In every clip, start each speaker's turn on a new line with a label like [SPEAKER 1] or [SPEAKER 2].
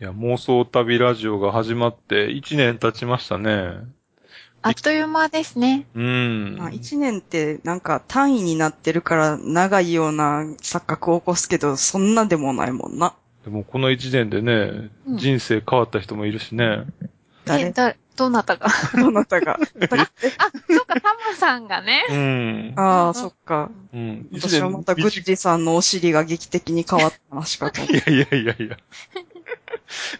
[SPEAKER 1] いや、妄想旅ラジオが始まって1年経ちましたね。
[SPEAKER 2] あっという間ですね。
[SPEAKER 1] うん。
[SPEAKER 3] まあ、一年ってなんか単位になってるから長いような錯覚を起こすけど、そんなでもないもんな。
[SPEAKER 1] でもこの1年でね、
[SPEAKER 2] うん
[SPEAKER 1] 人生変わった人もいるしね。
[SPEAKER 2] え、
[SPEAKER 3] 誰
[SPEAKER 2] だ、どなたが。あ、
[SPEAKER 3] どなたが。
[SPEAKER 2] そうか、タムさんがね。
[SPEAKER 1] うん。
[SPEAKER 3] ああ、そっか。
[SPEAKER 1] うん。一
[SPEAKER 3] 私は
[SPEAKER 1] 年
[SPEAKER 3] またグッ
[SPEAKER 1] 短
[SPEAKER 3] チさんのお尻が劇的に変わった話 かと思う。
[SPEAKER 1] い やいやいやいや。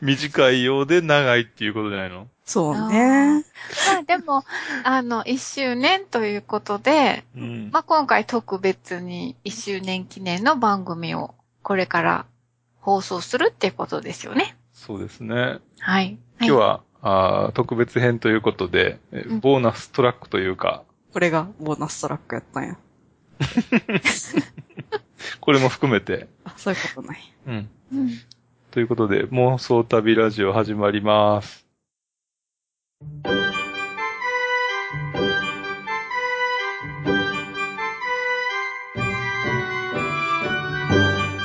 [SPEAKER 1] 短いようで長いっていうことじゃないの
[SPEAKER 3] そうね。
[SPEAKER 2] まあでも、あの、一周年ということで、
[SPEAKER 1] うん。
[SPEAKER 2] まあ今回特別に一周年記念の番組をこれから放送するってことですよね。
[SPEAKER 1] そうですね。
[SPEAKER 2] はい。
[SPEAKER 1] 今日は、あー特別編ということで、え
[SPEAKER 2] うん
[SPEAKER 1] ボーナストラックというか、
[SPEAKER 3] これがボーナストラックやったんや。
[SPEAKER 1] これも含めて、
[SPEAKER 3] あ、そういうことない。
[SPEAKER 1] うん。
[SPEAKER 2] い。うん
[SPEAKER 1] ということで、妄想旅ラジオ始まります。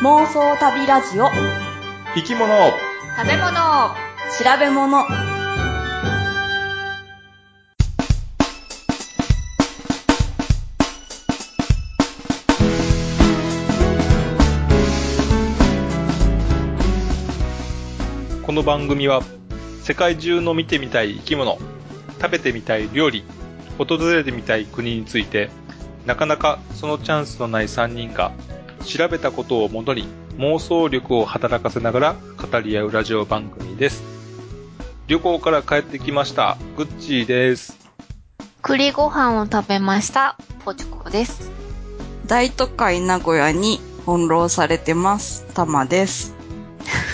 [SPEAKER 4] 妄想旅ラジオ調
[SPEAKER 1] 生き物
[SPEAKER 2] 食べ物
[SPEAKER 4] べ物
[SPEAKER 1] この番組は世界中の見てみたい生き物食べてみたい料理訪れてみたい国についてなかなかそのチャンスのない3人が調べたことをもとに妄想力を働かせながら語り合うラジオ番組です旅行から帰ってきましたグッチーです
[SPEAKER 2] 栗ご飯を食べました。ポチコです。
[SPEAKER 3] 大都会名古屋に翻弄されてます。たまです。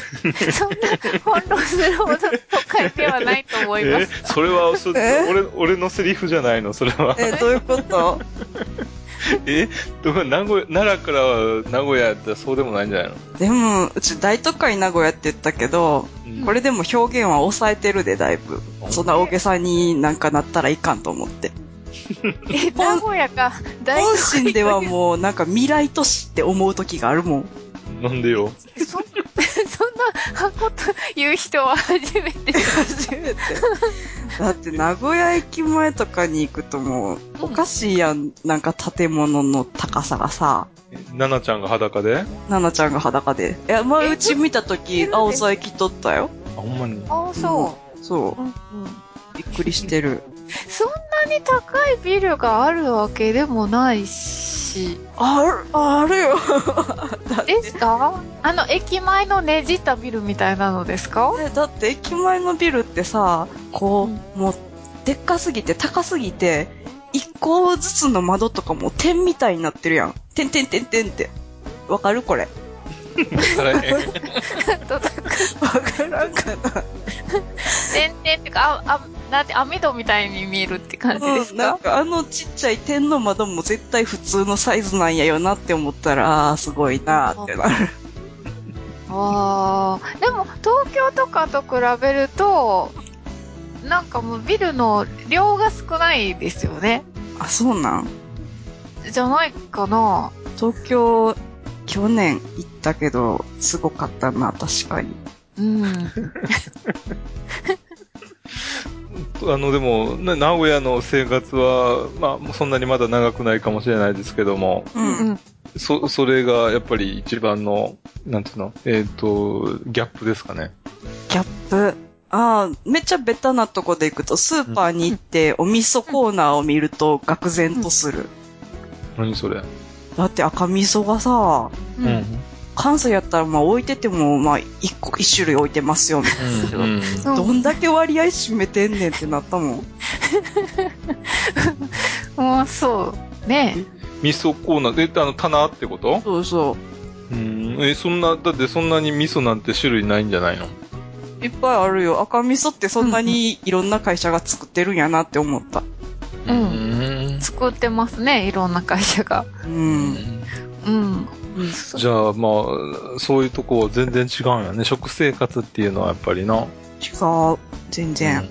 [SPEAKER 2] そんな翻弄するほど都会ではないと思います。
[SPEAKER 1] それはそ
[SPEAKER 3] え
[SPEAKER 1] 俺俺のセリフじゃないのそれは
[SPEAKER 3] え、どういうこと
[SPEAKER 1] えどう名古屋奈良からは名古屋やったらそうでもないんじゃないの、
[SPEAKER 3] でも、うち大都会名古屋って言ったけど、
[SPEAKER 1] うん
[SPEAKER 3] これでも表現は抑えてるで、だいぶ。そんな大げさになんかなったらいかんと思って。
[SPEAKER 2] え、名古屋が大
[SPEAKER 3] 本心ではもうなんか未来都市って思う時があるも ん。
[SPEAKER 1] なんでよ
[SPEAKER 2] そん そんな箱と言う人は初めて。
[SPEAKER 3] 初めて。だって名古屋駅前とかに行くともう、 おかしいやん。なんか建物の高さがさ。
[SPEAKER 1] ナナちゃんが裸であ、
[SPEAKER 3] ななちゃんが裸で。いや、前うち見た時
[SPEAKER 2] え
[SPEAKER 3] 青空着とったよ。
[SPEAKER 1] ほんまに。
[SPEAKER 2] ああ、そ。
[SPEAKER 3] そう
[SPEAKER 2] うんうん
[SPEAKER 3] う。びっくりしてる。
[SPEAKER 2] そんなに高いビルがあるわけでもないし。
[SPEAKER 3] ある、ある よ。
[SPEAKER 2] ですかあの、駅前のねじったビルみたいなのですか
[SPEAKER 3] えだって駅前のビルってさ、こう、もう、でっかすぎて高すぎて、一個ずつの窓とかもう点みたいになってるやん。点点点点って。わかるこれ。わからんかな。
[SPEAKER 2] 全然ってか、あ、あ、なんて網戸みたいに見えるって感じです
[SPEAKER 3] うん、な
[SPEAKER 2] か
[SPEAKER 3] ん、かあのちっちゃい点の窓も絶対普通のサイズなんやよなって思ったら、あーすごいなーってなる。
[SPEAKER 2] ああ、でも東京とかと比べると、なんかもうビルの量が少ないですよね。
[SPEAKER 3] あ、そうなん
[SPEAKER 2] じゃないかな。
[SPEAKER 3] 東京、去年行ったけど、すごかったな、確かに。
[SPEAKER 2] うん。
[SPEAKER 1] あの、でも、な名古屋の生活は、まあ、そんなにまだ長くないかもしれないですけども、
[SPEAKER 2] うん。
[SPEAKER 1] そ、それがやっぱり一番の、なんていうの、えっ、と、ギャップですかね。
[SPEAKER 3] ギャップ。ああ、めっちゃベタなとこで行くと、スーパーに行って、お味噌コーナーを見ると、愕然とする。
[SPEAKER 1] 何それ。
[SPEAKER 3] だって赤味噌がさ、
[SPEAKER 2] う。
[SPEAKER 1] うん
[SPEAKER 3] 関西やったら、まあ置いてても、まあ、一個、一種類置いてますよ、みたいな。
[SPEAKER 1] うんうん
[SPEAKER 2] うん
[SPEAKER 3] どんだけ割合占めてんねんってなったもん。
[SPEAKER 2] もうそう。ね
[SPEAKER 1] 味噌コーナー、で、あの、棚ってこと
[SPEAKER 3] そうそ
[SPEAKER 1] うん。え、そんな、だってそんなに味噌なんて種類ないんじゃないの
[SPEAKER 3] う。いっぱいあるよ。赤味噌ってそんなにいろんな会社が作ってるんやなって思った。
[SPEAKER 2] うんえ。作ってますね。いろんな会社が。
[SPEAKER 3] うん。
[SPEAKER 2] うん。
[SPEAKER 1] じゃあ、まあ、そういうとこは全然違うんやね。食生活っていうのはやっぱりな。
[SPEAKER 3] 違う。全
[SPEAKER 1] う
[SPEAKER 3] 然。
[SPEAKER 1] ん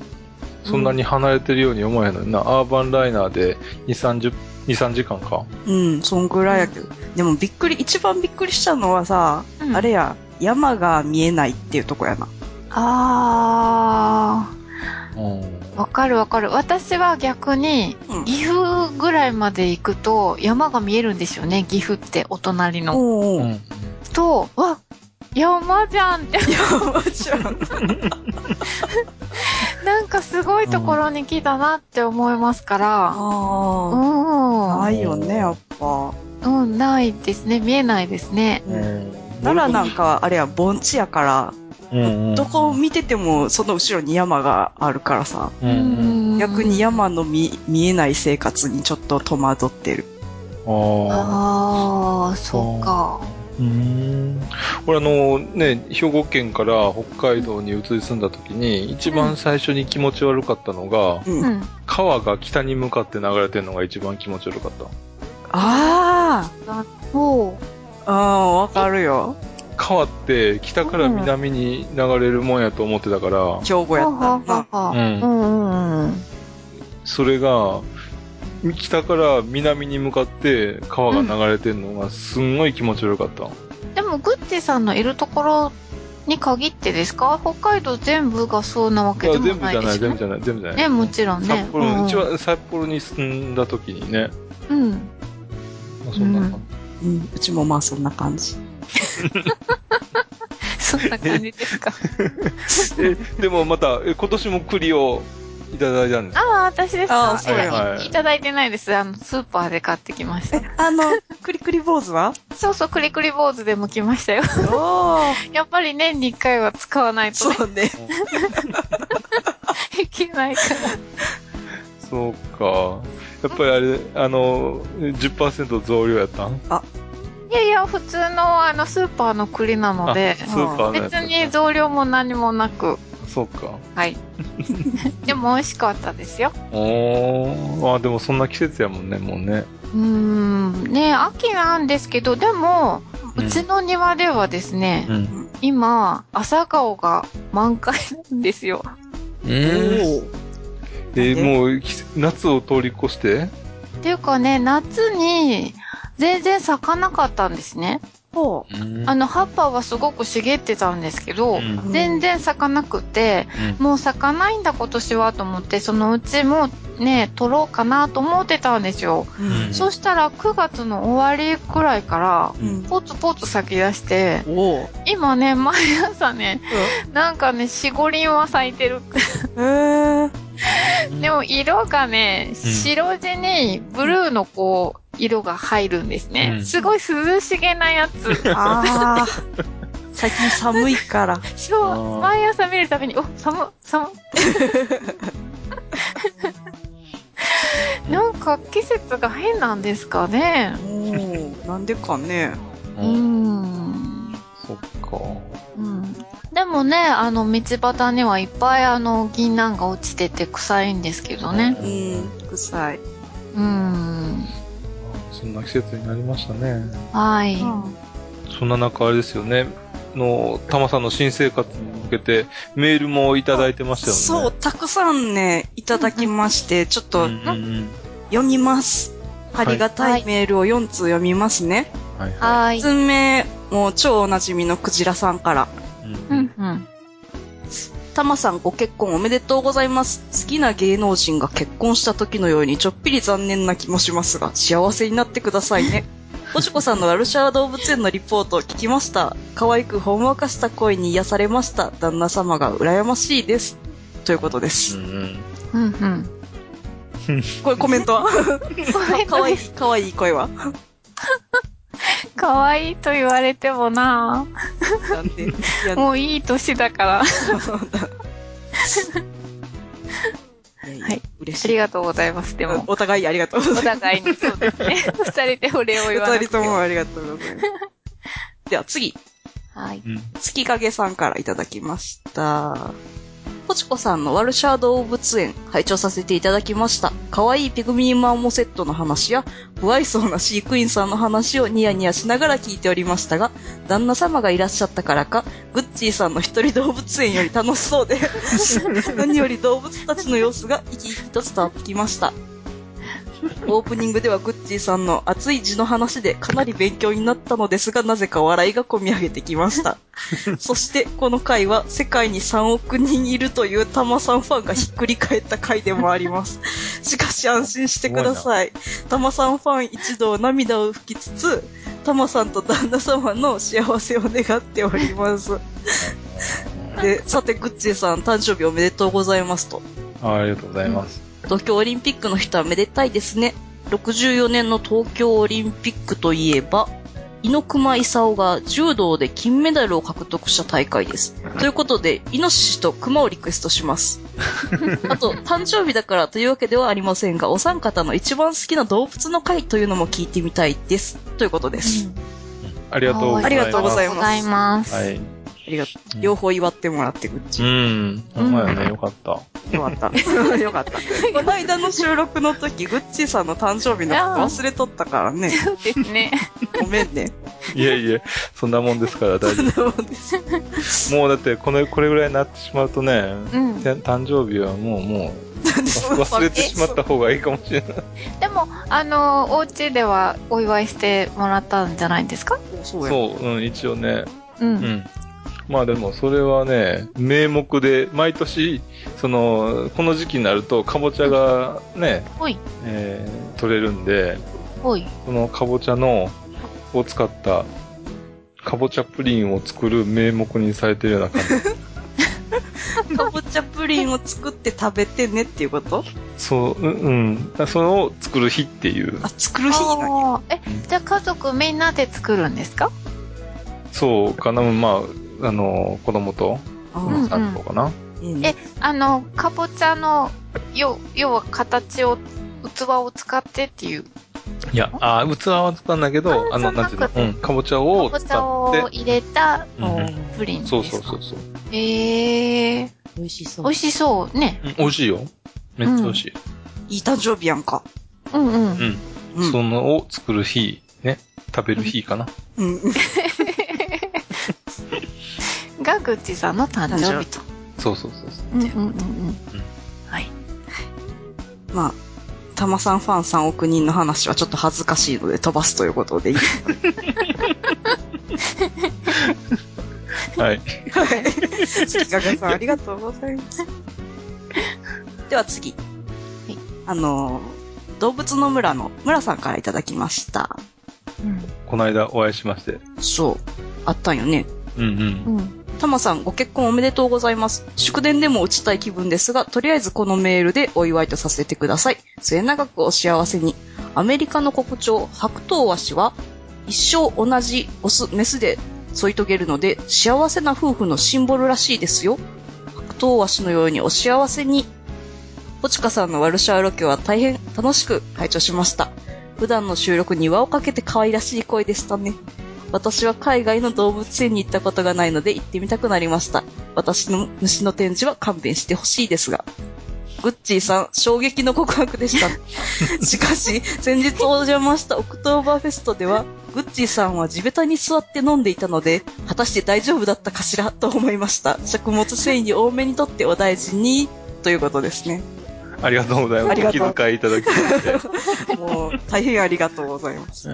[SPEAKER 1] そんなに離れてるように思えへんのにな、アーバンライナーで2、30、2、3時間か。
[SPEAKER 3] うん、そんぐらいやけど。でもびっくり、一番びっくりしたのはさ、
[SPEAKER 2] うん
[SPEAKER 3] あれや、山が見えないっていうとこやな。
[SPEAKER 2] あ
[SPEAKER 1] うん。
[SPEAKER 2] ー、わかるわかる。私は逆に、
[SPEAKER 3] うん
[SPEAKER 2] 岐阜ぐらいまで行くと山が見えるんですよね、岐阜ってお隣の。
[SPEAKER 3] お
[SPEAKER 1] う
[SPEAKER 3] ー
[SPEAKER 1] ん。
[SPEAKER 2] と、わ山じゃんって、
[SPEAKER 3] 山ちゃん。
[SPEAKER 2] なんかすごいところに来たなって思いますから、う
[SPEAKER 3] ああ。
[SPEAKER 2] ん、
[SPEAKER 3] ないよね、やっぱ。
[SPEAKER 2] うん、ないですね、見えないですね。
[SPEAKER 1] うん
[SPEAKER 3] 奈良なんか、あれや、盆地やから、
[SPEAKER 1] うんうん
[SPEAKER 3] どこを見てても、その後ろに山があるからさ、
[SPEAKER 1] うんうん。
[SPEAKER 2] うん
[SPEAKER 3] 逆に。山の見、見えない生活にちょっと戸惑ってる。
[SPEAKER 1] ああ。
[SPEAKER 2] ああ、そうか。
[SPEAKER 1] うん。俺あの、ね、兵庫県から北海道に移り住んだ時に、一番最初に気持ち悪かったのが、
[SPEAKER 3] うん。
[SPEAKER 2] う
[SPEAKER 3] あ
[SPEAKER 2] ん。
[SPEAKER 1] 川が北に向かって流れてるのが一番気持ち悪かった。
[SPEAKER 3] あ
[SPEAKER 2] おう
[SPEAKER 3] ー、うん、わかるよ。
[SPEAKER 1] 川って北から南に流れるもんやと思ってたから、
[SPEAKER 3] 兵庫やったらな。
[SPEAKER 2] は
[SPEAKER 1] うん
[SPEAKER 2] はうんうんうん。
[SPEAKER 1] それが、北から南に向かって川が流れてるのがすんごい気持ち悪かった。
[SPEAKER 2] でも、グッチさんのいるところに限ってですか北海道全部がそうなわけ
[SPEAKER 1] い
[SPEAKER 2] で
[SPEAKER 1] や
[SPEAKER 2] も
[SPEAKER 1] 全部
[SPEAKER 2] な
[SPEAKER 1] じ
[SPEAKER 2] い
[SPEAKER 1] ゃ
[SPEAKER 2] で
[SPEAKER 1] な
[SPEAKER 2] す
[SPEAKER 1] い、全部
[SPEAKER 2] よね。
[SPEAKER 1] じゃない、全部じゃない。
[SPEAKER 2] ね、もちろんね
[SPEAKER 1] 札。幌の、一
[SPEAKER 2] うん
[SPEAKER 1] 番札幌に住んだ時にね、
[SPEAKER 2] うん。
[SPEAKER 1] まあそんな感
[SPEAKER 3] うん、うちもまあそんな感じ。
[SPEAKER 2] そんな感じで すか。
[SPEAKER 1] じ。えでもまた、え今年も栗をいただいたんです
[SPEAKER 2] ああ、私ですか
[SPEAKER 3] あーそうよ
[SPEAKER 2] いやいいただいてないです。あの、スーパーで買ってきました。
[SPEAKER 3] あの、 クリクリ坊主は
[SPEAKER 2] そうそう、クリクリ坊主でも来ましたよ。
[SPEAKER 3] おー、
[SPEAKER 2] やっぱり年に1回は使わないとね、
[SPEAKER 3] そ うね。
[SPEAKER 2] いけないから。
[SPEAKER 1] そうか。やっぱりあれ、あの、10%増量やったん
[SPEAKER 2] いやいや、普通のあの、スーパーの栗なので
[SPEAKER 1] あ、スーパーのやつ
[SPEAKER 2] 別に増量も何もなく、
[SPEAKER 1] そうか。
[SPEAKER 2] はい。 でも美味しかったですよ。
[SPEAKER 1] おー。あ、でもそんな季節やもんね、もうね。
[SPEAKER 2] うーん。ね秋なんですけど、でも、うちの庭ではですね、
[SPEAKER 1] うん。
[SPEAKER 2] 今、朝顔が満開なんですよ。
[SPEAKER 3] お
[SPEAKER 1] え
[SPEAKER 3] ーなんで
[SPEAKER 1] もう季節、夏を通り越して
[SPEAKER 2] っていうかね、夏に全然咲かなかったんですね。
[SPEAKER 3] ほ
[SPEAKER 2] あの、葉っぱはすごく茂ってたんですけど、
[SPEAKER 1] うん
[SPEAKER 3] う。
[SPEAKER 2] 全然咲かなくて、もう咲かないんだ今年はと思って、そのうちもね、取ろうかなと思ってたんですよ。
[SPEAKER 3] うん。
[SPEAKER 2] そしたら9月の終わりくらいから、
[SPEAKER 3] うん。
[SPEAKER 2] ポツポツ咲き出して、
[SPEAKER 3] おー。
[SPEAKER 2] 今ね、毎朝ね、なんかね、四五輪は咲いてる。
[SPEAKER 3] へー。
[SPEAKER 2] でも色がね、白地にブルーのこう、色が入るんですね。
[SPEAKER 1] うん
[SPEAKER 2] すごい涼しげなやつ。
[SPEAKER 3] ああ。最近寒いから。
[SPEAKER 2] そ
[SPEAKER 1] あー
[SPEAKER 2] う、毎朝見るたびに、お、寒っ、寒 っ。なんか季節が変なんですかね。
[SPEAKER 3] おー。なんでかね。
[SPEAKER 2] うーん。
[SPEAKER 1] そっか。
[SPEAKER 2] うん。でもね、あの、道端にはいっぱいあの、銀杏が落ちてて臭いんですけどね。
[SPEAKER 3] うん。臭い。
[SPEAKER 2] うん。
[SPEAKER 1] そんな季節になりましたね。
[SPEAKER 2] はい。
[SPEAKER 1] そんな中、あれですよね。の、たまさんの新生活に向けて、メールもいただいてましたよね。
[SPEAKER 3] そう、たくさんね、いただきまして、ちょっと
[SPEAKER 1] うんうんうん
[SPEAKER 3] 読みます。ありがた
[SPEAKER 2] はいい
[SPEAKER 3] メールを4通読みますね。
[SPEAKER 1] はいは
[SPEAKER 2] は
[SPEAKER 3] 1
[SPEAKER 2] い。
[SPEAKER 3] つ目、もう超おなじみのクジラさんか
[SPEAKER 1] い。
[SPEAKER 3] ら。
[SPEAKER 1] う
[SPEAKER 2] うんんうん。
[SPEAKER 3] たまさんご結婚おめでとうございます。好きな芸能人が結婚した時のようにちょっぴり残念な気もしますが、幸せになってください ね。おしこさんのワルシャワ動物園のリポートを聞きました。可愛くほんわかした声に癒されました。旦那様が羨ましいです。ということです。
[SPEAKER 2] うんうん。
[SPEAKER 3] これコメントは 可愛い
[SPEAKER 2] い。、
[SPEAKER 3] 可愛い声は
[SPEAKER 2] かわいいと言われてもな
[SPEAKER 3] なんで。いや、
[SPEAKER 2] も ういい年だから。
[SPEAKER 3] いや
[SPEAKER 2] はい
[SPEAKER 3] 嬉しい。
[SPEAKER 2] ありがとうございます。でも。
[SPEAKER 3] お互いありがとうござ
[SPEAKER 2] お
[SPEAKER 3] います。
[SPEAKER 2] 互いにそうです ね。二人でお礼を言わな
[SPEAKER 3] 二
[SPEAKER 2] く
[SPEAKER 3] 人
[SPEAKER 2] て
[SPEAKER 3] と
[SPEAKER 2] も。
[SPEAKER 3] もありがとうござい ます。では次。
[SPEAKER 2] はい。
[SPEAKER 1] うん
[SPEAKER 3] 月影さんからいただきました。ポチコさんのワルシャー動物園、拝聴させていただきました。可愛いピグミーマンモセットの話や、不愛想な飼育員さんの話をニヤニヤしながら聞いておりましたが、旦那様がいらっしゃったからか、グッチーさんの一人動物園より楽しそうで、何より動物たちの様子が生き生きと伝わってきました。オープニングではグッチーさんの熱い字の話でかなり勉強になったのですが、なぜか笑いがこみ上げてきました。そして、この回は世界に3億人いるというタマさんファンがひっくり返った回でもあります。しかし安心してください。タマさんファン一同涙を拭きつつ、タマさんと旦那様の幸せを願っております。で、さて、グッチーさん、誕生日おめでとうございますと。
[SPEAKER 1] あありがとうございます。
[SPEAKER 3] 東京オリンピックの人はめでたいですね。64年の東京オリンピックといえば、猪熊勲が柔道で金メダルを獲得した大会です。ということで、イノシシと熊をリクエストします。あと、誕生日だからというわけではありませんが、お三方の一番好きな動物の回というのも聞いてみたいです。ということです。
[SPEAKER 1] ありがとうございます。
[SPEAKER 3] ありがとうございます
[SPEAKER 2] ます
[SPEAKER 1] はい。う
[SPEAKER 3] ありがとう。両方祝ってもらって、ぐっち。
[SPEAKER 1] ん。ほんまよね、よかった。
[SPEAKER 3] よかった。よかった。この間の収録の時、ぐっちーさんの誕生日のこと忘れとったからね。
[SPEAKER 2] そうですね。
[SPEAKER 3] ごめんね。
[SPEAKER 1] いえいえ、そんなもんですから大丈
[SPEAKER 3] そんなもんです。
[SPEAKER 1] 夫。もうだって、この、これぐらいになってしまうとね、
[SPEAKER 2] うん。
[SPEAKER 1] て誕生日はもう、もう、
[SPEAKER 3] 忘
[SPEAKER 1] 忘れてしまった方がいいかもしれない。
[SPEAKER 2] でも、あの、お家ではお祝いしてもらったんじゃないですか
[SPEAKER 3] そうや。
[SPEAKER 1] そう、うん、一応ね。
[SPEAKER 2] う。
[SPEAKER 1] うんん。まあでも、それはね、名目で、毎年、その、この時期になると、かぼちゃがね、
[SPEAKER 2] ほい、
[SPEAKER 1] えー取れるんで、
[SPEAKER 2] ほい。
[SPEAKER 1] そのかぼちゃの、を使った、かぼちゃプリンを作る名目にされてるような感じ。
[SPEAKER 3] かぼちゃプリンを作って食べてねっていうこと
[SPEAKER 1] そう、うん、うん。それを作る日っていう
[SPEAKER 3] あ、。作る日なんや。
[SPEAKER 2] あーえ、じゃあ家族みんなで作るんですか
[SPEAKER 1] そうかな、まあ、あの、子供と、
[SPEAKER 3] あ
[SPEAKER 1] お
[SPEAKER 2] ん
[SPEAKER 1] さんとかな。
[SPEAKER 3] ーいいね
[SPEAKER 2] え、あの、かぼちゃの、よ、要は形を、器を使ってっていう、
[SPEAKER 1] いや、あー器は使うんだけど、
[SPEAKER 2] あー
[SPEAKER 1] あの、
[SPEAKER 2] そんな
[SPEAKER 1] なんていうの
[SPEAKER 2] こ、と
[SPEAKER 1] うん、かぼちゃ
[SPEAKER 2] か
[SPEAKER 1] を
[SPEAKER 2] ぼ
[SPEAKER 1] 使
[SPEAKER 2] ちゃを
[SPEAKER 1] って、
[SPEAKER 2] 入れた
[SPEAKER 1] うんうん
[SPEAKER 2] プリンです
[SPEAKER 1] そ
[SPEAKER 2] か
[SPEAKER 1] うそうそうそう。
[SPEAKER 2] えー、
[SPEAKER 5] 美味しそ
[SPEAKER 2] 美
[SPEAKER 5] う。
[SPEAKER 2] 味しそうね。
[SPEAKER 1] うん美味しいよ。めっちゃ美味しい。
[SPEAKER 3] いい誕生日やんか。
[SPEAKER 2] うんうん。
[SPEAKER 1] うん。
[SPEAKER 3] うん。
[SPEAKER 1] そのを作る日、ね。食べる日かな。
[SPEAKER 3] うん。
[SPEAKER 2] がぐちさんの誕
[SPEAKER 3] 誕
[SPEAKER 2] 生
[SPEAKER 3] 生
[SPEAKER 2] 日
[SPEAKER 3] 日と。
[SPEAKER 1] そうそうそうそう。
[SPEAKER 2] うんうんうんうん。
[SPEAKER 3] まあ、たまさんファン3億人の話はちょっと恥ずかしいので飛ばすということでいい。
[SPEAKER 1] はい。
[SPEAKER 3] 月影さん、ありがとうございます。 では次。
[SPEAKER 2] い
[SPEAKER 3] あのー、動物の村の村さんからいただきました。
[SPEAKER 1] この間お会いしまして。
[SPEAKER 3] そう。あったんよね。
[SPEAKER 1] うんうん。
[SPEAKER 2] うん。
[SPEAKER 3] タマさん、ご結婚おめでとうございます。祝電でも打ちたい気分ですが、とりあえずこのメールでお祝いとさせてください。末永くお幸せに。アメリカの国鳥、白頭ワシは、一生同じオス、メスで添い遂げるので、幸せな夫婦のシンボルらしいですよ。白頭ワシのようにお幸せに。ポチカさんのワルシャワロケは大変楽しく拝聴しました。普段の収録に輪をかけて可愛らしい声でしたね。私は海外の動物園に行ったことがないので行ってみたくなりました。私の虫の展示は勘弁してほしいですが。グッチーさん、衝撃の告白 でした。しかし、先日お邪魔したオクトーバーフェストでは、グッチーさんは地べたに座って飲んでいたので、果たして大丈夫だったかしらと思いました。食物繊維多めにとってお大事に、ということですね。
[SPEAKER 1] ありがとうございま
[SPEAKER 3] あ
[SPEAKER 1] す。
[SPEAKER 3] り
[SPEAKER 1] お
[SPEAKER 3] が
[SPEAKER 1] 気
[SPEAKER 3] とう
[SPEAKER 1] 遣いいただきまして。
[SPEAKER 3] もう、大変ありがとうございます。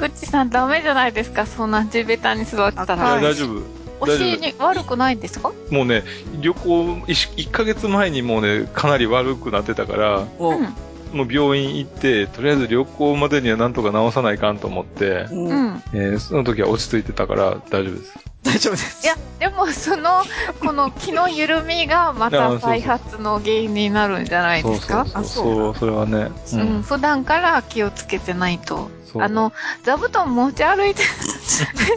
[SPEAKER 2] ぐちさんダメじゃないですか、そんな地べたに座ってた
[SPEAKER 1] いや
[SPEAKER 2] ら。
[SPEAKER 1] 大丈夫。
[SPEAKER 2] お尻に悪くないんですか
[SPEAKER 1] もうね、旅行1、一ヶ月前にもうね、かなり悪くなってたから、
[SPEAKER 3] も
[SPEAKER 2] うん
[SPEAKER 1] もう病院行って、とりあえず旅行までにはなんとか治さないかんと思って
[SPEAKER 3] う、
[SPEAKER 2] う
[SPEAKER 3] うん、
[SPEAKER 2] ん。
[SPEAKER 1] えーその時は落ち着いてたから大丈夫です。
[SPEAKER 3] 大丈夫です。
[SPEAKER 2] いや、でもその、この気の緩みがま
[SPEAKER 1] あーそう
[SPEAKER 2] た
[SPEAKER 1] そう
[SPEAKER 2] 再発の原因になるんじゃない
[SPEAKER 1] そ
[SPEAKER 2] で
[SPEAKER 1] う
[SPEAKER 2] す
[SPEAKER 1] そ
[SPEAKER 2] か
[SPEAKER 1] うそう。
[SPEAKER 3] あ
[SPEAKER 1] そ、
[SPEAKER 3] そう
[SPEAKER 1] それはね。う
[SPEAKER 2] うん、
[SPEAKER 1] ん。
[SPEAKER 2] 普段から気をつけてないと。
[SPEAKER 1] そう
[SPEAKER 2] あの、座布団持ち歩いて、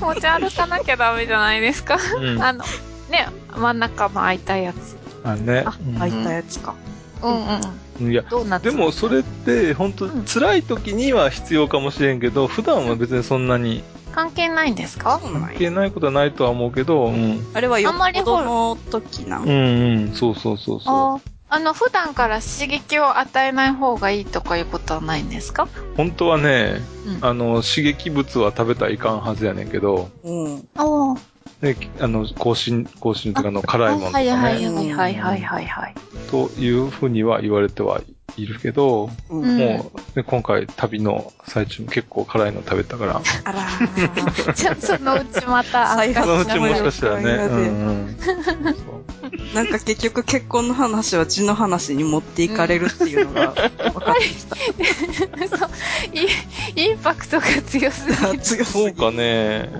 [SPEAKER 2] 持ち歩かなきゃダメじゃないですか。
[SPEAKER 1] うん、あ
[SPEAKER 2] あの、ね、真ん中の空いたやつ。
[SPEAKER 1] のね。
[SPEAKER 3] あ、開いたやつか。
[SPEAKER 2] うんうん。
[SPEAKER 1] うんいや、
[SPEAKER 2] ドーナツ。
[SPEAKER 1] でもそれって本当
[SPEAKER 2] うん
[SPEAKER 1] 辛い時には必要かもしれんけど、普段は別にそんなに
[SPEAKER 2] 関係ないんですか
[SPEAKER 3] そうなん
[SPEAKER 1] 関
[SPEAKER 3] や
[SPEAKER 1] 係ないことはないとは思うけど、うん。
[SPEAKER 3] あれはよ
[SPEAKER 2] あんまり
[SPEAKER 3] っぽ
[SPEAKER 2] ほら
[SPEAKER 3] どの時な。
[SPEAKER 1] うんんうん、そうそうそうそう。
[SPEAKER 2] あーあの、普段から刺激を与えない方がいいとかいうことはないんですか
[SPEAKER 1] 本当はね、
[SPEAKER 2] うん
[SPEAKER 1] あの、刺激物は食べたらいかんはずやねんけど、
[SPEAKER 3] うん。
[SPEAKER 2] おー
[SPEAKER 1] ね、きあの、香辛、香辛とかの辛いものとか
[SPEAKER 2] はいはい
[SPEAKER 1] ね、
[SPEAKER 2] はいはいはいはいはい。
[SPEAKER 1] というふうには言われてはいいるけど、
[SPEAKER 3] うん
[SPEAKER 2] うん
[SPEAKER 1] もう、ね、今回旅の最中も結構辛いの食べた から、
[SPEAKER 3] あらー
[SPEAKER 2] じゃあそのう ちまた
[SPEAKER 3] 再
[SPEAKER 1] そ
[SPEAKER 3] 発
[SPEAKER 1] のうちもしかしたらね、
[SPEAKER 3] 辛いの
[SPEAKER 1] う
[SPEAKER 3] で
[SPEAKER 1] んうんそう
[SPEAKER 3] なんか結局結婚の話は地の話に持っていかれるっていうのが分かってきた。
[SPEAKER 2] そうイインパクトが強すぎる
[SPEAKER 3] 強す
[SPEAKER 1] そう
[SPEAKER 3] ぎ
[SPEAKER 1] かね。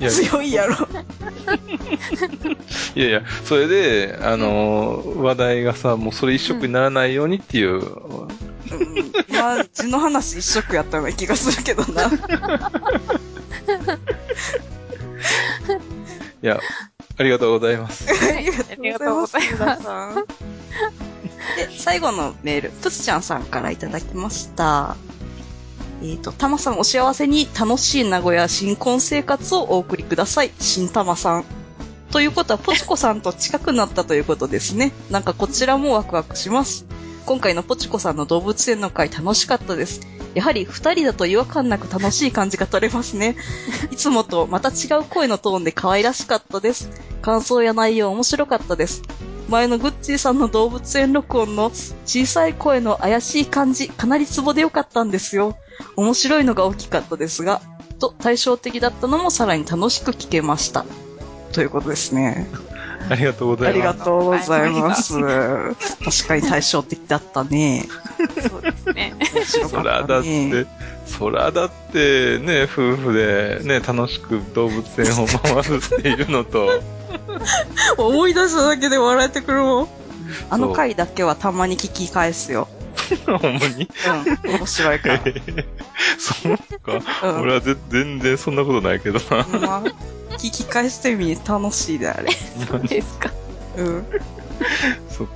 [SPEAKER 1] いや、
[SPEAKER 3] 強いやろ。
[SPEAKER 1] いやいや、それで、あのー話題がさ、もうそれ一色にならないようにっていう、
[SPEAKER 3] うんまあ、地の話一色やったような気がするけどな。
[SPEAKER 1] いや、ありがとうございます。
[SPEAKER 2] ありがとうございます。
[SPEAKER 3] す。で、最後のメール、プスちゃんさんからいただきました。えっ、と、たまさんお幸せに楽しい名古屋新婚生活をお送りください。新たまさん。ということは、ポチコさんと近くなったということですね。なんかこちらもワクワクします。今回のポチコさんの動物園の会楽しかったです。やはり二人だと違和感なく楽しい感じが取れますね。いつもとまた違う声のトーンで可愛らしかったです。感想や内容面白かったです。前のグッチーさんの動物園録音の小さい声の怪しい感じ、かなりツボで良かったんですよ。面白いのが大きかったですが、と対照的だったのもさらに楽しく聞けました。ということですね。
[SPEAKER 1] ありがとうござ
[SPEAKER 3] あ
[SPEAKER 1] い
[SPEAKER 3] り
[SPEAKER 1] ま
[SPEAKER 3] が
[SPEAKER 1] す。
[SPEAKER 3] とうございます。確かに対照的だったね。
[SPEAKER 2] そうですね。
[SPEAKER 3] 面白
[SPEAKER 1] そ
[SPEAKER 3] からっ
[SPEAKER 1] だ
[SPEAKER 3] た
[SPEAKER 1] って
[SPEAKER 3] ね。、
[SPEAKER 1] そらだってね、夫婦でね、楽しく動物園を回るっていうの と、
[SPEAKER 3] 思い出しただけで笑えてくるもん。あの
[SPEAKER 1] そう
[SPEAKER 3] 回だけはたまに聞き返すよ。
[SPEAKER 1] ほんま に、
[SPEAKER 3] うん。面白いから。
[SPEAKER 1] そうか。
[SPEAKER 3] うん
[SPEAKER 1] 俺はぜ全然そんなことないけどな。
[SPEAKER 3] ほんま聞き返してみ、楽しいであれ。
[SPEAKER 2] そうですか。
[SPEAKER 3] うん。
[SPEAKER 1] そっ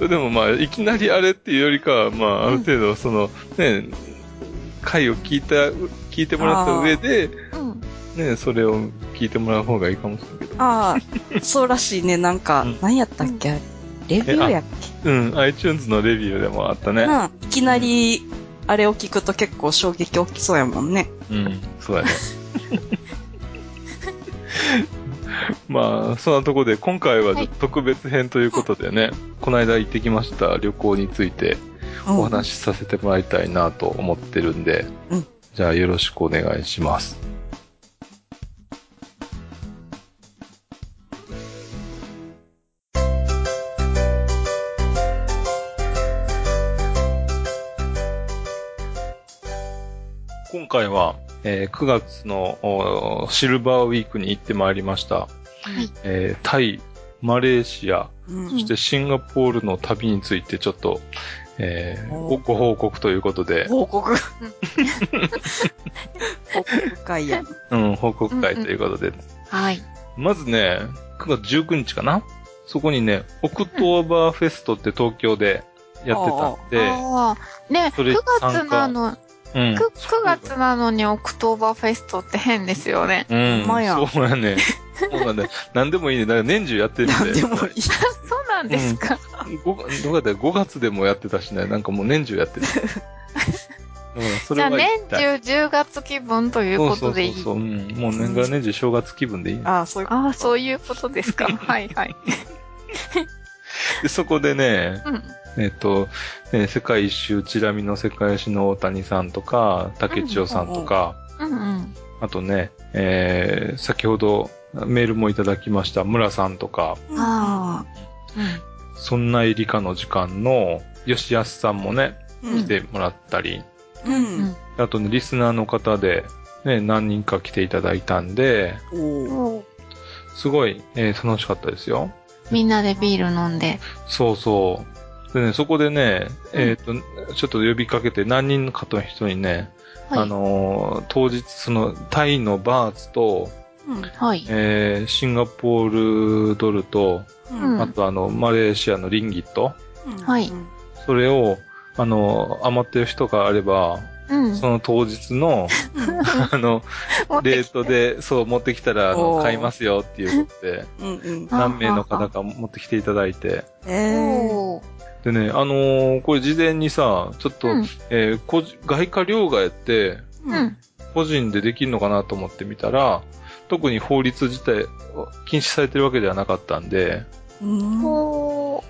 [SPEAKER 1] か。でもまあ、いきなりあれっていうよりかは、まあ、ある程度、その、ね、回を聞いた、聞いてもらった上で、
[SPEAKER 2] うん。
[SPEAKER 1] ね、それを聞いてもらう方がいいかもしれんけど。
[SPEAKER 3] ああ、そうらしいね。なんか、
[SPEAKER 1] うん
[SPEAKER 3] 何やったっけ、レビューやっ
[SPEAKER 1] うん、iTunes のレビューでもあった
[SPEAKER 3] け、
[SPEAKER 1] ね。
[SPEAKER 3] うん。いきなり、あれを聞くと結構衝撃大きそうやもんね。
[SPEAKER 1] うん、そう だね。まあ、そんなとこで、今回はちょっと特別編ということでね、この間行ってきました旅行について
[SPEAKER 3] うん
[SPEAKER 1] お話しさせてもらいたいなと思ってるんで、
[SPEAKER 3] うん
[SPEAKER 1] じゃあよろしくお願いします。今回は、えー9月のおーシルバーウィークに行ってまいりました。えータイ、マレーシア、
[SPEAKER 3] うん
[SPEAKER 1] そしてシンガポールの旅についてちょっと、えー
[SPEAKER 3] お
[SPEAKER 1] ごご報告ということで、
[SPEAKER 3] 報告。報告会や。
[SPEAKER 1] うん、報告会ということで、
[SPEAKER 2] はい。
[SPEAKER 1] まずね、9月19日かなそこにね、オクトーバーフェストって東京でやってたんで、
[SPEAKER 2] ああ。ね、
[SPEAKER 1] それ
[SPEAKER 2] 9
[SPEAKER 1] 参
[SPEAKER 2] 月
[SPEAKER 1] 加
[SPEAKER 2] なの、
[SPEAKER 1] うん。
[SPEAKER 2] 9, 月なのにオクトーバーフェストって変ですよね。
[SPEAKER 1] うん、
[SPEAKER 3] ほんまや
[SPEAKER 1] そうやね。そうだね。何でもいいね。だから年中やってるんで。
[SPEAKER 3] なんでもいい。
[SPEAKER 2] そうなんですか。
[SPEAKER 1] ごどうだったら5月でもやってたしね、なんかもう年中や ってる。だからそ
[SPEAKER 2] じ
[SPEAKER 1] れ
[SPEAKER 2] ゃあ
[SPEAKER 1] は
[SPEAKER 2] 年
[SPEAKER 1] 一体
[SPEAKER 2] 中10月気分ということでいい。
[SPEAKER 1] そうそうそうそう、うん、もう年がら年中正月気分でいいね、
[SPEAKER 3] ああ、そういうこ
[SPEAKER 2] ああ、そういうことです か。はいはい。
[SPEAKER 1] でそこでね、
[SPEAKER 2] うん。
[SPEAKER 1] えっと、ね、世界一周、チラミの世界史の大谷さんとか、竹千代さんとか、
[SPEAKER 2] うんうん。
[SPEAKER 1] あとね、えー、先ほどメールもいただきました、村さんとか、
[SPEAKER 3] と。あ
[SPEAKER 1] そんな入りかの時間の吉安さんもね、
[SPEAKER 3] あ。う
[SPEAKER 1] 来
[SPEAKER 3] ん。
[SPEAKER 1] てもらったり、
[SPEAKER 3] うん。
[SPEAKER 1] あとね、リスナーの方で、ね、何人か来ていただいたんで、
[SPEAKER 2] う
[SPEAKER 3] おー
[SPEAKER 2] んうん。
[SPEAKER 1] すごい、えー楽しかったですよ。
[SPEAKER 2] みんなでビール飲んで。
[SPEAKER 1] そうそう。でね、そこでね、えっ、と、ちょっと呼びかけて何人かの人にね、あのー当日、その、タイのバーツと、
[SPEAKER 3] うん
[SPEAKER 2] はい。
[SPEAKER 1] えーシンガポールドルと、
[SPEAKER 3] うん
[SPEAKER 2] うん
[SPEAKER 1] あとあの、マレーシアのリンギット、
[SPEAKER 2] はい
[SPEAKER 1] それを、あのー余ってる人があれば、
[SPEAKER 2] うん。
[SPEAKER 1] その当日の、あの、
[SPEAKER 2] 持って
[SPEAKER 1] レ
[SPEAKER 2] き
[SPEAKER 1] ートで、そう、持ってきたら、あの
[SPEAKER 3] おー
[SPEAKER 1] 買いますよっていうこと で、
[SPEAKER 3] うんうん。
[SPEAKER 2] あ
[SPEAKER 1] 何名の方か持ってきていただいて、
[SPEAKER 3] えー。
[SPEAKER 2] おー
[SPEAKER 1] でね、あのーこれ事前にさ、ちょっと、
[SPEAKER 2] うん
[SPEAKER 1] えー個人外貨両替って、
[SPEAKER 3] う
[SPEAKER 2] うん。
[SPEAKER 1] 個人でできるのかなと思ってみたら、特に法律自体、禁止されてるわけではなかったんで、
[SPEAKER 3] うん。
[SPEAKER 2] おー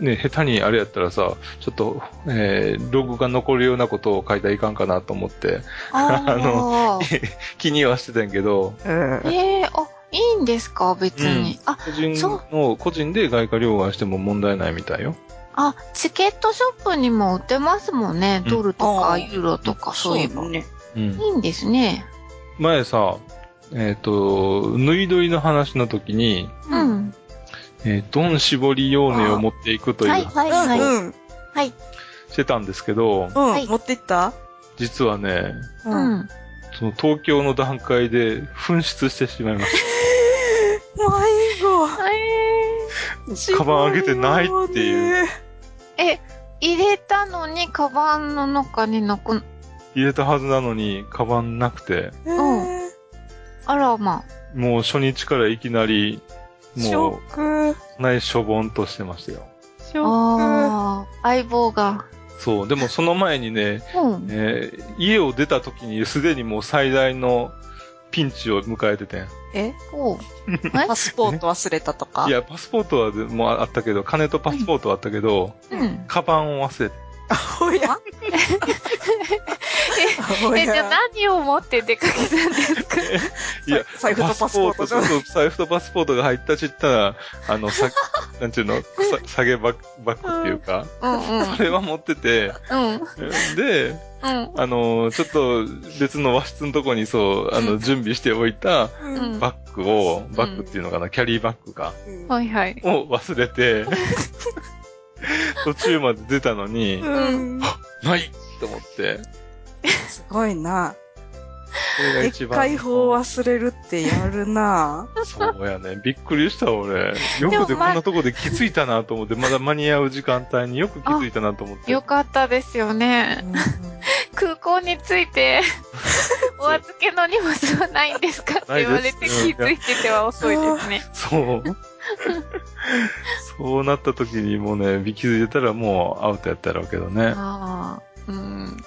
[SPEAKER 1] ね、下手にあれやったらさ、ちょっと、えーログが残るようなことを書いたらいかんかなと思って、 あ
[SPEAKER 2] あ
[SPEAKER 1] 気にはしてたんやけど、
[SPEAKER 3] うん
[SPEAKER 2] ー。ええあ、いいんですか別に。あ、
[SPEAKER 1] 個人
[SPEAKER 2] そう
[SPEAKER 1] の、個人で外貨両替しても問題ないみたいよ。
[SPEAKER 2] あ、チケットショップにも売ってますもんね。
[SPEAKER 1] うん
[SPEAKER 2] ドルと
[SPEAKER 3] あ
[SPEAKER 2] か
[SPEAKER 3] ー
[SPEAKER 2] ユーロとかそういえば。
[SPEAKER 3] だ
[SPEAKER 2] い
[SPEAKER 3] ね。
[SPEAKER 1] うん。
[SPEAKER 2] いんですね。
[SPEAKER 1] 前さ、えっ、と、縫い取りの話の時に、
[SPEAKER 2] う
[SPEAKER 3] うん
[SPEAKER 2] ん。
[SPEAKER 1] えードン絞り用ネを持っていくという
[SPEAKER 2] はい
[SPEAKER 1] 話
[SPEAKER 2] はいは
[SPEAKER 3] う
[SPEAKER 2] い。
[SPEAKER 3] ん。
[SPEAKER 2] はい。
[SPEAKER 1] してたんですけど、
[SPEAKER 3] う
[SPEAKER 2] はい
[SPEAKER 3] ん。持ってった
[SPEAKER 1] 実はね、
[SPEAKER 2] う。
[SPEAKER 3] も
[SPEAKER 2] ん。
[SPEAKER 1] その東京の段階で紛失してしまいま した。
[SPEAKER 3] う迷子。
[SPEAKER 1] カバン開けてないっていう。
[SPEAKER 3] う。
[SPEAKER 2] え、入れたのに、カバンの中になく、
[SPEAKER 1] 入れたはずなのに、カバンなくて、
[SPEAKER 3] うん。
[SPEAKER 2] あらま
[SPEAKER 1] もう初日からいきなり、
[SPEAKER 3] シ
[SPEAKER 1] も
[SPEAKER 3] ョ
[SPEAKER 1] う、
[SPEAKER 3] ック。
[SPEAKER 1] ないしょぼんとしてましたよ。
[SPEAKER 3] ショッ
[SPEAKER 2] あ。ああ、相棒が。
[SPEAKER 1] そう、でもその前にね、
[SPEAKER 2] うん。
[SPEAKER 1] えー家を出た時にすでにもう最大のピンチを迎えててん。
[SPEAKER 3] ク。え
[SPEAKER 2] おう。
[SPEAKER 3] パスポート忘れたとか
[SPEAKER 1] いや、パスポートはでもあったけど、金とパスポートはあったけど、
[SPEAKER 2] うん。
[SPEAKER 1] カバンを忘れて、
[SPEAKER 3] おや。お
[SPEAKER 2] え、
[SPEAKER 3] や
[SPEAKER 2] じゃあ何を持って出かけたんですか
[SPEAKER 1] いや、
[SPEAKER 3] 財布とパスポート
[SPEAKER 1] パそうそう、財布とパスポートが入ったちったら、あの、 さ、なんちゅうの、さ下げバック、バックっていうか、
[SPEAKER 2] うん
[SPEAKER 1] それは持ってて、
[SPEAKER 2] うん。うん。
[SPEAKER 1] で、
[SPEAKER 2] うん。
[SPEAKER 1] あの、ちょっと別の和室のとこにそう、あ
[SPEAKER 2] う
[SPEAKER 1] の、
[SPEAKER 2] ん
[SPEAKER 1] 準備しておいた
[SPEAKER 2] うん
[SPEAKER 1] バッグを、バッグっていうのかな、キャリーバッグか、
[SPEAKER 3] うん
[SPEAKER 2] はいはい。
[SPEAKER 1] を忘れて、途中まで出たのに、
[SPEAKER 3] うん。
[SPEAKER 1] ないと思って、
[SPEAKER 3] すごいな。
[SPEAKER 1] それが
[SPEAKER 3] で
[SPEAKER 1] 一
[SPEAKER 3] っ
[SPEAKER 1] 番。
[SPEAKER 3] かい方忘れるってやるな。
[SPEAKER 1] そうやね。びっくりした、俺。よくで
[SPEAKER 2] でも
[SPEAKER 1] こ
[SPEAKER 2] ま
[SPEAKER 1] んなとこで気づいたなと思って、まだ間に合う時間帯によく気づいたなと思って。
[SPEAKER 2] よかったですよね。空港に着いて、
[SPEAKER 1] そう
[SPEAKER 2] お預けの荷物はないんですかって言われて
[SPEAKER 1] ないで
[SPEAKER 2] 気
[SPEAKER 1] すうん
[SPEAKER 2] づいてては遅いですね。
[SPEAKER 1] そう。そうなった時にもうね、気づいてたらもうアウトやったらけどね。
[SPEAKER 2] ああ。うん。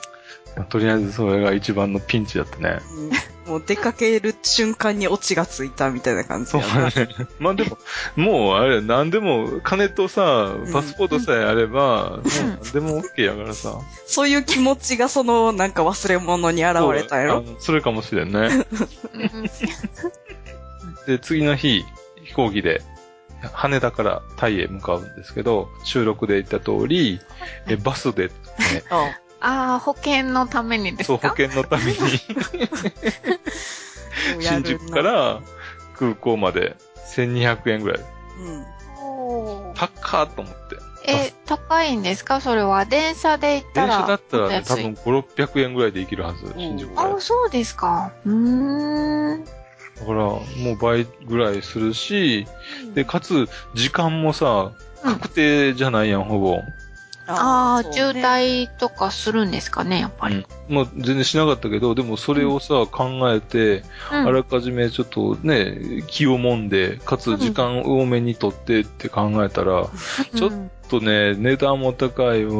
[SPEAKER 1] とりあえずそれが一番のピンチだったね。
[SPEAKER 3] うんもう出かける瞬間にオチがついたみたいな感じ
[SPEAKER 1] そう
[SPEAKER 3] や
[SPEAKER 1] だ
[SPEAKER 3] な。
[SPEAKER 1] ね。まあでも、もうあれ、なんでも、金とさ、パスポートさえあれば、もう何でも OK やからさ。
[SPEAKER 3] そういう気持ちがその、なんか忘れ物に現れたんや
[SPEAKER 1] あ
[SPEAKER 3] ろ。
[SPEAKER 1] のそれかもしれんね。で、次の日、飛行機で、羽田からタイへ向かうんですけど、収録で言った通り、えバスで、ね、
[SPEAKER 2] ああ、保険のためにです
[SPEAKER 1] そう、
[SPEAKER 2] か
[SPEAKER 1] 保険のために、
[SPEAKER 3] うん
[SPEAKER 1] 新宿か、
[SPEAKER 3] やるな
[SPEAKER 1] ら空港まで1200円ぐらい。
[SPEAKER 3] うん
[SPEAKER 2] おー
[SPEAKER 1] 高っと思って。
[SPEAKER 2] え、高いんですかそれは。電車で行った
[SPEAKER 1] 電
[SPEAKER 2] ら。
[SPEAKER 1] 車だったら
[SPEAKER 2] も
[SPEAKER 1] ね、
[SPEAKER 2] と
[SPEAKER 1] 多
[SPEAKER 2] 安い
[SPEAKER 1] 分5、600円ぐらいで行けるはず、新宿から。だ
[SPEAKER 2] あ、そうですか。うーん。
[SPEAKER 1] から、もう倍ぐらいするし、で、かつ、時間もさ、
[SPEAKER 2] うん
[SPEAKER 1] 確定じゃないやん、ほぼ。
[SPEAKER 2] ああ、
[SPEAKER 3] そうね
[SPEAKER 2] 渋滞とかするんですかね、やっぱり。
[SPEAKER 1] まあ、全然しなかったけど、でもそれをさ、考えて、
[SPEAKER 2] うん
[SPEAKER 1] あらかじめちょっとね、気をもんで、かつ時間多めにとってって考えたら、ちょっ
[SPEAKER 2] うん
[SPEAKER 1] とね、値段も高いわ、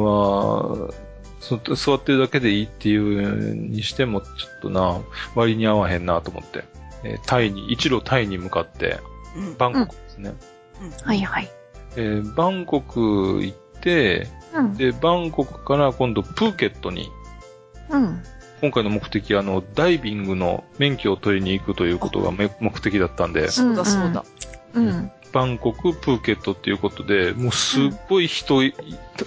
[SPEAKER 1] そ座ってるだけでいいっていうにしても、ちょっとな、割に合わへんなと思って。えータイに、一路タイに向かって、
[SPEAKER 3] うん
[SPEAKER 1] バンコクですね。
[SPEAKER 2] はいはい。
[SPEAKER 1] えーバンコク行って、
[SPEAKER 2] うん。
[SPEAKER 1] で、バンコクから今度プーケットに、
[SPEAKER 2] うん。
[SPEAKER 1] 今回の目的、あの、ダイビングの免許を取りに行くということがめ目的だったんで、
[SPEAKER 3] そうだそうだ。
[SPEAKER 2] うん。
[SPEAKER 1] バンコク、プーケットっていうことで、もうすっごい人い、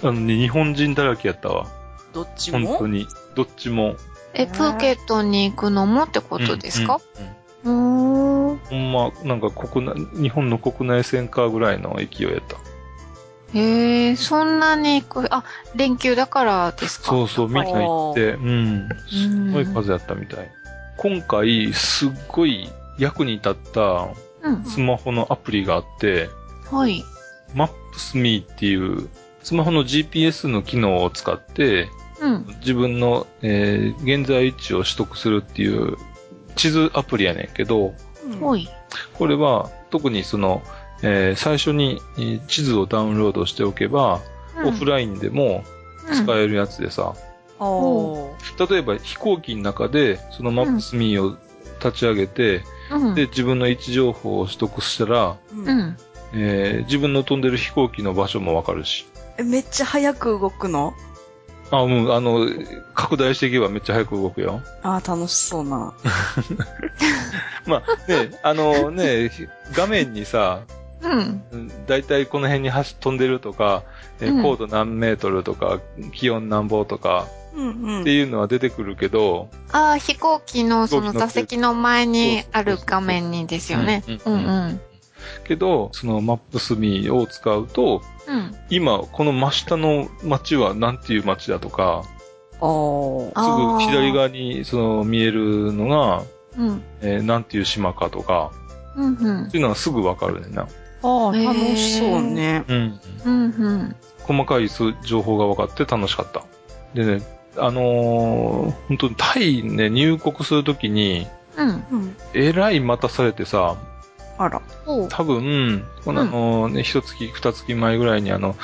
[SPEAKER 1] あのね日本人だらけやったわ。
[SPEAKER 3] どっち
[SPEAKER 1] 本当
[SPEAKER 3] も
[SPEAKER 1] に。どっちも。
[SPEAKER 2] え、プーケットに行くのもってことですか
[SPEAKER 1] うんうんうん
[SPEAKER 2] うーん。
[SPEAKER 1] ほんま、なんか国内、日本の国内線かぐらいの勢いやった。
[SPEAKER 2] へえ、そんなに行く、あ、連休だからですか。
[SPEAKER 1] そううそう、みんな行って、うん。すごい数やったみたい。今回、すっごい役に立った
[SPEAKER 2] うん。
[SPEAKER 1] スマホのアプリがあって、
[SPEAKER 2] はい。
[SPEAKER 1] Maps.me っていう、スマホの GPS の機能を使って、
[SPEAKER 2] うん。
[SPEAKER 1] 自分の、えー現在位置を取得するっていう地図アプリやねんけど、
[SPEAKER 2] ほ
[SPEAKER 3] い。
[SPEAKER 2] い。
[SPEAKER 1] これは特にその、えー最初にえー地図をダウンロードしておけば、オフラインでも使えるやつでさ、
[SPEAKER 3] おー
[SPEAKER 1] 例えば飛行機の中でそのマップスミーを立ち上げて、
[SPEAKER 2] うん。
[SPEAKER 1] で、自分の位置情報を取得したら、
[SPEAKER 3] う。
[SPEAKER 2] うんん。
[SPEAKER 1] えー自分の飛んでる飛行機の場所もわかるし。
[SPEAKER 3] えめっちゃ早く動くの
[SPEAKER 1] あ、うん、あの、拡大していけばめっちゃ早く動くよ。
[SPEAKER 3] あー楽しそうな。
[SPEAKER 1] まあ、 ね、あのね、画面にさ、
[SPEAKER 2] うん。
[SPEAKER 1] うん大体この辺に走飛んでるとか、えー
[SPEAKER 2] うん
[SPEAKER 1] 高度何メートルとか、気温何ぼとか
[SPEAKER 3] うんう
[SPEAKER 1] って
[SPEAKER 3] ん。
[SPEAKER 1] いうのは出てくるけど、
[SPEAKER 2] ああ、飛行機のその座席の前にあ
[SPEAKER 1] そうそうそ
[SPEAKER 2] る
[SPEAKER 1] うそう
[SPEAKER 2] 画面にですよね。
[SPEAKER 1] う
[SPEAKER 2] うんん
[SPEAKER 1] う
[SPEAKER 2] うんん。
[SPEAKER 1] けど、そのマップスミを使うと、
[SPEAKER 2] うん。
[SPEAKER 1] 今、この真下の街はなんていう街だとか、
[SPEAKER 3] おー。
[SPEAKER 1] す
[SPEAKER 2] あ
[SPEAKER 1] ぐ
[SPEAKER 2] ー
[SPEAKER 1] 左側にその見えるのが、
[SPEAKER 2] うん。
[SPEAKER 1] えーなんていう島かとか、
[SPEAKER 2] うんうん
[SPEAKER 1] って。いうのはすぐわかるねんな。
[SPEAKER 3] あー
[SPEAKER 2] へー
[SPEAKER 3] 楽しそうね。
[SPEAKER 1] うん。
[SPEAKER 2] うんうん。
[SPEAKER 1] 細かい数情報が分かって楽しかった。でね、あのー本当にタイね、入国するときに、
[SPEAKER 2] うん。
[SPEAKER 3] うん。
[SPEAKER 1] えらい待たされてさ、
[SPEAKER 3] あら。
[SPEAKER 2] ほう。
[SPEAKER 1] 多分、このあのーね、一月、二月前ぐらいにあの、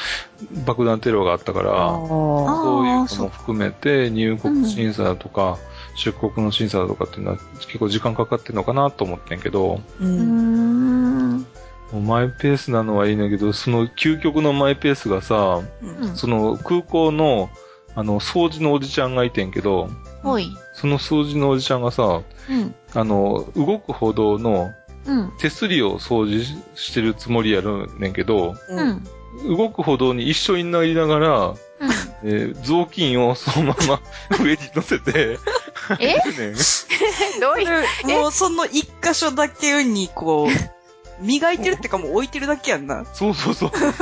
[SPEAKER 1] 爆弾テロがあったから、
[SPEAKER 3] あー。
[SPEAKER 1] そういうの
[SPEAKER 2] あーそ
[SPEAKER 1] も
[SPEAKER 2] う
[SPEAKER 1] 含めて、入国審査だとか、出国の審査だとかっていうのは結構時間かかってるのかなと思ってんけど、
[SPEAKER 3] う
[SPEAKER 2] うー
[SPEAKER 3] ん。
[SPEAKER 2] ん。
[SPEAKER 1] もうマイペースなのはいいんだけど、その究極のマイペースがさ、
[SPEAKER 2] うん
[SPEAKER 1] その空港の、あの、掃除のおじちゃんがいてんけど、
[SPEAKER 2] ほい。
[SPEAKER 1] その掃除のおじちゃんがさ、
[SPEAKER 2] うん。
[SPEAKER 1] あの、動く歩道の
[SPEAKER 2] うん。
[SPEAKER 1] 手すりを掃除ししてるつもりやるねんけど、
[SPEAKER 2] うん。うん。
[SPEAKER 1] 動く歩道に一緒になりながら、えー雑巾をその まま上に乗せて、
[SPEAKER 2] え
[SPEAKER 1] ねん
[SPEAKER 2] どういう、
[SPEAKER 3] もうその一箇所だけに こう、磨いてるってかもう置いてるだけやんな。
[SPEAKER 1] そうそうそう。普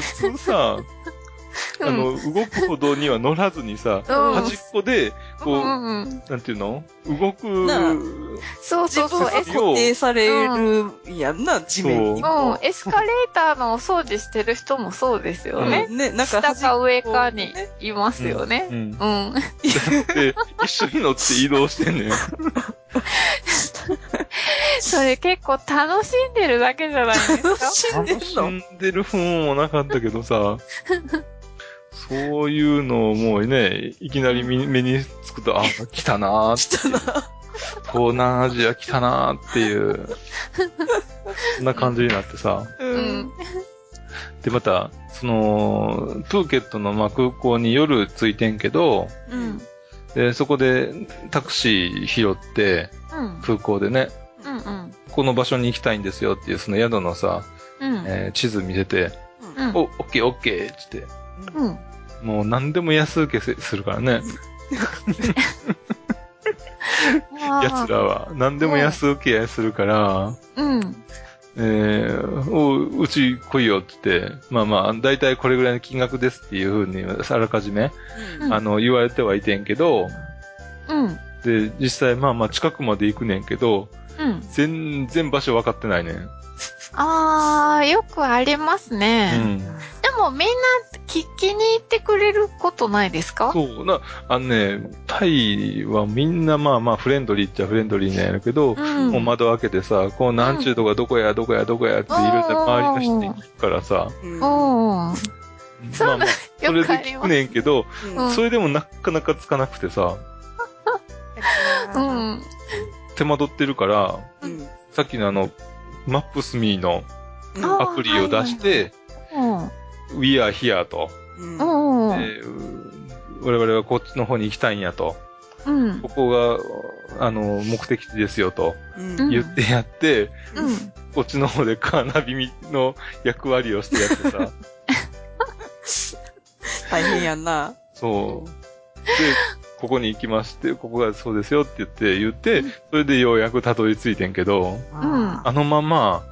[SPEAKER 1] 通さ、あの、動く歩道には乗らずにさ、
[SPEAKER 2] うん
[SPEAKER 1] 端っこで、
[SPEAKER 2] う
[SPEAKER 1] こう、
[SPEAKER 2] んうん。
[SPEAKER 1] なんていうの動く、
[SPEAKER 3] なあ
[SPEAKER 2] そう
[SPEAKER 3] 自
[SPEAKER 2] そうそ
[SPEAKER 3] 分
[SPEAKER 2] う
[SPEAKER 3] が。
[SPEAKER 2] エ
[SPEAKER 1] ス
[SPEAKER 2] ス
[SPEAKER 3] 固定されるやんな、地面に。
[SPEAKER 2] うん、エスカレーターのお掃除してる人もそうですよね。
[SPEAKER 3] ね、なん
[SPEAKER 2] 下
[SPEAKER 3] か端っこ
[SPEAKER 2] か
[SPEAKER 3] を
[SPEAKER 2] 上
[SPEAKER 3] ね
[SPEAKER 2] かにいますよね
[SPEAKER 1] う。ん。うん
[SPEAKER 2] うん。
[SPEAKER 1] で、一緒に乗って移動してんねん。
[SPEAKER 2] それ結構楽しんでるだけじゃないです
[SPEAKER 3] 楽
[SPEAKER 2] か。
[SPEAKER 3] しんで
[SPEAKER 1] 楽
[SPEAKER 3] ん
[SPEAKER 1] し
[SPEAKER 3] の。
[SPEAKER 1] んでる風もなかったけど さ、そういうのをもうね、いきなりみ目につくと、あ、来たなーって
[SPEAKER 3] 来た
[SPEAKER 1] いう。
[SPEAKER 3] な。
[SPEAKER 1] 東南アジア来たなーっていう、そんな感じになってさ。
[SPEAKER 2] う
[SPEAKER 3] うん。
[SPEAKER 2] ん。
[SPEAKER 1] で、また、その、プーケットのまあ空港に夜着いてんけど、
[SPEAKER 2] うん。
[SPEAKER 1] で、そこでタクシー拾って、
[SPEAKER 2] うん。
[SPEAKER 1] 空港でね、
[SPEAKER 2] うん。うん。
[SPEAKER 1] この場所に行きたいんですよっていう、その宿のさ、
[SPEAKER 2] うん。
[SPEAKER 1] えー地図見せて、
[SPEAKER 2] うん。
[SPEAKER 1] お、オッケーオッケーっつって、
[SPEAKER 2] うん。
[SPEAKER 1] もう何でも安請けせするからね、奴らは。何でも安請けやするから、
[SPEAKER 2] うん。
[SPEAKER 1] えー、おうち来いよって言って、まあまあ、だいたいこれぐらいの金額ですっていうふうに、あらかじめ、
[SPEAKER 3] うん
[SPEAKER 1] あの、言われてはいてんけど、
[SPEAKER 2] うん。
[SPEAKER 1] で、実際まあまあ近くまで行くねんけど、
[SPEAKER 2] うん。
[SPEAKER 1] 全然場所分かってないねん。
[SPEAKER 2] あー、よくあります
[SPEAKER 1] う
[SPEAKER 2] ね。
[SPEAKER 1] ん。
[SPEAKER 2] でもみんな聞きに行ってくれることないですか
[SPEAKER 1] そう、な、あのね、タイはみんなまあまあフレンドリーっちゃフレンドリーなんやけど、
[SPEAKER 2] うん
[SPEAKER 1] もう窓開けてさ、こうなんちゅうとかどこやどこやどこやっていろいろ周りの人に聞くからさ、
[SPEAKER 3] うん
[SPEAKER 2] おー。そう
[SPEAKER 1] まあ
[SPEAKER 2] なん
[SPEAKER 1] まあ、それで
[SPEAKER 2] よくあり
[SPEAKER 1] 聞
[SPEAKER 2] ま
[SPEAKER 1] く
[SPEAKER 2] す。
[SPEAKER 1] ねんけど、
[SPEAKER 2] うん
[SPEAKER 1] それでもなかなかつかなくてさ、
[SPEAKER 2] う
[SPEAKER 3] うん
[SPEAKER 2] ん。
[SPEAKER 1] 手間取ってるから、
[SPEAKER 3] うん
[SPEAKER 1] さっきのあの、マップスミーの
[SPEAKER 2] あ
[SPEAKER 1] アプリを出して、
[SPEAKER 2] うん。
[SPEAKER 1] We are here と、
[SPEAKER 3] うん
[SPEAKER 2] うん。う
[SPEAKER 1] え
[SPEAKER 2] ん。
[SPEAKER 1] ーう我々はこっちの方に行きたいんやと、
[SPEAKER 2] うん
[SPEAKER 1] こ。こが、あの、目的地ですよと
[SPEAKER 3] うん
[SPEAKER 1] 言ってやって、
[SPEAKER 2] うん。
[SPEAKER 1] こっちの方でカーナビの役割をしてやって さ、
[SPEAKER 3] 大変やな。
[SPEAKER 1] そう。で、ここに行きまして、ここがそうですよって言って、言って、それでようやくたどり着いてんけど、
[SPEAKER 2] ん
[SPEAKER 1] あのまま、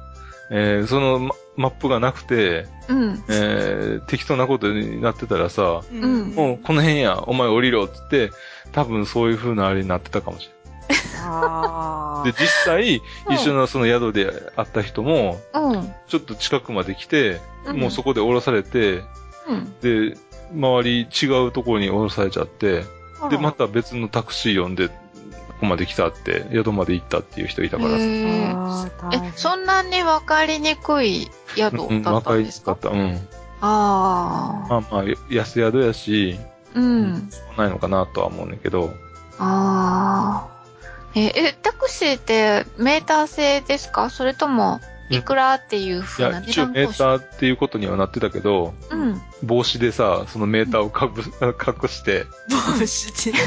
[SPEAKER 1] えーそのママップがなくて、
[SPEAKER 2] うん。
[SPEAKER 1] えー適当なことになってたらさ、
[SPEAKER 2] うん
[SPEAKER 1] もうこの辺や、お前降りろって言って、多分そういう風なあれになってたかもし
[SPEAKER 3] あ
[SPEAKER 1] れない。で、実際、
[SPEAKER 2] うん
[SPEAKER 1] 一緒のその宿で会った人も、
[SPEAKER 2] うん。
[SPEAKER 1] ちょっと近くまで来て、
[SPEAKER 2] うん
[SPEAKER 1] もうそこで降ろされて、
[SPEAKER 2] うん。
[SPEAKER 1] で、周り違うところに降ろされちゃって、
[SPEAKER 2] あら
[SPEAKER 1] で、また別のタクシー呼んで、ここまで来たって、宿まで行ったっていう人いたから、
[SPEAKER 3] ー
[SPEAKER 2] へー
[SPEAKER 3] あー
[SPEAKER 2] え、そんなに分かりにくい
[SPEAKER 1] うん
[SPEAKER 2] 宿だ
[SPEAKER 1] わ
[SPEAKER 2] った
[SPEAKER 1] か
[SPEAKER 2] ん
[SPEAKER 1] り
[SPEAKER 2] で
[SPEAKER 1] や
[SPEAKER 2] す
[SPEAKER 1] すか
[SPEAKER 2] か
[SPEAKER 1] った。うん。
[SPEAKER 2] ああ。
[SPEAKER 1] まあまあ、安宿やし、
[SPEAKER 2] う。
[SPEAKER 1] うんしょうがないのかなとは思うんだけど、
[SPEAKER 2] ああ。え、え、タクシーってメーター制ですかそれともいくらっていう風
[SPEAKER 1] や、
[SPEAKER 2] な値
[SPEAKER 1] 一応
[SPEAKER 2] 段
[SPEAKER 1] メ
[SPEAKER 2] 交
[SPEAKER 1] ー
[SPEAKER 2] 渉。
[SPEAKER 1] ターっていうことにはなってたけど、
[SPEAKER 2] うん。
[SPEAKER 1] 帽子でさ、そのメーターをかぶ、 隠して、
[SPEAKER 3] 帽子で。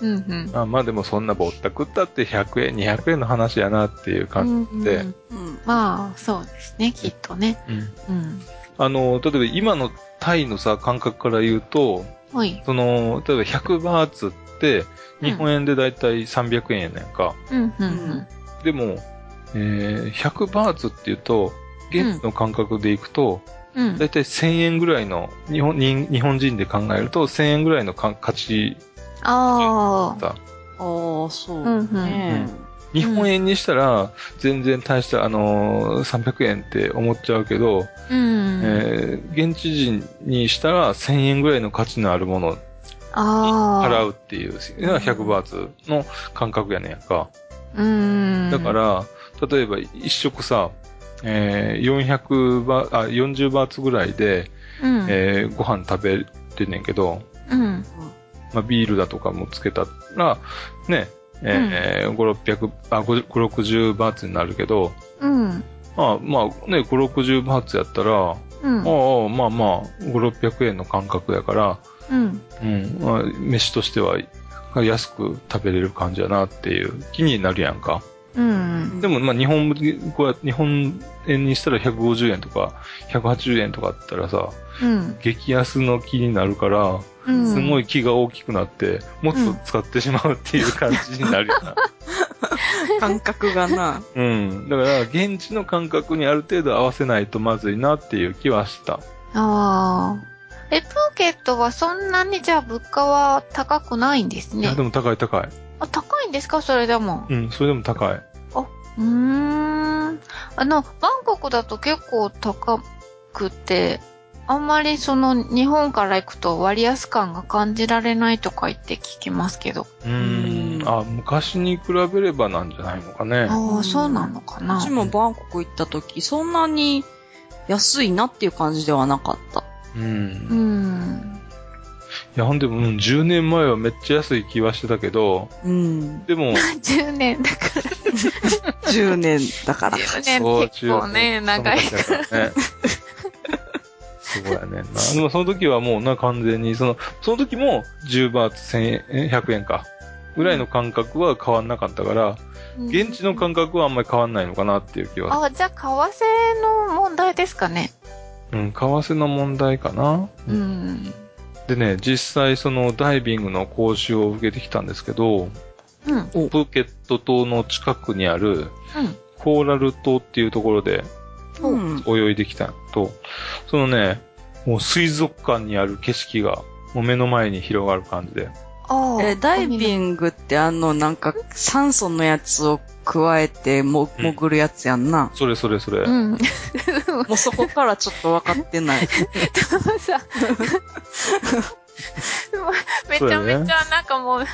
[SPEAKER 2] うんうん。
[SPEAKER 1] あまあでもそんなぼったくったって100円、200円の話やなっていう感じ。
[SPEAKER 2] うん
[SPEAKER 1] で
[SPEAKER 2] うん
[SPEAKER 3] うん。
[SPEAKER 2] まあ、そうですね、きっとね。
[SPEAKER 1] うん
[SPEAKER 2] うん。
[SPEAKER 1] あの、例えば今のタイのさ、感覚から言うと、
[SPEAKER 2] はい。
[SPEAKER 1] その、例えば100バーツって、日本円でだいたい300円やねんか。
[SPEAKER 2] うんうんう
[SPEAKER 3] うん
[SPEAKER 2] ん。
[SPEAKER 1] でも、えー100バーツっていうと、現地の感覚でいくと、
[SPEAKER 2] うん
[SPEAKER 1] だ。いたい1000円ぐらいの、日本人日本人で考えると1000円ぐらいのか価値
[SPEAKER 2] ああ。
[SPEAKER 1] だ。
[SPEAKER 3] ああ、そう
[SPEAKER 2] うんうん
[SPEAKER 3] ね。
[SPEAKER 1] 日本円にしたら、全然大した、あのー300円って思っちゃうけど、
[SPEAKER 2] うん。
[SPEAKER 1] えー現地人にしたら1000円ぐらいの価値のあるものを
[SPEAKER 2] ああ。
[SPEAKER 1] 払
[SPEAKER 2] う。
[SPEAKER 1] うっていう、のが100バーツの感覚やねんやんか。
[SPEAKER 2] うん。
[SPEAKER 1] だか、ら、例えば一食さ、えー400バあ40バーツぐらいで、
[SPEAKER 2] うん。
[SPEAKER 1] えーご飯食べてんねんけど、
[SPEAKER 2] うん。
[SPEAKER 1] まあ、ビールだとかもつけたら、ね、えー5、600あ、5、60バーツになるけど、
[SPEAKER 2] うん。
[SPEAKER 1] まあまあね、5、60バーツやったら、
[SPEAKER 2] うん。
[SPEAKER 1] ああまあまあ、5、600円の感覚やから、
[SPEAKER 2] うん。
[SPEAKER 1] うん、まあ、飯としては安く食べれる感じやなっていう気になるやんか。
[SPEAKER 2] うん。
[SPEAKER 1] でも、まあ、日本語は、日本円にしたら150円とか、180円とかあったらさ、
[SPEAKER 2] うん。
[SPEAKER 1] 激安の気になるから、
[SPEAKER 2] うん。
[SPEAKER 1] すご
[SPEAKER 2] い。
[SPEAKER 1] い気が大きくなって、もっと使ってしまうっていう感じになるよな。
[SPEAKER 3] 感覚がな。
[SPEAKER 1] うん。だから、現地の感覚にある程度合わせないとまずいなっていう気はした。
[SPEAKER 2] ああ。え、プーケットはそんなにじゃあ物価は高くないんです
[SPEAKER 1] い
[SPEAKER 2] ね
[SPEAKER 1] や、。でも高い高い。
[SPEAKER 2] あ、高いんですかそれでも。
[SPEAKER 1] うん、それでも高い。
[SPEAKER 2] うーん。あの、バンコクだと結構高くて、あんまりその日本から行くと割安感が感じられないとか言って聞きますけど。
[SPEAKER 1] うー
[SPEAKER 3] うん
[SPEAKER 1] ん。あ、昔に比べればなんじゃないのかね。
[SPEAKER 2] あ
[SPEAKER 3] う
[SPEAKER 2] あ、
[SPEAKER 3] ん
[SPEAKER 2] そうなのかな
[SPEAKER 3] 私。もバンコク行った時、そんなに安いなっていう感じではなかった。
[SPEAKER 1] う。
[SPEAKER 2] うんん。
[SPEAKER 1] いや、ほんでも、うん、10年前はめっちゃ安い気はしてたけど、
[SPEAKER 3] うん。
[SPEAKER 1] でも、
[SPEAKER 2] 10年だから。
[SPEAKER 3] 10年だから。
[SPEAKER 2] 10
[SPEAKER 1] そう
[SPEAKER 2] 年結構ね、
[SPEAKER 1] 中
[SPEAKER 2] 長い。
[SPEAKER 1] その時だ からねそうやねんな。でもその時はもうな、完全に、その、その時も10バーツ1000円、100円か。ぐらいの感覚は変わんなかったから、現地の
[SPEAKER 2] 感
[SPEAKER 1] 感覚はあんまり変わんないのかなっていう気は。
[SPEAKER 2] あ、じゃあ、為替の問題ですかね。
[SPEAKER 1] うん、為替の問題かな。
[SPEAKER 2] うん。
[SPEAKER 1] でね、実際そのダイビングの講習を受けてきたんですけど、
[SPEAKER 2] うん。
[SPEAKER 1] プーケット島の近くにある
[SPEAKER 2] うん。
[SPEAKER 1] コーラル島っていうところで
[SPEAKER 3] うん。
[SPEAKER 1] 泳いできたのと、そのね、もう水族館にある景色が、もう目の前に広がる感じで。
[SPEAKER 2] ああ。
[SPEAKER 3] え、ダイビ
[SPEAKER 2] ン
[SPEAKER 3] ングってあの、なんか、酸素のやつを加えても、
[SPEAKER 1] うん
[SPEAKER 3] 潜るやつやんな。
[SPEAKER 1] それそれそれ。
[SPEAKER 2] うん。で
[SPEAKER 3] もうそこからちょっと分かって ない。
[SPEAKER 2] もさ、めちゃめちゃなんかもう、あ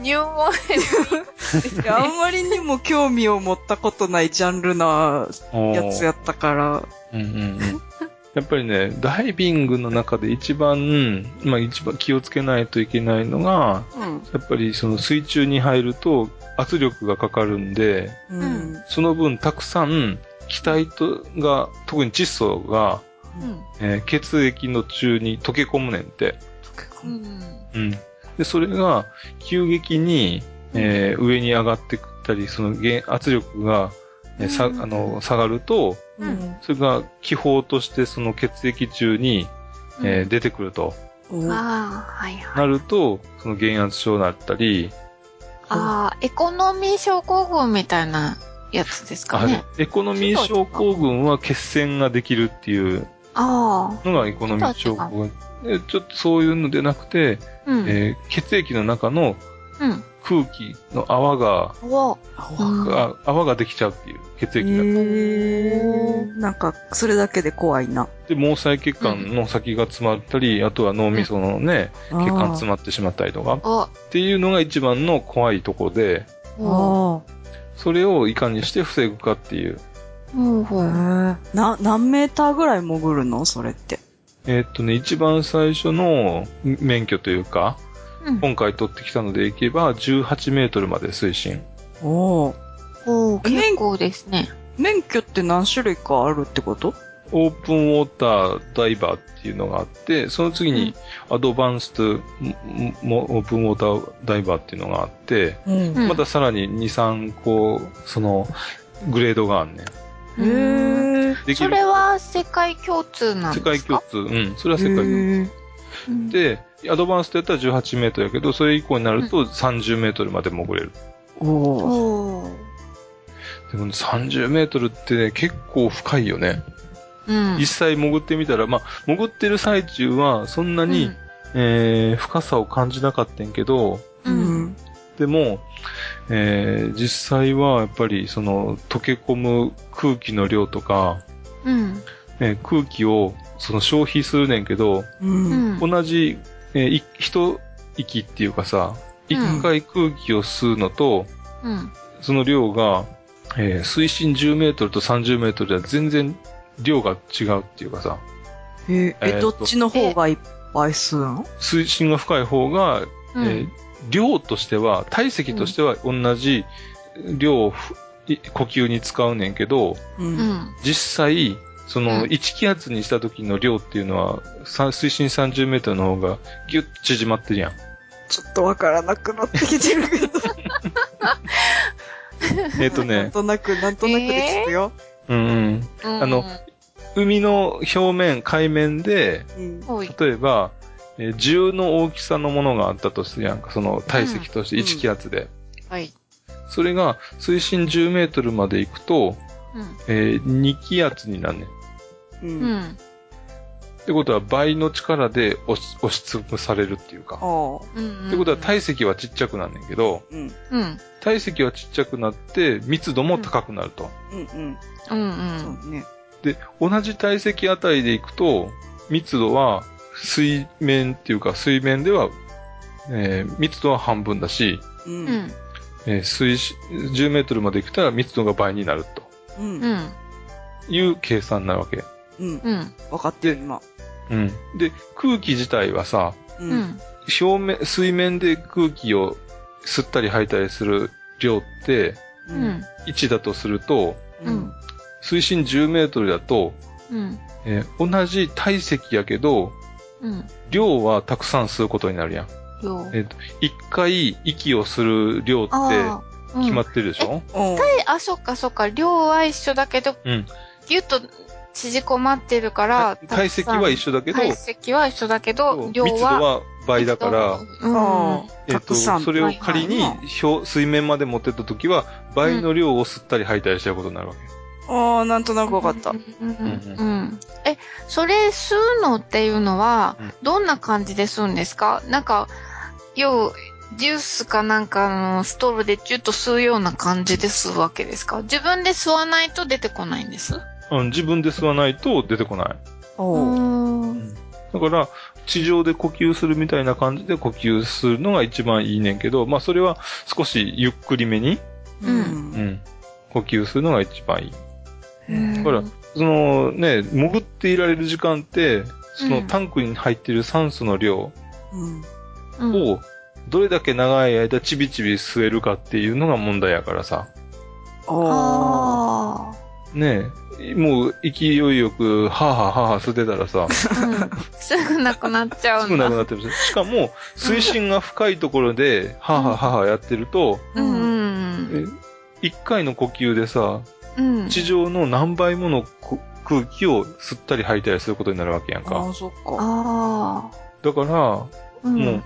[SPEAKER 2] 入門
[SPEAKER 3] いやあんまりにも興味を持ったことないジャンルな
[SPEAKER 1] おー
[SPEAKER 3] やつやったから。
[SPEAKER 1] うんうん うん。やっぱりね、ダイビングの中で一番、まあ一番気をつけないといけないのが、
[SPEAKER 3] うん。
[SPEAKER 1] やっぱりその水中に入ると圧力がかかるんで、
[SPEAKER 3] うん。
[SPEAKER 1] その分たくさん気体とが、特に窒素が、えー血液の中に溶け込むねんって。
[SPEAKER 2] うん。うん。
[SPEAKER 1] うん。で、それが急激に、えー上に上がってくったり、そのげ圧力が、えーさ、
[SPEAKER 2] うん
[SPEAKER 1] あの、下がると、
[SPEAKER 3] うん。
[SPEAKER 1] それが気泡としてその血液中に、えー出てくると。
[SPEAKER 3] うん
[SPEAKER 2] ああ、はいはい。
[SPEAKER 1] なると、その減圧症になったり、
[SPEAKER 2] ああ、エコノミー症候群みたいなやつですかね。
[SPEAKER 1] エコノミー症候群は血栓ができるっていう
[SPEAKER 2] あ
[SPEAKER 1] のがエコノミー症候群。でちょっとそういうのでなくて、
[SPEAKER 2] あ。うん。
[SPEAKER 1] えー血液の中の
[SPEAKER 2] うん。
[SPEAKER 1] 空気の泡が、
[SPEAKER 2] お
[SPEAKER 3] あ
[SPEAKER 1] が泡ができちゃうっていう、血
[SPEAKER 3] へ
[SPEAKER 1] 液の中
[SPEAKER 3] ーなんか、それだけで怖いな。
[SPEAKER 1] で、毛細血管の先が詰まったり、あとは脳みそのね、血管詰まってしまったりとか、
[SPEAKER 2] お
[SPEAKER 1] っていうのが一番の怖いとこで、
[SPEAKER 2] お
[SPEAKER 3] あ
[SPEAKER 1] それをいかにして防ぐかっていう。
[SPEAKER 2] ほうほ
[SPEAKER 3] あ。
[SPEAKER 2] う。
[SPEAKER 3] へえ。な、何メーターぐらい潜るのそれって。
[SPEAKER 1] えーっとね、一番最初の免許というか、
[SPEAKER 2] うん。
[SPEAKER 1] 今回取ってきたのでいけば、18メートルまで推進。
[SPEAKER 3] おお。
[SPEAKER 2] おお、
[SPEAKER 3] え
[SPEAKER 2] 結構ですね。
[SPEAKER 3] 免許って何種類かあるってこと
[SPEAKER 1] オープンウォーターダイバーっていうのがあって、その次にアドバンストもオープンウォーターダイバーっていうのがあって、
[SPEAKER 3] うん
[SPEAKER 2] うん
[SPEAKER 1] またさらに2、3個、その、グレードがあんねん。
[SPEAKER 3] へ
[SPEAKER 2] うん
[SPEAKER 3] ー。
[SPEAKER 1] でき
[SPEAKER 2] そ
[SPEAKER 1] る
[SPEAKER 2] れは世界共通なんで
[SPEAKER 1] 世
[SPEAKER 2] すか
[SPEAKER 1] 界共通。うん。それは世界共通。
[SPEAKER 3] へー
[SPEAKER 2] うん
[SPEAKER 1] で、アドバンストやったら18メートルやけど、それ以降になると30メートルまで潜れる。
[SPEAKER 3] おー
[SPEAKER 2] おー
[SPEAKER 1] でもね30メートルってね、結構深いよね。
[SPEAKER 2] うん。
[SPEAKER 1] 実際潜ってみたら、まあ、潜ってる最中はそんなに、えー深さを感じなかったんやけど、
[SPEAKER 2] う。
[SPEAKER 3] うん
[SPEAKER 2] うん。
[SPEAKER 3] ん。
[SPEAKER 1] でも、えー実際はやっぱりその溶け込む空気の量とか、
[SPEAKER 2] うん。
[SPEAKER 1] えー空気をその消費するねんけど、
[SPEAKER 3] うん。
[SPEAKER 2] うん
[SPEAKER 1] 同じ、えーい一息っていうかさ、一
[SPEAKER 2] うん
[SPEAKER 1] 回空気を吸うのと、
[SPEAKER 2] うん。
[SPEAKER 1] その量が、えー水深10メートルと30メートルでは全然量が違うっていうかさ、
[SPEAKER 3] え、
[SPEAKER 1] えー
[SPEAKER 3] え
[SPEAKER 1] っ
[SPEAKER 3] ど
[SPEAKER 1] と
[SPEAKER 3] っちの方がいっぱい吸うの
[SPEAKER 1] 水深が深い方が、
[SPEAKER 2] う
[SPEAKER 1] えー
[SPEAKER 2] ん。
[SPEAKER 1] 量としては、体積としては同じ量をふい呼吸に使うねんけど、
[SPEAKER 3] う。
[SPEAKER 2] うんん。
[SPEAKER 1] 実際、そうの
[SPEAKER 2] ん
[SPEAKER 1] 1気圧にした時の量っていうのは、さ水深30メートルの方がギュッと縮ま ってるやん。
[SPEAKER 3] ちょっとわからなくなってきてるけ ど。
[SPEAKER 1] えっ、と
[SPEAKER 3] なん
[SPEAKER 1] ね、
[SPEAKER 3] となく、 なんとなくで聞くよ。
[SPEAKER 1] うんうん。あの海の表面、海面で、
[SPEAKER 3] うん。
[SPEAKER 2] うん、おい。
[SPEAKER 1] 例えば、えー銃の大きさのものがあったとするやんか、その体積として
[SPEAKER 3] うん
[SPEAKER 1] 1気圧で。
[SPEAKER 2] はい。
[SPEAKER 1] それが水深10メートルまで行くと、
[SPEAKER 2] うん。
[SPEAKER 1] え2気圧になんねん。
[SPEAKER 3] う。
[SPEAKER 2] うんん。
[SPEAKER 1] ってことは倍の力で押し押しつぶされるっていうか。っ
[SPEAKER 3] ああ。
[SPEAKER 2] うん。
[SPEAKER 1] てことは体積はちっちゃくなんねんけど、
[SPEAKER 3] うん。
[SPEAKER 2] うん。
[SPEAKER 1] 体積はちっちゃくなって密度も高くなると。
[SPEAKER 3] うん。
[SPEAKER 2] うん。う。
[SPEAKER 3] うんん。そうね。
[SPEAKER 1] で、同じ体積あたりでいくと、密度は水面っていうか水面では、えー密度は半分だし、
[SPEAKER 3] う。
[SPEAKER 2] うんん。
[SPEAKER 1] えー水し10メートルまで行ったら密度が倍になると
[SPEAKER 3] う。
[SPEAKER 2] うんん。
[SPEAKER 1] いう計算なわけ。
[SPEAKER 3] うん。
[SPEAKER 2] うん。
[SPEAKER 3] わかってる、今。
[SPEAKER 1] うん。で、空気自体はさ、
[SPEAKER 3] う
[SPEAKER 2] う。ん。
[SPEAKER 1] 表面、水面で空気を吸ったり吐いたりする量って、
[SPEAKER 2] う
[SPEAKER 3] う。
[SPEAKER 2] んん。
[SPEAKER 1] 1だとすると、
[SPEAKER 2] う
[SPEAKER 3] うんん。
[SPEAKER 1] 水深10メートルだと、
[SPEAKER 2] うん。
[SPEAKER 1] えー同じ体積やけど、
[SPEAKER 2] うん。
[SPEAKER 1] 量はたくさん吸うことになるやん。
[SPEAKER 2] よう。
[SPEAKER 1] えっと、一回息をする量って
[SPEAKER 2] ああ。
[SPEAKER 1] 決ま
[SPEAKER 2] っ
[SPEAKER 1] ってるでしょ、
[SPEAKER 3] うん。
[SPEAKER 2] て。あ、そっかそっか。量は一緒だけど、
[SPEAKER 1] うん
[SPEAKER 2] ぎゅっと縮こまってるから、
[SPEAKER 1] た体積は一
[SPEAKER 2] 緒
[SPEAKER 1] 緒だけど、
[SPEAKER 2] 体積は一緒だけど、量
[SPEAKER 1] 密度
[SPEAKER 2] は。
[SPEAKER 1] は倍だから、
[SPEAKER 2] うん。
[SPEAKER 1] え
[SPEAKER 3] た
[SPEAKER 1] っと、
[SPEAKER 3] くさん
[SPEAKER 1] それを仮に
[SPEAKER 3] はい
[SPEAKER 1] 表水面まで持ってった時は、倍の量を吸ったり吐いたりしてることになるわけ。
[SPEAKER 3] ああ、なんとなくわかった
[SPEAKER 2] う。ん
[SPEAKER 1] ん
[SPEAKER 2] うんえ、それ吸うのっていうのは
[SPEAKER 1] うん、
[SPEAKER 2] どんな感じで吸うんですかなんか、要、ジュースかなんかのストローでチュッと吸うような感じで吸うわけですか自分で吸わないと出てこないんです。
[SPEAKER 1] うん、自分で吸わないと出てこない。
[SPEAKER 3] おう。
[SPEAKER 2] うん
[SPEAKER 1] だから、地上で呼吸するみたいな感じで呼吸するのが一番いいねんけど、まあそれは少しゆっくりめに、
[SPEAKER 2] う
[SPEAKER 3] うん。
[SPEAKER 1] うんん、呼吸するのが一番いい。
[SPEAKER 3] へ
[SPEAKER 1] ほらそのね、潜っていられる時間って、その
[SPEAKER 2] うん
[SPEAKER 1] タンクに入っている酸素の量
[SPEAKER 3] うん。
[SPEAKER 2] うん
[SPEAKER 1] を、どれだけ長い間ちびちび吸えるかっていうのが問題やからさ。
[SPEAKER 3] ああ。
[SPEAKER 2] あ
[SPEAKER 1] ねえ、もう勢いよく、はぁはぁはぁはぁ吸ってたらさ、
[SPEAKER 2] あ。うんすぐなくなっちゃ
[SPEAKER 1] す
[SPEAKER 2] うん
[SPEAKER 1] ぐな
[SPEAKER 2] だ
[SPEAKER 1] く。なってるし。しかも、水深が深いところで、はぁはぁはぁはぁやってると、
[SPEAKER 2] うんう
[SPEAKER 1] え
[SPEAKER 2] ん
[SPEAKER 1] 一回の呼吸でさ、
[SPEAKER 2] うん。うん。
[SPEAKER 1] 地上の何倍ものこ空気を吸ったり吐いたりすることになるわけやん
[SPEAKER 3] あ
[SPEAKER 1] か。
[SPEAKER 3] あ、そっか。
[SPEAKER 2] ああ。
[SPEAKER 1] だから、も
[SPEAKER 2] う
[SPEAKER 1] う、
[SPEAKER 2] ん。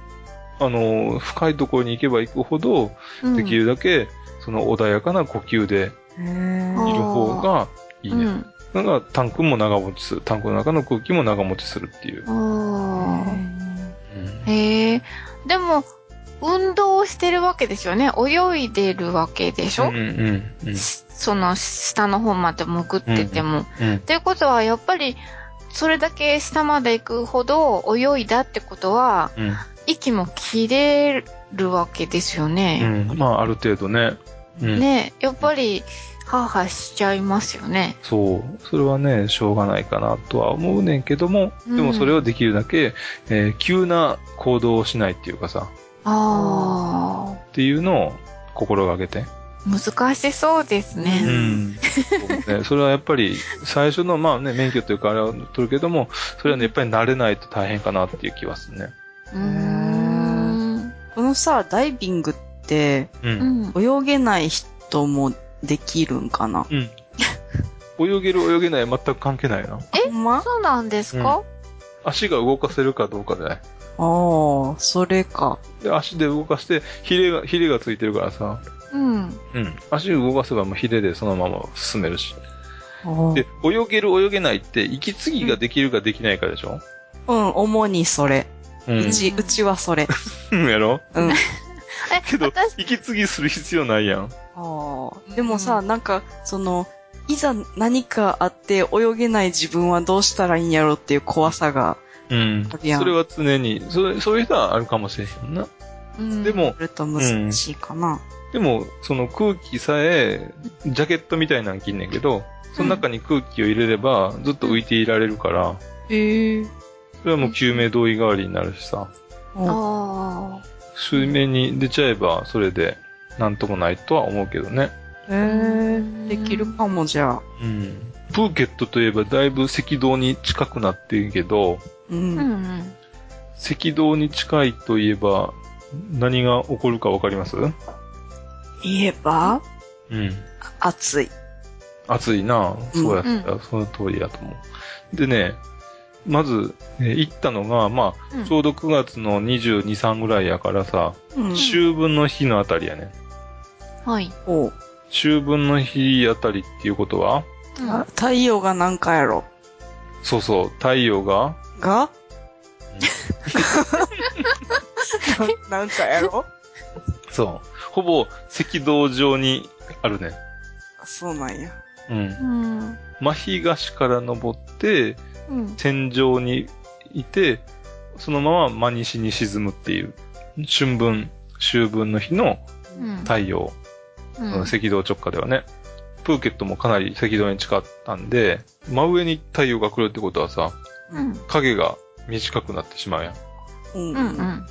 [SPEAKER 1] あのー、深いところに行けば行くほど、
[SPEAKER 2] うん
[SPEAKER 1] できるだけ、その穏やかな呼吸で
[SPEAKER 3] へえ。
[SPEAKER 1] いる方がいいね。
[SPEAKER 2] うん
[SPEAKER 1] だから、タンクも長持ちする。タンクの中の空気も長持ちするっていう。
[SPEAKER 2] ああ。へえ。でも、運動をしてるわけですよね。泳いでるわけでしょ、
[SPEAKER 1] うんうんうん
[SPEAKER 2] その下の方まで潜ってても。
[SPEAKER 1] うん。
[SPEAKER 2] ということは、やっぱり、それだけ下まで行くほど泳いだってことは、
[SPEAKER 1] うん。
[SPEAKER 2] 息も切れるわけですよね。
[SPEAKER 1] うん。まあ、ある程度ね。うん。
[SPEAKER 2] ねやっぱり、ハーハーしちゃいますよね。
[SPEAKER 1] そう。それはね、しょうがないかなとは思うねんけども、
[SPEAKER 2] うん
[SPEAKER 1] でもそれをできるだけ、えー急な行動をしないっていうかさ、
[SPEAKER 2] ああ。
[SPEAKER 1] っていうのを心がけて。
[SPEAKER 2] 難しそうですね。
[SPEAKER 1] うん。ね、それはやっぱり、最初の、まあね、免許というかあれは取るけども、それはね、やっぱり慣れないと大変かなっていう気はするね。
[SPEAKER 2] うーん。
[SPEAKER 3] このさ、ダイビングって、
[SPEAKER 1] う。
[SPEAKER 2] うんん。
[SPEAKER 3] 泳げない人もできるんかな
[SPEAKER 1] うん。泳げる泳げない全く関係ないな。
[SPEAKER 3] ほんま
[SPEAKER 2] そうなんですか、
[SPEAKER 1] 足が動かせるかどうかじゃない。
[SPEAKER 3] ああ、それか。
[SPEAKER 1] で、足で動かして、ヒレが、ヒレがついてるからさ、
[SPEAKER 2] うん、
[SPEAKER 1] うん。足を動かせばもうヒレでそのまま進めるし。
[SPEAKER 3] あー
[SPEAKER 1] で、泳げる泳げないって、息継ぎができるかできないかでしょ
[SPEAKER 3] うん、主にそれ。
[SPEAKER 1] う。
[SPEAKER 3] うんち、うちはそれ。
[SPEAKER 1] うん、やろ
[SPEAKER 3] うん。
[SPEAKER 2] え、
[SPEAKER 1] けど
[SPEAKER 2] 私、
[SPEAKER 1] 息継ぎする必要ないやん。
[SPEAKER 3] ああ。でもさ、なんか、その、いざ何かあって泳げない自分はどうしたらいいんやろっていう怖さが
[SPEAKER 1] うん。
[SPEAKER 3] あるやん
[SPEAKER 1] それは常に、それ、そういう人はあるかもしれへんな。
[SPEAKER 2] うん
[SPEAKER 1] で、も
[SPEAKER 3] あ、ると難しいかな。
[SPEAKER 1] でも、その空気さえ、ジャケットみたいなん着んねんけど、その中に空気を入れれば、ずっと浮いていられるから、
[SPEAKER 3] へえ。
[SPEAKER 1] それはもう救命胴衣代わりになるしさ、
[SPEAKER 3] あ
[SPEAKER 2] ああ、
[SPEAKER 1] 水面に出ちゃえば、それで、なんともないとは思うけどね。
[SPEAKER 3] へえ。できるかもじゃあ。
[SPEAKER 1] うん。プーケットといえば、だいぶ赤道に近くなってるけど、
[SPEAKER 3] う
[SPEAKER 2] うん
[SPEAKER 3] ん。
[SPEAKER 2] うん。
[SPEAKER 1] 赤道に近いといえば、何が起こるかわかりますう
[SPEAKER 3] 言えば、
[SPEAKER 1] ん。
[SPEAKER 3] 暑い。
[SPEAKER 1] 暑いなそうやった、
[SPEAKER 2] う
[SPEAKER 1] その通りやと思う。でね、まず、えー行ったのが、まあ、
[SPEAKER 2] うん
[SPEAKER 1] ちょうど9月の22、3ぐらいやからさ、
[SPEAKER 3] うん。
[SPEAKER 1] 秋分の日のあたりやね。
[SPEAKER 2] はい。
[SPEAKER 3] おう
[SPEAKER 1] 秋分の日あたりっていうことは、
[SPEAKER 2] うん
[SPEAKER 3] あ太陽がなんかやろ。
[SPEAKER 1] そうそう、太陽が、
[SPEAKER 3] がななんかやろ
[SPEAKER 1] そう、ほぼ赤道上にあるね。
[SPEAKER 3] そうなんや。
[SPEAKER 1] うん。
[SPEAKER 2] うん。
[SPEAKER 1] 真東から登って、
[SPEAKER 2] うん。
[SPEAKER 1] 天井にいて、そのまま真西に沈むっていう、春分、秋分の日の
[SPEAKER 2] うん。
[SPEAKER 1] 太陽。
[SPEAKER 2] うん
[SPEAKER 1] 赤道直下ではね。プーケットもかなり赤道に近かったんで、真上に太陽が来るってことはさ、
[SPEAKER 2] うん。
[SPEAKER 1] 影が短くなってしまうやん。
[SPEAKER 3] うん
[SPEAKER 2] うん。うん。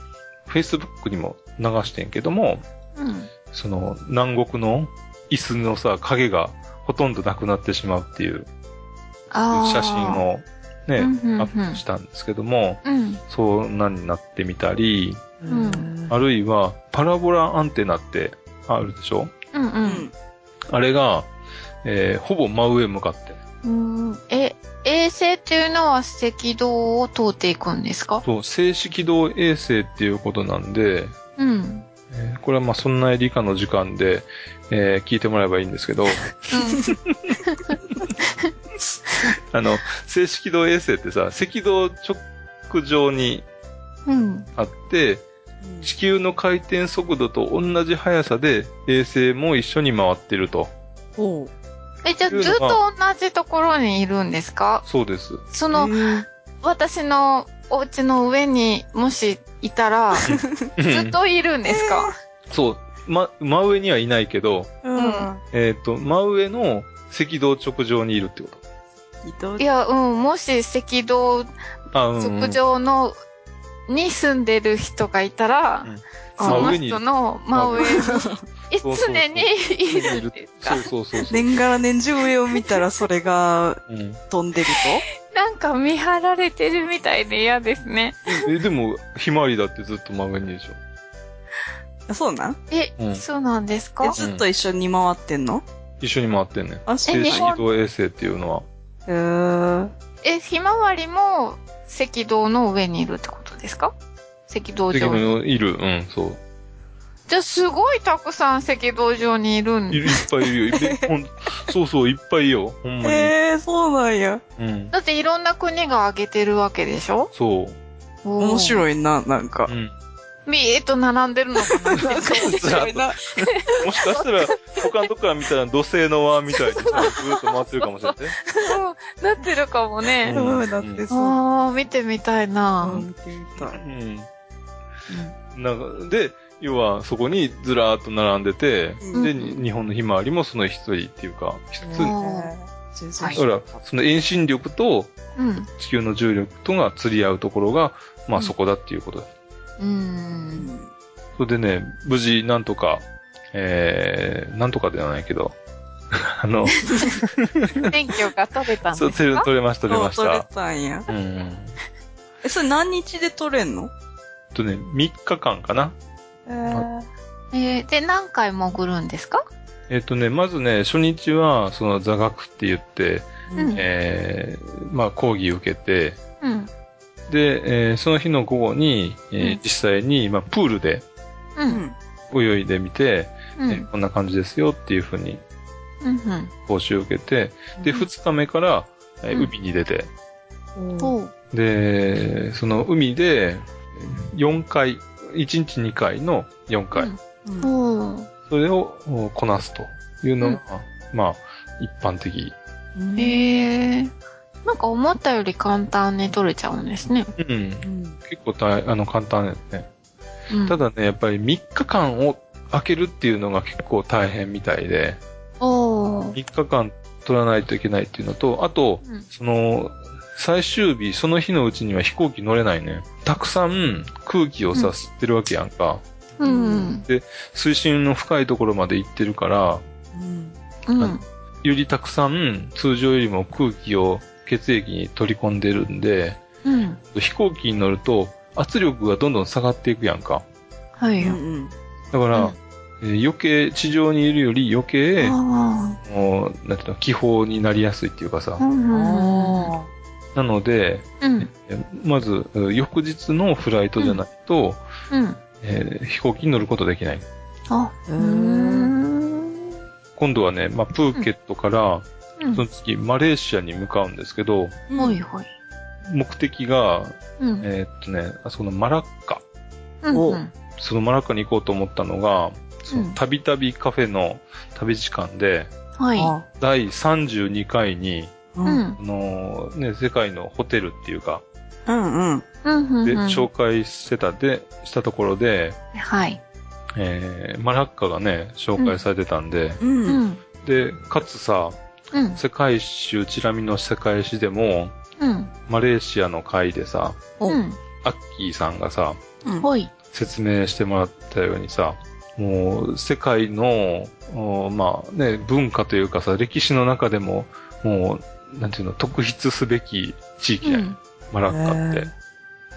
[SPEAKER 1] Facebook にも流してんけども、
[SPEAKER 2] うん。
[SPEAKER 1] その南国の椅子のさ、影がほとんどなくなってしまうっていう
[SPEAKER 2] ああ。
[SPEAKER 1] 写真。をね、
[SPEAKER 2] うんうんうん
[SPEAKER 1] アップしたんですけども、
[SPEAKER 2] うん。
[SPEAKER 1] そんなになってみたり、
[SPEAKER 3] うん。
[SPEAKER 1] あるいはパラボラアンテナってあるでしょ
[SPEAKER 2] うん
[SPEAKER 3] う
[SPEAKER 2] うん
[SPEAKER 3] ん。
[SPEAKER 1] あれが、えーほぼ真上向かって。。
[SPEAKER 2] うんえ、衛星っていうのは赤道を通っていくんですか
[SPEAKER 1] そう、静止軌道衛星っていうことなんで、
[SPEAKER 2] うん。
[SPEAKER 1] えーこれはまあそんな理科の時間で、えー聞いてもらえばいいんです けど、あの、静止軌道衛星ってさ、赤道直上に
[SPEAKER 2] うん。
[SPEAKER 1] あって、地球の回転速度と同じ速さで衛星も一緒に回ってると。
[SPEAKER 3] おう。
[SPEAKER 2] え、じゃあずっと同じところにいるんですか
[SPEAKER 1] そうです。
[SPEAKER 2] その、
[SPEAKER 3] へ
[SPEAKER 2] 私のお家の上にもしいたら、ずっといるんですか、
[SPEAKER 1] そう、ま、真上にはいないけど、
[SPEAKER 3] えうん。
[SPEAKER 1] えっ、と、真上の赤道直上にいるってこ
[SPEAKER 3] 移動
[SPEAKER 2] いや、うん、もし赤道
[SPEAKER 1] と。あ、うん、うん。
[SPEAKER 2] 直上の、に住んでる人がいたら、
[SPEAKER 1] うん
[SPEAKER 2] そ
[SPEAKER 1] 真
[SPEAKER 2] の
[SPEAKER 1] 上にいる
[SPEAKER 2] 人の真上に、い
[SPEAKER 1] そうそう
[SPEAKER 2] 常にいるんですか
[SPEAKER 1] そうそうそうそう。
[SPEAKER 3] 年がら年中上を見たらそれが
[SPEAKER 1] うん
[SPEAKER 3] 飛んでる
[SPEAKER 2] なんか見張られてるみたいで嫌ですね。
[SPEAKER 1] え、でも、ひまわりだってずっと真上にいるでしょ。
[SPEAKER 3] とあそうなん
[SPEAKER 2] え、
[SPEAKER 1] うん
[SPEAKER 2] そうなんです
[SPEAKER 3] え
[SPEAKER 2] か
[SPEAKER 3] ずっと一緒に回ってんの
[SPEAKER 1] 一緒に回ってんねん。
[SPEAKER 3] あ、
[SPEAKER 1] 静
[SPEAKER 3] そ
[SPEAKER 1] 止
[SPEAKER 2] え
[SPEAKER 3] う
[SPEAKER 2] 日本
[SPEAKER 1] 軌道衛星っていうのは。
[SPEAKER 3] へー
[SPEAKER 2] え、ひまわりも赤道の上にいるってことですか赤道
[SPEAKER 1] 敵
[SPEAKER 2] 上に。
[SPEAKER 1] のいる、うん、そう。
[SPEAKER 2] じゃあすごいたくさん赤道上にいるん
[SPEAKER 1] いる、いっぱいいるよ。いっぱいほんそうそう、いっぱいいよ。ほんまに。
[SPEAKER 3] へえ、そうなんや。
[SPEAKER 1] うん。
[SPEAKER 2] だっていろんな国が挙げてるわけでしょ
[SPEAKER 1] そう。
[SPEAKER 2] 面
[SPEAKER 3] 面白いな、なんか
[SPEAKER 1] う。ん。
[SPEAKER 2] ビーっと並んでるのかな
[SPEAKER 3] 面白いな。
[SPEAKER 1] もしかしたら、他のとこから見たら土星の輪みたいにさ、ずーっと回ってるかもしれないね。
[SPEAKER 2] うんなってるかもね。
[SPEAKER 3] そうなってそう。
[SPEAKER 2] ああ、見てみたいな。
[SPEAKER 3] うん見てみたい。
[SPEAKER 1] うん。なんか、で、要は、そこにずらーっと並んでて、
[SPEAKER 3] うん
[SPEAKER 1] で、に日本のひまわりもその一人っていうか、一つ。
[SPEAKER 2] うん
[SPEAKER 1] だ
[SPEAKER 3] 全
[SPEAKER 2] は
[SPEAKER 3] 然
[SPEAKER 2] い
[SPEAKER 1] から、その遠心力と
[SPEAKER 2] うん。
[SPEAKER 1] 地球の重力とが釣り合うところが、まあそこだっていうことです。
[SPEAKER 2] うん。
[SPEAKER 1] それでね、無事なんとかえー、なんとかではないけど、 あの、
[SPEAKER 2] 免許が取れたん
[SPEAKER 1] そう、
[SPEAKER 2] です
[SPEAKER 1] 取れ
[SPEAKER 2] か
[SPEAKER 1] 取れました、取れまし
[SPEAKER 3] 取れ
[SPEAKER 1] た。
[SPEAKER 3] たんや。
[SPEAKER 1] うんうん。
[SPEAKER 3] え、それ何日で取れんの
[SPEAKER 1] えっとね、3日間かな。
[SPEAKER 3] えー、
[SPEAKER 2] えーで、何回潜るんですか
[SPEAKER 1] えっとね、まずね、初日は、その座学って言って、
[SPEAKER 2] うん
[SPEAKER 1] えー、まあ、講義受けて、
[SPEAKER 2] うん。
[SPEAKER 1] で、えーその日の午後に、えー
[SPEAKER 2] うん
[SPEAKER 1] 実際に、まあ、プールで
[SPEAKER 2] う。
[SPEAKER 3] うんん。
[SPEAKER 1] 泳いでみて、
[SPEAKER 2] うん。う
[SPEAKER 1] えー
[SPEAKER 2] ん。
[SPEAKER 1] こんな感じですよっていうふうに
[SPEAKER 2] うん。
[SPEAKER 1] 講習を受けて、で、
[SPEAKER 3] うん
[SPEAKER 1] 2日目から、えー
[SPEAKER 2] うん
[SPEAKER 1] 海に出て、
[SPEAKER 2] ほう。
[SPEAKER 1] で、その海で、4回、1日2回の4回、
[SPEAKER 2] うん
[SPEAKER 3] うん
[SPEAKER 2] ほう。
[SPEAKER 1] それをおこなすというのが、まあ、一般的。
[SPEAKER 3] うん
[SPEAKER 2] へえー。なんか思ったより簡単に取れちゃうんですね。
[SPEAKER 1] うん。
[SPEAKER 3] うん
[SPEAKER 1] 結構大、あの、簡単ですね。
[SPEAKER 2] うん、
[SPEAKER 1] た、だね、やっぱり3日間を空けるっていうのが結構大変みたいで、
[SPEAKER 2] おー。
[SPEAKER 1] 3日間取らないといけないっていうのと、あと、
[SPEAKER 2] うん
[SPEAKER 1] その、最終日、その日のうちには飛行機乗れないね。たくさん空気をさ、
[SPEAKER 2] うん
[SPEAKER 1] 吸ってるわけやんか。
[SPEAKER 2] うん。
[SPEAKER 1] 水深の深いところまで行ってるから、
[SPEAKER 3] うん
[SPEAKER 2] うん。
[SPEAKER 1] よりたくさん通常よりも空気を血液に取り込んでるんで、
[SPEAKER 2] うん。
[SPEAKER 1] 飛行機に乗ると圧力がどんどん下がっていくやんか。
[SPEAKER 2] は
[SPEAKER 3] う
[SPEAKER 2] い。
[SPEAKER 3] ん
[SPEAKER 1] だから、
[SPEAKER 2] うん
[SPEAKER 1] えー余計、地上にいるより余計、
[SPEAKER 2] あ
[SPEAKER 1] もう、なんていうの、気泡になりやすいっていうかさ
[SPEAKER 2] あ。う。ん。うん
[SPEAKER 3] あ
[SPEAKER 1] なので、
[SPEAKER 2] うん。
[SPEAKER 1] えーまず、えー翌日のフライトじゃないと、
[SPEAKER 2] うん。
[SPEAKER 1] えー飛行機に乗ることできない。
[SPEAKER 2] あ、
[SPEAKER 3] ー
[SPEAKER 2] うーん。
[SPEAKER 1] 今度はね、まあ、プーケットから、
[SPEAKER 2] うん
[SPEAKER 1] その次、マレーシアに向かうんですけど、
[SPEAKER 3] うん
[SPEAKER 2] ほいほい。
[SPEAKER 1] 目的が、
[SPEAKER 2] うん。
[SPEAKER 1] えーっとね、あそこのマラッカ。
[SPEAKER 2] うん
[SPEAKER 3] お
[SPEAKER 2] うん。
[SPEAKER 1] そのマラッカに行こうと思ったのが、その、たびたびカフェの旅時間で、
[SPEAKER 2] はい。
[SPEAKER 3] あ
[SPEAKER 1] 第32回に、
[SPEAKER 3] う
[SPEAKER 2] うんん。
[SPEAKER 1] あのーね、世界のホテルっていうか、
[SPEAKER 3] うんうん。
[SPEAKER 2] うん。うん。
[SPEAKER 1] で、
[SPEAKER 2] うん
[SPEAKER 1] 紹介してたで、したところで、
[SPEAKER 2] はい。
[SPEAKER 1] えー、マラッカがね、紹介されてたんで、
[SPEAKER 3] うん
[SPEAKER 2] う。ん。
[SPEAKER 1] で、かつさ、
[SPEAKER 2] うん。
[SPEAKER 1] 世界一周チラミの世界史でも、
[SPEAKER 2] うん。
[SPEAKER 1] マレーシアの会でさ、
[SPEAKER 3] お
[SPEAKER 2] うん。
[SPEAKER 1] アッキーさんがさ、
[SPEAKER 3] うん
[SPEAKER 2] ほい。
[SPEAKER 1] 説明してもらったようにさ、もう、世界の、おまあね、文化というかさ、歴史の中でも、もう、なんていうの、特筆すべき地域だよ、
[SPEAKER 2] う
[SPEAKER 1] マラッカっ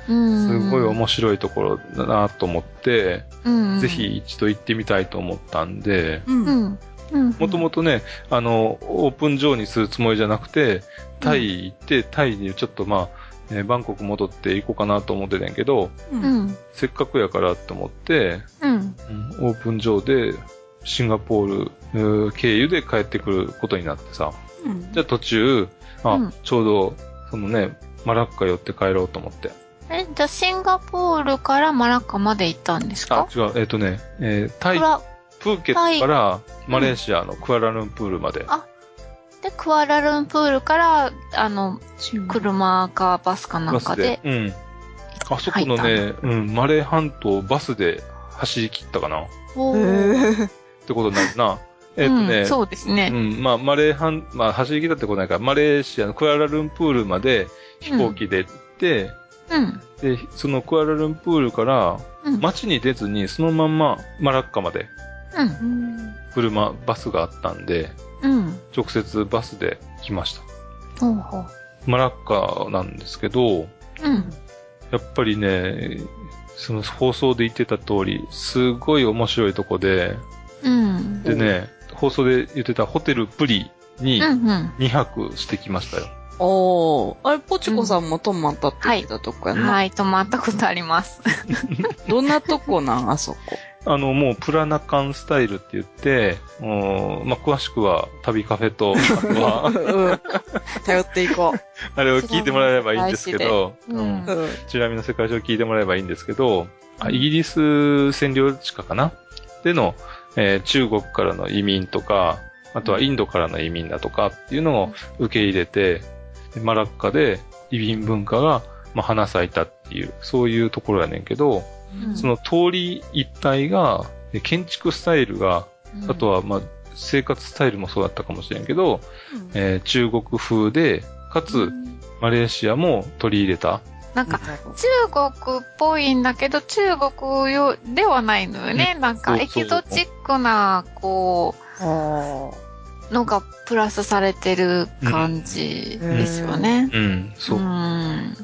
[SPEAKER 1] て。
[SPEAKER 2] ん。
[SPEAKER 1] すごい面白いところだなと思って、
[SPEAKER 2] うん。
[SPEAKER 1] ぜひ一度行ってみたいと思ったんで、
[SPEAKER 3] うん
[SPEAKER 2] う
[SPEAKER 3] うん
[SPEAKER 2] ん。うん。
[SPEAKER 1] もともとね、あの、オープン上にするつもりじゃなくて、タイ行って、タイにちょっとまあ、えーバンコク戻って行こうかなと思ってたんやけど、
[SPEAKER 2] う
[SPEAKER 3] うん
[SPEAKER 2] ん。
[SPEAKER 1] せっかくやからと思って、
[SPEAKER 2] うん。
[SPEAKER 1] うんオープン上でシンガポールえー経由で帰ってくることになってさ、じゃあ途中、あ、
[SPEAKER 2] うん
[SPEAKER 1] ちょうど、そのね、マラッカ寄って帰ろうと思って。
[SPEAKER 2] え、じゃあシンガポールからマラッカまで行ったんです
[SPEAKER 1] あ
[SPEAKER 2] か、
[SPEAKER 1] 違う、えっ、とね、えータイ
[SPEAKER 2] クラ
[SPEAKER 1] プーケットからマレーシアのクアラルンプールまで。
[SPEAKER 2] あで、クアラルンプールから、あの、
[SPEAKER 3] 来る。
[SPEAKER 2] 車かバスかなんかで。
[SPEAKER 1] うん。あそこの
[SPEAKER 2] 入
[SPEAKER 1] ね、うん、マレー半島をバスで走り切ったかなっ
[SPEAKER 2] おー
[SPEAKER 3] へえ。
[SPEAKER 1] てことになるな。えっと
[SPEAKER 2] う
[SPEAKER 1] ね
[SPEAKER 2] ん、、そうです
[SPEAKER 1] う
[SPEAKER 2] ね。
[SPEAKER 1] ん、まあ、マレー半、まあ、走り切ったってことないから、マレーシアのクアラルンプールまで飛行機で行って、
[SPEAKER 2] うん。
[SPEAKER 1] で、そのクアラルンプールから
[SPEAKER 2] うん。
[SPEAKER 1] 街に出ずにそのまんまマラッカまで
[SPEAKER 2] うん。
[SPEAKER 1] 車、バスがあったんで、
[SPEAKER 2] うん。
[SPEAKER 1] 直接バスで来ました。
[SPEAKER 2] ほうほう。
[SPEAKER 1] マラッカなんですけど、
[SPEAKER 2] うん。
[SPEAKER 1] やっぱりね、その放送で言ってた通り、すごい面白いとこで、
[SPEAKER 2] うん。
[SPEAKER 1] でね、放送で言ってたホテルプリに
[SPEAKER 2] うん。うん。
[SPEAKER 1] 2泊してきましたよ。
[SPEAKER 3] おー。あれ、ポチコさんも泊まったって言ってたとこやな。
[SPEAKER 2] はい、泊まったことあります。
[SPEAKER 3] どんなとこなんあそこ。
[SPEAKER 1] あの、もうプラナカンスタイルって言って、うんまあ、詳しくは旅カフェと、あとは
[SPEAKER 3] うん。頼っていこ
[SPEAKER 1] あれを聞いてもらえればいいんですけど、
[SPEAKER 2] うん
[SPEAKER 1] うん
[SPEAKER 3] う。
[SPEAKER 1] ちなみの世界史を聞いてもらえばいいんですけど、あイギリス占領地下かなでの、えー中国からの移民とか、あとはインドからの移民だとかっていうのを受け入れて、でマラッカで移民文化が、まあ、花咲いたっていう、そういうところやねんけど、
[SPEAKER 2] うん
[SPEAKER 1] その通り一帯が、え建築スタイルが、あと
[SPEAKER 2] は、
[SPEAKER 1] は、まあ、生活スタイルもそうだったかもしれんけど、えー中国風で、かつ、マレーシアも取り入れた、
[SPEAKER 2] なんか、中国っぽいんだけど、中国よではないのよね。なんか、
[SPEAKER 1] そうそ
[SPEAKER 2] エ
[SPEAKER 1] う
[SPEAKER 2] キゾチックな、こ
[SPEAKER 3] あ
[SPEAKER 2] う、のがプラスされてる感じですよね。
[SPEAKER 1] うん、
[SPEAKER 2] う
[SPEAKER 1] そう。
[SPEAKER 2] ん。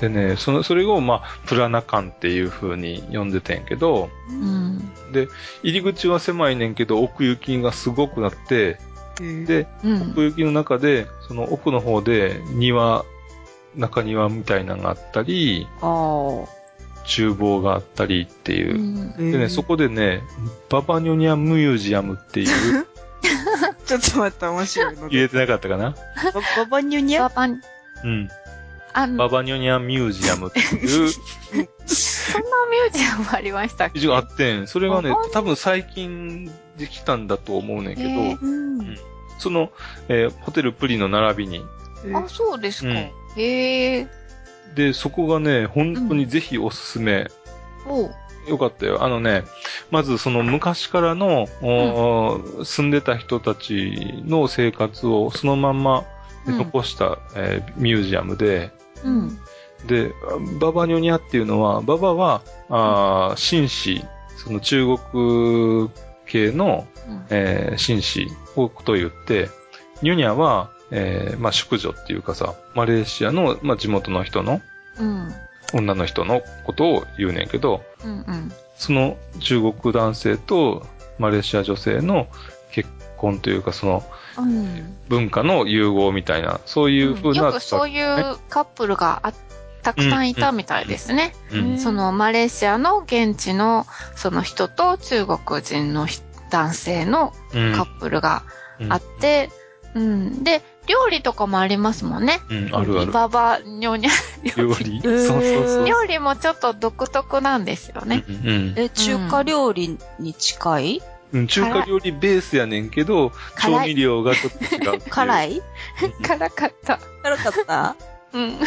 [SPEAKER 1] でね、その、それを、まあ、プラナカンっていう風に呼んでたんやけど、
[SPEAKER 2] うん。
[SPEAKER 1] 入り口は狭いねんけど、奥行きがすごくなって、
[SPEAKER 3] ー。
[SPEAKER 1] で、
[SPEAKER 2] うん
[SPEAKER 1] 奥。行きの中で、その奥の方で庭、中庭みたいなのがあったり、
[SPEAKER 3] あー
[SPEAKER 1] 厨房があったりっていうう。
[SPEAKER 2] ん
[SPEAKER 3] えー
[SPEAKER 1] でね、そこでね、ババニョニャンミュージアムっていう、
[SPEAKER 3] ちょっと待って、面白いの
[SPEAKER 1] 言
[SPEAKER 3] で。
[SPEAKER 1] えてなかったかな
[SPEAKER 3] バババニュニ
[SPEAKER 2] バ
[SPEAKER 3] ャ
[SPEAKER 2] バン、
[SPEAKER 1] うん。
[SPEAKER 2] あの、
[SPEAKER 1] ババニョニャンミュージアムっていう、
[SPEAKER 2] そんなミュージアムありましたっけ
[SPEAKER 1] 一応あってん。それがね
[SPEAKER 2] ババニ、
[SPEAKER 1] 多分最近できたんだと思うねんけど、
[SPEAKER 2] へえ
[SPEAKER 3] うん
[SPEAKER 1] その、えーホテルプリの並びに。
[SPEAKER 2] あ、そうですか。
[SPEAKER 1] うん
[SPEAKER 2] へえ。
[SPEAKER 1] で、そこがね、本当にぜひおすすめ。
[SPEAKER 2] おう。
[SPEAKER 1] よかったよ。あのね、まずその昔からの、おー住んでた人たちの生活をそのまんま
[SPEAKER 2] うん
[SPEAKER 1] 残した、えーミュージアムで、
[SPEAKER 2] うん。
[SPEAKER 1] で、ババニョニャっていうのは、ババは、あー紳士、その中国系の、
[SPEAKER 2] うん
[SPEAKER 1] えー紳士をことを言って、ニョニャは、えーまあ、淑女っていうかさ、マレーシアの、まあ、地元の人の、
[SPEAKER 2] うん。
[SPEAKER 1] 女の人のことを言うねんけど、
[SPEAKER 2] うん。うん。
[SPEAKER 1] その中国男性とマレーシア女性の結婚というか、その
[SPEAKER 2] うん。
[SPEAKER 1] 文化の融合みたいな、そういう風な、
[SPEAKER 2] よくそういうカップルがあたくさんいたみたいですね。
[SPEAKER 1] うん
[SPEAKER 2] そのマレーシアの現地のその人と中国人のひ男性の
[SPEAKER 1] うん
[SPEAKER 2] カップルがあって、うん、で、料理とかもありますもんね。
[SPEAKER 1] うんあるある。
[SPEAKER 2] ババニョニャ
[SPEAKER 1] 料
[SPEAKER 2] 料理。
[SPEAKER 1] 理。
[SPEAKER 3] ー
[SPEAKER 1] そうそうそう。
[SPEAKER 2] 料理もちょっと独特なんですよね。
[SPEAKER 1] うんうん
[SPEAKER 3] え、中華料理に近い
[SPEAKER 1] うん、中華料理ベースやねんけど、調
[SPEAKER 2] 辛い
[SPEAKER 1] 味料がちょっと違うっていう。
[SPEAKER 3] 辛
[SPEAKER 1] い。
[SPEAKER 3] い
[SPEAKER 2] 辛かった。
[SPEAKER 3] 辛かった
[SPEAKER 2] うん。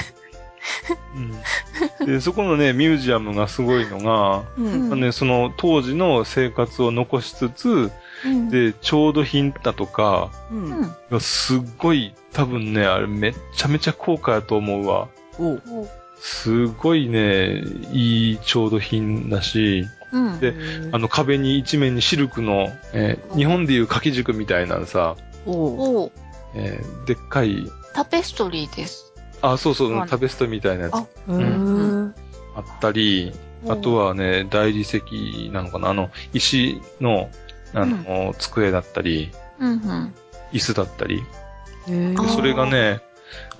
[SPEAKER 1] うん、でそこのね、ミュージアムがすごいのが、
[SPEAKER 3] うん
[SPEAKER 2] う
[SPEAKER 1] まあ
[SPEAKER 2] ん
[SPEAKER 1] ね、その当時の生活を残しつつ、
[SPEAKER 2] うん
[SPEAKER 1] で、調度品だとか、
[SPEAKER 3] うん。
[SPEAKER 2] う
[SPEAKER 1] いやすっごい、多分ね、あれめっちゃめちゃ高価やと思うわ。
[SPEAKER 3] おう。
[SPEAKER 2] ん。
[SPEAKER 1] すごいね、いい調度品だし、
[SPEAKER 2] うん。
[SPEAKER 1] であの壁に一面にシルクの、えー日本でいう掛け軸みたいなさ、
[SPEAKER 3] おう。
[SPEAKER 2] おう
[SPEAKER 1] えーでっかい、
[SPEAKER 2] タペストリーです。
[SPEAKER 1] あ、そうそう
[SPEAKER 2] は、い
[SPEAKER 1] タペストみたいなやつ
[SPEAKER 2] あ
[SPEAKER 3] う
[SPEAKER 2] うん
[SPEAKER 3] ん。
[SPEAKER 1] あったり、あとはね、大理石なのかな、あの、石の、あの、机だったり、
[SPEAKER 2] うんうん。
[SPEAKER 1] 椅子だったり、
[SPEAKER 3] へー
[SPEAKER 2] あー
[SPEAKER 1] それがね、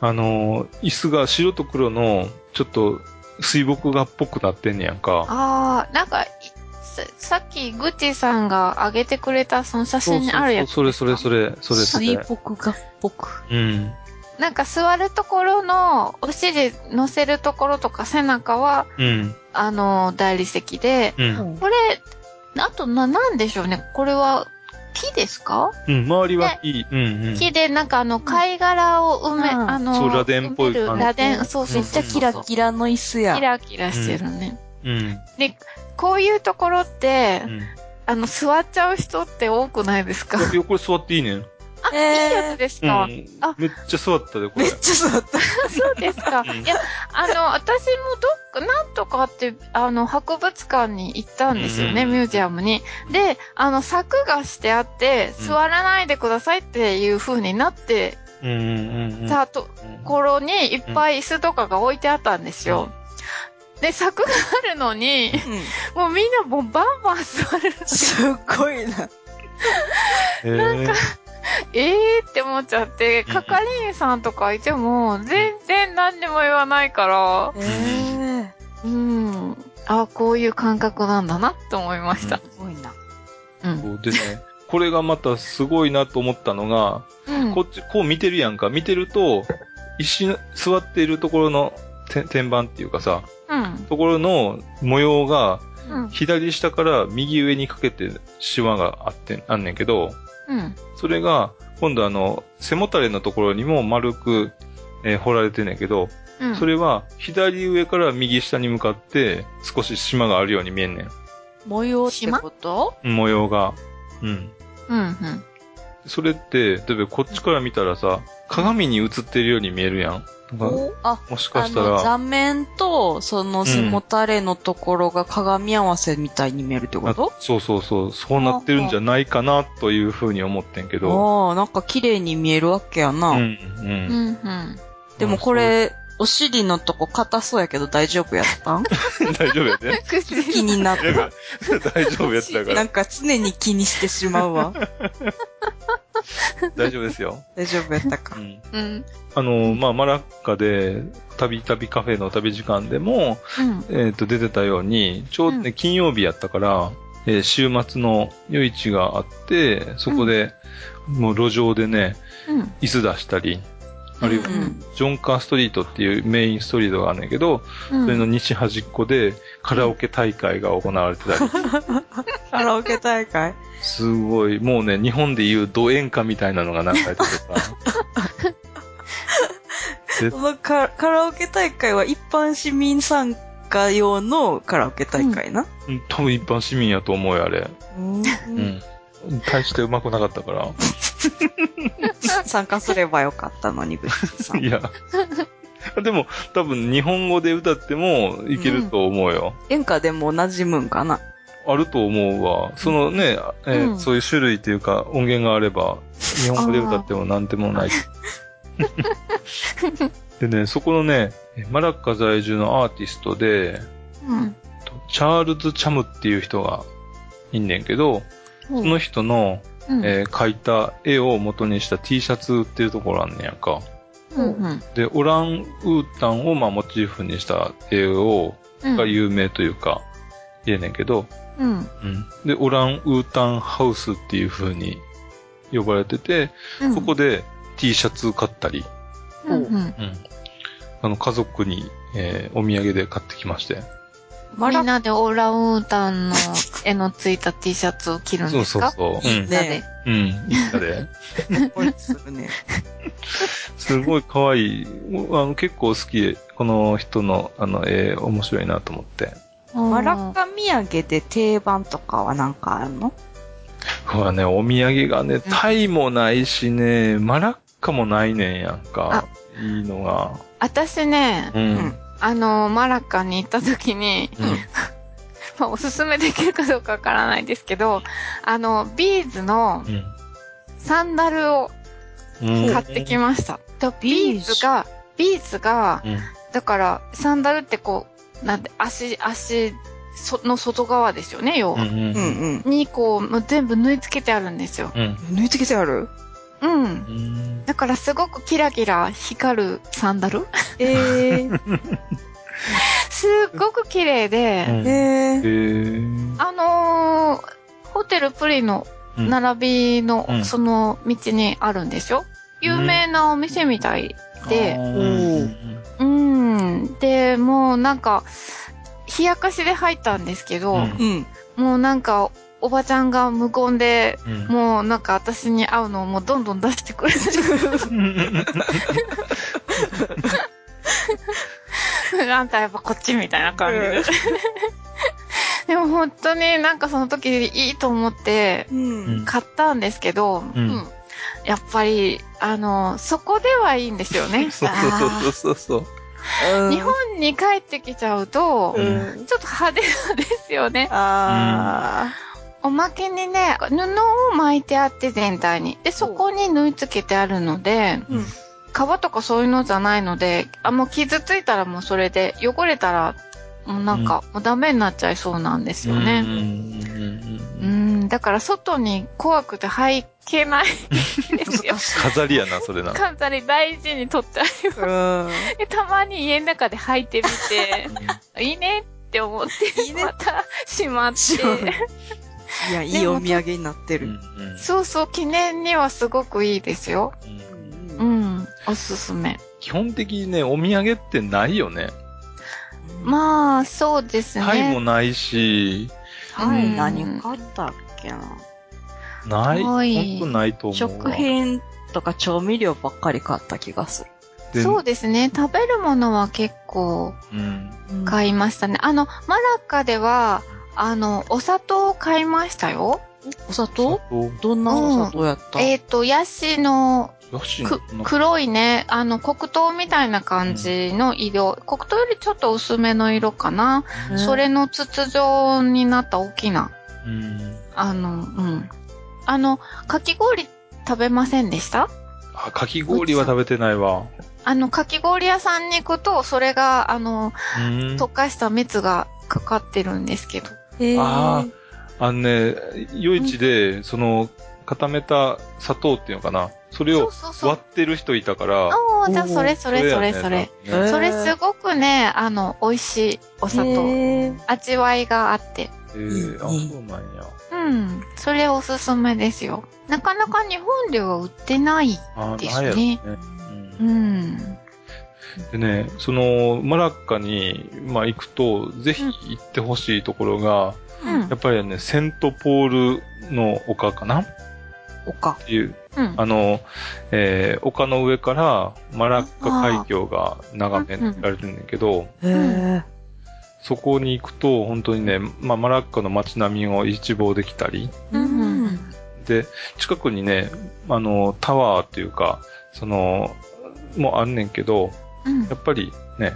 [SPEAKER 1] あの、椅子が白と黒の、ちょっと水墨画っぽくなってんねやんか。
[SPEAKER 2] ああ、なんか、いささっき、グッチさんが上げてくれたその写真にあるやつ。
[SPEAKER 1] そうそうそうそれそれそれ、それ
[SPEAKER 3] 水
[SPEAKER 1] それ。
[SPEAKER 3] 墨画っぽく。
[SPEAKER 1] うん。
[SPEAKER 2] なんか座るところの、お尻乗せるところとか背中は、
[SPEAKER 1] うん。
[SPEAKER 2] あの、大理石で、
[SPEAKER 1] うん。
[SPEAKER 2] これ、あとな、なんでしょうね。これは、木ですか、
[SPEAKER 1] うん。周りは木。うんうん。
[SPEAKER 2] 木で、なんかあの、貝殻を埋め、
[SPEAKER 3] うん
[SPEAKER 2] あの、
[SPEAKER 1] そう螺鈿っぽい
[SPEAKER 2] 埋める
[SPEAKER 1] 感じ
[SPEAKER 2] 螺鈿、そうそ
[SPEAKER 3] め
[SPEAKER 2] う
[SPEAKER 3] っちゃキラキラの椅子
[SPEAKER 2] ラ
[SPEAKER 3] や。
[SPEAKER 2] キラキラしてるね。
[SPEAKER 1] うん。
[SPEAKER 2] こういうところって、
[SPEAKER 1] うん。い
[SPEAKER 2] あの、座っちゃう人って多くないですか
[SPEAKER 1] やいやこれ座っていいねん。
[SPEAKER 2] あ、
[SPEAKER 3] えー
[SPEAKER 2] いいやつです
[SPEAKER 1] う
[SPEAKER 2] か、
[SPEAKER 1] ん
[SPEAKER 2] あ。
[SPEAKER 1] めっちゃ座った で、こ
[SPEAKER 3] め
[SPEAKER 1] れ
[SPEAKER 3] っ。ちゃ座った。
[SPEAKER 2] そうですか。
[SPEAKER 1] うん
[SPEAKER 2] いや、あの、私もどっか、なんとかって、あの、博物館に行ったんですよね、
[SPEAKER 1] うん
[SPEAKER 2] ミュージアムに。で、あの、柵がしてあって、
[SPEAKER 1] うん
[SPEAKER 2] 座らないでくださいっていう風になって
[SPEAKER 1] うんうんうんうん。
[SPEAKER 2] たところに、いっぱい椅子とかが置いてあったんですよ。で、柵があるのに、もうみんなもうバンバン座る。
[SPEAKER 3] すっごいな。
[SPEAKER 1] へー
[SPEAKER 2] ええーって思っちゃって、
[SPEAKER 1] うん
[SPEAKER 2] 係員さんとかいても、全然何にも言わないから、
[SPEAKER 3] えー。
[SPEAKER 2] うん。あこういう感覚なんだなって思いました。
[SPEAKER 3] すごいな。
[SPEAKER 2] うん。
[SPEAKER 1] そうでね、これがまたすごいなと思ったのが、
[SPEAKER 2] うん。
[SPEAKER 1] こっち、こう見てるやんか。見てると、石の、座っているところのて天板っていうかさ、
[SPEAKER 2] うん。
[SPEAKER 1] ところの模様が、
[SPEAKER 2] うん。
[SPEAKER 1] 左下から右上にかけてシワがあってん、あんねんけど、
[SPEAKER 2] うん。
[SPEAKER 1] それが、今度あの、背もたれのところにも丸く、えー彫られてんねんけど、
[SPEAKER 2] うん。
[SPEAKER 1] それは左上から右下に向かって少し島があるように見えんね
[SPEAKER 3] 模様ってこと
[SPEAKER 1] ん。模様が。うん。
[SPEAKER 2] うん。うん。
[SPEAKER 1] それって、例えばこっちから見たらさ、鏡に映ってるように見えるやん。なんか
[SPEAKER 3] あ、
[SPEAKER 1] もしか
[SPEAKER 3] あ
[SPEAKER 1] した
[SPEAKER 3] の、
[SPEAKER 1] ら、
[SPEAKER 3] 座面と、その背もたれのところが鏡合わせみたいに見えるってこ
[SPEAKER 1] あ
[SPEAKER 3] と、
[SPEAKER 1] そうそうそう、そうなってるんじゃないかなというふうに思ってんけど。
[SPEAKER 3] ああ、なんか綺麗に見えるわけやな。
[SPEAKER 1] うん、う。
[SPEAKER 2] うんん うん。
[SPEAKER 3] でもこれ、お尻のとこ硬そうやけど大丈夫や ったん
[SPEAKER 1] そう。 大丈夫やで。
[SPEAKER 3] 気になっ
[SPEAKER 1] 大丈
[SPEAKER 3] た。
[SPEAKER 1] 夫大丈夫やつ だか
[SPEAKER 3] な
[SPEAKER 1] ら
[SPEAKER 3] ん。か常に気にしてしまうわ。
[SPEAKER 1] 大丈夫ですよ。
[SPEAKER 3] 大丈夫やった
[SPEAKER 1] う
[SPEAKER 3] か。
[SPEAKER 1] ん。
[SPEAKER 2] うん。
[SPEAKER 1] あの、まあ、マラッカで、たびたびカフェの旅時間でも、
[SPEAKER 2] うん。
[SPEAKER 1] えっ、と、出てたように、ちょうどね、
[SPEAKER 3] う
[SPEAKER 1] 金曜日やったから、えー週末の夜市があって、そこで、もう路上でね、
[SPEAKER 2] うん。
[SPEAKER 1] 椅子出したり、あるいは
[SPEAKER 3] う
[SPEAKER 2] うんん。
[SPEAKER 1] ジョンカーストリートっていうメインストリートがあるんだけど、それの西端っこでカラオケ大会が行われてたり、
[SPEAKER 3] カラオケ大 会
[SPEAKER 1] すごい、もうね、日本でいうド演歌みたいなのが何回出てた。
[SPEAKER 3] そのカカラオケ大会は一般市民参加用のカラオケ大会な。
[SPEAKER 1] うん多分一般市民やと思うよ、あれ。
[SPEAKER 3] うん
[SPEAKER 1] うん。大してうまくなかったから。
[SPEAKER 3] 参加すればよかったのに、ぐっさ ん
[SPEAKER 1] い。や。でも、多分日本語で歌ってもいけると思うよ。
[SPEAKER 3] 演歌でも馴染むんかな。
[SPEAKER 1] あると思うわ。そのね、えー
[SPEAKER 2] うん
[SPEAKER 1] そういう種類というか音源があれば、日本語で歌ってもなんでも ない。でね、そこのね、マラッカ在住のアーティストで、
[SPEAKER 2] うん。
[SPEAKER 1] チャールズ・チャムっていう人がいんねんけど、
[SPEAKER 2] そ
[SPEAKER 1] その人の、
[SPEAKER 2] うん。
[SPEAKER 1] えー描いた絵を元にした T シャツ売っていうところあんねんやんか。
[SPEAKER 2] うんうん。
[SPEAKER 1] で、オランウータンをまあモチーフにした絵を、
[SPEAKER 2] うん。
[SPEAKER 1] が有名というか、言えねんけど、
[SPEAKER 2] うん。
[SPEAKER 1] で、オランウータンハウスっていう風に呼ばれてて、
[SPEAKER 2] うん。
[SPEAKER 1] そこで T シャツ買ったり、
[SPEAKER 2] うんうん。
[SPEAKER 1] あの、家族に、えーお土産で買ってきまして。
[SPEAKER 3] マ
[SPEAKER 2] み
[SPEAKER 3] ラ
[SPEAKER 2] んなでオーランウータンの絵のついた T シャツを着るん
[SPEAKER 1] そう
[SPEAKER 2] です
[SPEAKER 1] そう
[SPEAKER 2] か
[SPEAKER 1] そう。う
[SPEAKER 3] いい
[SPEAKER 1] ん
[SPEAKER 3] ね。
[SPEAKER 2] みんなで
[SPEAKER 1] うん。行った で。
[SPEAKER 3] っぽいするね。
[SPEAKER 1] すごい可愛い。おあの結構好き。この人の、あの、えー面白いなと思って。
[SPEAKER 3] マラ
[SPEAKER 2] うん
[SPEAKER 3] ッカ土産で定番とかはなんかあるの
[SPEAKER 1] うわね、お土産がね、タイもないしね、マラッカもないねんやんか。いいのが。
[SPEAKER 2] 私ね、
[SPEAKER 1] うん。
[SPEAKER 3] うん
[SPEAKER 2] あの、マラッカに行った時に、まあ、おすすめできるかどうかわからないですけど、あの、ビーズの
[SPEAKER 1] うん。
[SPEAKER 2] サンダルを
[SPEAKER 1] うん。
[SPEAKER 2] 買ってきました。と
[SPEAKER 3] ビー
[SPEAKER 2] ビ
[SPEAKER 3] ズ
[SPEAKER 2] ーズが、ビーズが、
[SPEAKER 1] うん。
[SPEAKER 2] だから、サンダルってこう、なんて、足、足その外側ですよね、要
[SPEAKER 1] う
[SPEAKER 2] は。
[SPEAKER 1] ん。
[SPEAKER 3] う
[SPEAKER 1] うん。
[SPEAKER 3] んうん。
[SPEAKER 2] に、こう、もう全部縫い付けてあるんですよ。
[SPEAKER 1] うん。
[SPEAKER 3] 抜いてきてある
[SPEAKER 2] うん。
[SPEAKER 1] うん
[SPEAKER 2] だからすごくキラキラ光るサンダル
[SPEAKER 3] えー、
[SPEAKER 2] すっごく綺麗で、
[SPEAKER 1] え
[SPEAKER 3] えー、
[SPEAKER 1] ー
[SPEAKER 2] あのー、ホテルプリの
[SPEAKER 1] うん
[SPEAKER 2] 並び
[SPEAKER 1] う
[SPEAKER 2] の
[SPEAKER 1] ん
[SPEAKER 2] その道にあるんでしょ有名なお店みたいで、
[SPEAKER 1] うん
[SPEAKER 2] うん。で、もうなんか、冷やかしで入ったんですけど、
[SPEAKER 1] うん
[SPEAKER 3] うん。
[SPEAKER 2] もうなんか、おばちゃんが無言で、
[SPEAKER 1] うん
[SPEAKER 2] もうなんか私に会うのをもうどんどん出してくれる。 あんたやっぱこっちみたいな感じで。 でも本当になんかその時いいと思って
[SPEAKER 3] うん。
[SPEAKER 2] 買ったんですけど、
[SPEAKER 1] うん
[SPEAKER 2] うんやっぱり、あの、そこではいいんですよ ね。
[SPEAKER 1] そうそうそうそう
[SPEAKER 2] 日本に帰ってきちゃうと、
[SPEAKER 1] う
[SPEAKER 2] ち
[SPEAKER 1] ん
[SPEAKER 2] ょっと派手なんですよね。
[SPEAKER 3] あ
[SPEAKER 2] おまけにね、布を巻いてあって全体に。で、そこに縫い付けてあるので、
[SPEAKER 3] う
[SPEAKER 2] 皮
[SPEAKER 3] ん
[SPEAKER 2] とかそういうのじゃないので、あ、もう傷ついたらもうそれで、汚れたら、もうなんか、もうダメになっちゃいそうなんです
[SPEAKER 1] そう。
[SPEAKER 2] よ
[SPEAKER 1] う
[SPEAKER 2] ね。
[SPEAKER 1] ん
[SPEAKER 2] うん、だから外に怖くて履 けない ですよ。
[SPEAKER 1] 飾りやな、それな。
[SPEAKER 2] 簡単に大事に取ってありま
[SPEAKER 3] ーうん。
[SPEAKER 2] す。でたまに家の中で履いてみ て、いいねって思って、
[SPEAKER 3] いいね
[SPEAKER 2] またしまっ
[SPEAKER 3] しまって
[SPEAKER 2] て。
[SPEAKER 3] いや、いいお土産になって
[SPEAKER 1] う
[SPEAKER 3] る。
[SPEAKER 1] ん
[SPEAKER 2] そうそう、記念にはすごくいいですよ。
[SPEAKER 1] うん
[SPEAKER 2] うん、おすすめ。
[SPEAKER 1] 基本的にね、お土産ってないよね。
[SPEAKER 2] まあ、そうですね。
[SPEAKER 1] タイもないし、
[SPEAKER 3] あ、は
[SPEAKER 2] う
[SPEAKER 3] い、
[SPEAKER 2] ん
[SPEAKER 3] 何買ったっけな。
[SPEAKER 1] ない、
[SPEAKER 2] な
[SPEAKER 1] 本
[SPEAKER 2] い
[SPEAKER 1] 当ないと思うわ。
[SPEAKER 3] 食品とか調味料ばっかり買った気がする。
[SPEAKER 1] で
[SPEAKER 2] そうですね。食べるものは結構
[SPEAKER 1] うん。
[SPEAKER 2] 買いましたね。あの、マラッカでは、あの、お砂糖を買いましたよ。
[SPEAKER 5] お砂糖
[SPEAKER 1] お
[SPEAKER 5] どんなお砂糖やった、
[SPEAKER 2] えっ、と、ヤシの
[SPEAKER 1] よし
[SPEAKER 2] く
[SPEAKER 1] な
[SPEAKER 2] 黒いね、あの、黒糖みたいな感じの色、黒糖よりちょっと薄めの色かな。
[SPEAKER 5] うん
[SPEAKER 2] それの筒状になった大きな、
[SPEAKER 1] うん。
[SPEAKER 2] あの、うん。あの、かき氷食べませんでした
[SPEAKER 1] あ、かき氷は食べてないわ。
[SPEAKER 2] あの、かき氷屋さんに行くと、それが、あの、
[SPEAKER 1] うん。
[SPEAKER 2] 溶かした蜜がかかってるんですけど。
[SPEAKER 5] へー
[SPEAKER 1] ああのね、夜市で、その、固めた砂糖っていうのかな。それ
[SPEAKER 2] そ
[SPEAKER 1] を
[SPEAKER 2] うそうそう
[SPEAKER 1] 割。ってる人いたから。
[SPEAKER 2] おー、じゃあそれそれそ
[SPEAKER 1] や
[SPEAKER 2] れ
[SPEAKER 1] ね
[SPEAKER 2] それ。。
[SPEAKER 1] 多分ね
[SPEAKER 5] え
[SPEAKER 2] それすごくね、あの、美味しいお砂糖。
[SPEAKER 5] へー
[SPEAKER 2] 味わいがあって。
[SPEAKER 1] えー、あ、そうなんや。
[SPEAKER 2] うん。それおすすめですよ。なかなか日本では売ってない。
[SPEAKER 1] あ、
[SPEAKER 2] で
[SPEAKER 1] な
[SPEAKER 2] す
[SPEAKER 1] ん
[SPEAKER 2] ね
[SPEAKER 1] やろね。う
[SPEAKER 2] うんん。
[SPEAKER 1] でね、その、マラッカに、まあ、行くと、ぜひ行ってほしいところが、
[SPEAKER 2] うん
[SPEAKER 1] や。っぱりね、セントポールの丘かなっ
[SPEAKER 3] おか。
[SPEAKER 1] ていう、
[SPEAKER 2] うん。
[SPEAKER 1] あの、えー丘の上からマラッカ海峡が眺められるんだけど、
[SPEAKER 3] へえ。
[SPEAKER 1] そこに行くと、本当にね、まあ、マラッカの街並みを一望できたり、
[SPEAKER 2] うん。
[SPEAKER 1] で、近くにね、あの、タワーっていうか、その、もあんねんけど、
[SPEAKER 2] うん
[SPEAKER 1] や。っぱりね、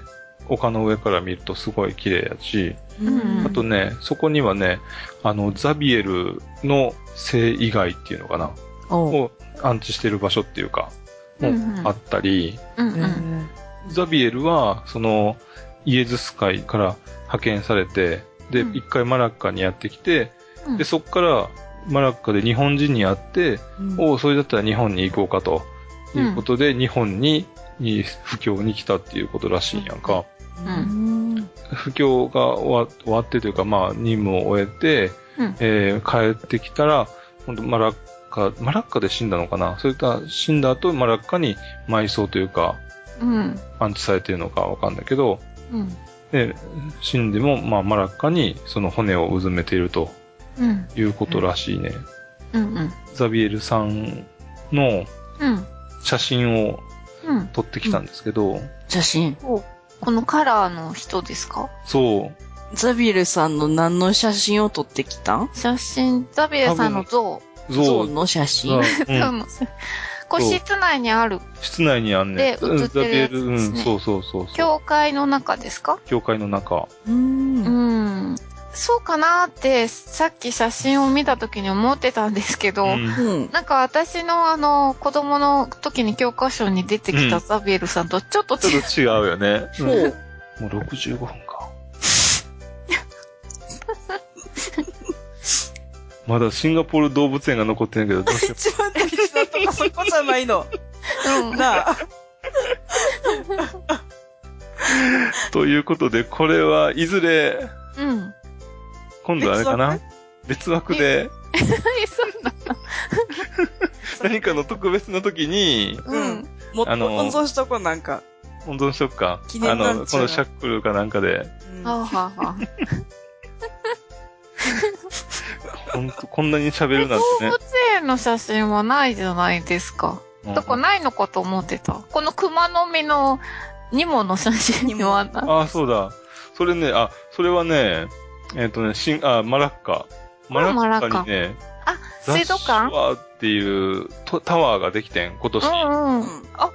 [SPEAKER 1] 丘の上から見るとすごい綺麗やし、
[SPEAKER 2] うん
[SPEAKER 1] あとね、そこにはね、あの、ザビエルの性以外っていうのかな、
[SPEAKER 5] おう
[SPEAKER 1] を安置してる場所っていうか、も
[SPEAKER 2] うんうん
[SPEAKER 1] あったり、
[SPEAKER 2] うん
[SPEAKER 5] へ
[SPEAKER 2] うん。
[SPEAKER 5] ー
[SPEAKER 1] ザビエルは、その、イエズス会から派遣されて、で、
[SPEAKER 2] うん
[SPEAKER 1] 一回マラッカにやってきて、
[SPEAKER 2] うん
[SPEAKER 1] で、そっから、マラッカで日本人に会って、おうそれだったら日本に行こうかと、
[SPEAKER 2] うん
[SPEAKER 1] いうことで、日本に、に、布教に来たっていうことらしいんやんか。
[SPEAKER 2] うん。
[SPEAKER 1] 布教が終わ終わってというか、まあ、任務を終えて、
[SPEAKER 2] うん
[SPEAKER 1] えー帰ってきたら、本当マラッカ、マラッカで死んだのかなそれか、死んだ後、マラッカに埋葬というか、
[SPEAKER 2] うん。
[SPEAKER 1] 安置されてるのかわかんないけど、
[SPEAKER 2] うん。
[SPEAKER 1] で、死んでも、まあ、マラッカにその骨をうずめていると
[SPEAKER 2] うん。
[SPEAKER 1] いうことらしいね。
[SPEAKER 2] うん。うん。
[SPEAKER 1] ザビエルさんの
[SPEAKER 2] うん。
[SPEAKER 1] 写真を
[SPEAKER 2] うん。
[SPEAKER 1] 撮ってきたんですけど、
[SPEAKER 5] 写真。
[SPEAKER 2] このカラーの人ですか
[SPEAKER 1] そう、
[SPEAKER 3] ザビエルさんの何の写真を撮ってきたん
[SPEAKER 2] 写真、ザビエルさんの像。
[SPEAKER 1] ゾ
[SPEAKER 5] ゾ
[SPEAKER 1] ウ
[SPEAKER 5] ウ
[SPEAKER 1] が、
[SPEAKER 5] の写真。
[SPEAKER 1] う ん、
[SPEAKER 2] うんこれ室内にある
[SPEAKER 1] 室内にあんね
[SPEAKER 2] で映ってるやつですね
[SPEAKER 1] うん、そうそうそうそう。
[SPEAKER 2] 教会の中ですか
[SPEAKER 1] 教会の中。
[SPEAKER 3] うん
[SPEAKER 2] うん。そうかなーって、さっき写真を見た時に思ってたんですけど、
[SPEAKER 1] うん
[SPEAKER 3] うん。
[SPEAKER 2] なんか私のあの、子供の時に教科書に出てき
[SPEAKER 1] うん
[SPEAKER 2] たザビエルさんとちょっと
[SPEAKER 1] ちょ
[SPEAKER 2] 違う。
[SPEAKER 1] っと違うよね。
[SPEAKER 3] そ
[SPEAKER 1] も
[SPEAKER 3] う。
[SPEAKER 1] う65分か。 まだシンガポール動物園が残ってないけど、どうしよ
[SPEAKER 3] 一番大事なとこそこじゃな いの。
[SPEAKER 2] うん
[SPEAKER 3] なあ。
[SPEAKER 1] う。ということで、これはいずれ、
[SPEAKER 2] うん。
[SPEAKER 1] 今度あれかな別枠で、
[SPEAKER 2] え、そんな。
[SPEAKER 1] 何かの特別な時に、
[SPEAKER 2] うん。
[SPEAKER 3] もっと
[SPEAKER 1] あの
[SPEAKER 3] 温存しとこう、なんか。
[SPEAKER 1] 温存しとくか。
[SPEAKER 3] 記
[SPEAKER 1] あ
[SPEAKER 3] 念なんち
[SPEAKER 1] の、こ
[SPEAKER 3] ゃう
[SPEAKER 1] のシャックルかなんかで、
[SPEAKER 3] うん
[SPEAKER 2] はあ、はあはあ、
[SPEAKER 1] ほんと、こんなに喋るなんて
[SPEAKER 2] 動
[SPEAKER 1] ね
[SPEAKER 2] 物。園の写真はないじゃないですか。どこないのかと思ってた。この熊の実のニモの写真はな
[SPEAKER 1] ああ、そうだ。それね、あ、それはね、えっ、とね、しん、あ、マラッカ。マラ
[SPEAKER 2] マラ
[SPEAKER 1] ッ
[SPEAKER 2] ッ
[SPEAKER 1] カに
[SPEAKER 2] カ
[SPEAKER 1] ね、
[SPEAKER 2] あ、水道
[SPEAKER 1] ザ・
[SPEAKER 2] 管
[SPEAKER 1] シュワーっていうとタワーができてん、今
[SPEAKER 2] う
[SPEAKER 1] 年。
[SPEAKER 2] ん
[SPEAKER 3] う
[SPEAKER 2] うん。
[SPEAKER 3] ん
[SPEAKER 2] あ、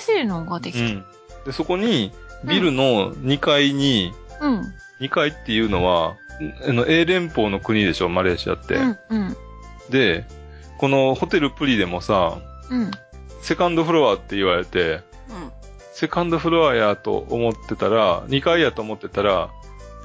[SPEAKER 2] 新しいのがで
[SPEAKER 1] う
[SPEAKER 2] き
[SPEAKER 1] ん。で、そこに、ビルの2階に、
[SPEAKER 2] た。うん。
[SPEAKER 1] 2階っていうのは、んあの、英連邦の国でしょ、マレーシアって。
[SPEAKER 2] うん。うん。
[SPEAKER 1] で、このホテルプリでもさ、
[SPEAKER 2] うん。
[SPEAKER 1] セカンドフロアって言われて、
[SPEAKER 3] うん
[SPEAKER 1] セカンドフロアやと思ってたら、2階やと思ってたら、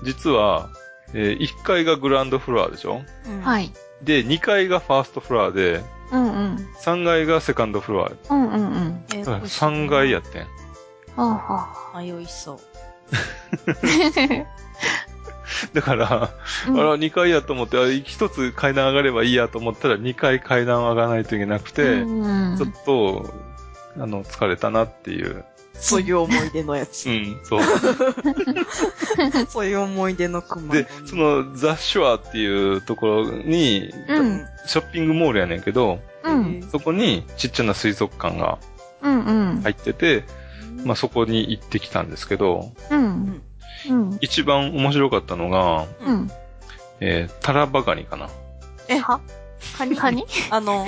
[SPEAKER 1] 実は、え1階がグランドフロアでしょ
[SPEAKER 3] うん。
[SPEAKER 2] はいい。
[SPEAKER 1] で、2階がファーストフロアで、
[SPEAKER 2] うんうん。
[SPEAKER 1] 3階がセカンドフロア。
[SPEAKER 2] うんうんうん。
[SPEAKER 5] え
[SPEAKER 1] うん3階や。ってん。
[SPEAKER 2] はあ は
[SPEAKER 5] 迷いそう。
[SPEAKER 2] あ。
[SPEAKER 1] だから、あら、2階やと思って、あ1つ階段上がればいいやと思ったら、2階階段上がらないといけなくて、
[SPEAKER 2] うん
[SPEAKER 1] ちょっと、あの、疲れたなっていう。
[SPEAKER 3] そういう思い出のやつ
[SPEAKER 1] う。ん、そう。
[SPEAKER 3] そういう思い出の熊。
[SPEAKER 1] で、そ、の、ザ・シュワっていうところに、
[SPEAKER 2] うん。
[SPEAKER 1] ショッピングモールやねんけど、
[SPEAKER 2] うん。
[SPEAKER 1] そこにちっちゃな水族館が
[SPEAKER 2] うんうん。
[SPEAKER 1] 入ってて、まあそこに行ってきたんですけど、
[SPEAKER 2] うん。うん。
[SPEAKER 1] 一番面白かったのが、
[SPEAKER 2] うん。
[SPEAKER 1] えー、タラバガニかな。
[SPEAKER 5] え
[SPEAKER 2] は
[SPEAKER 5] カニ
[SPEAKER 2] カニ
[SPEAKER 5] あの、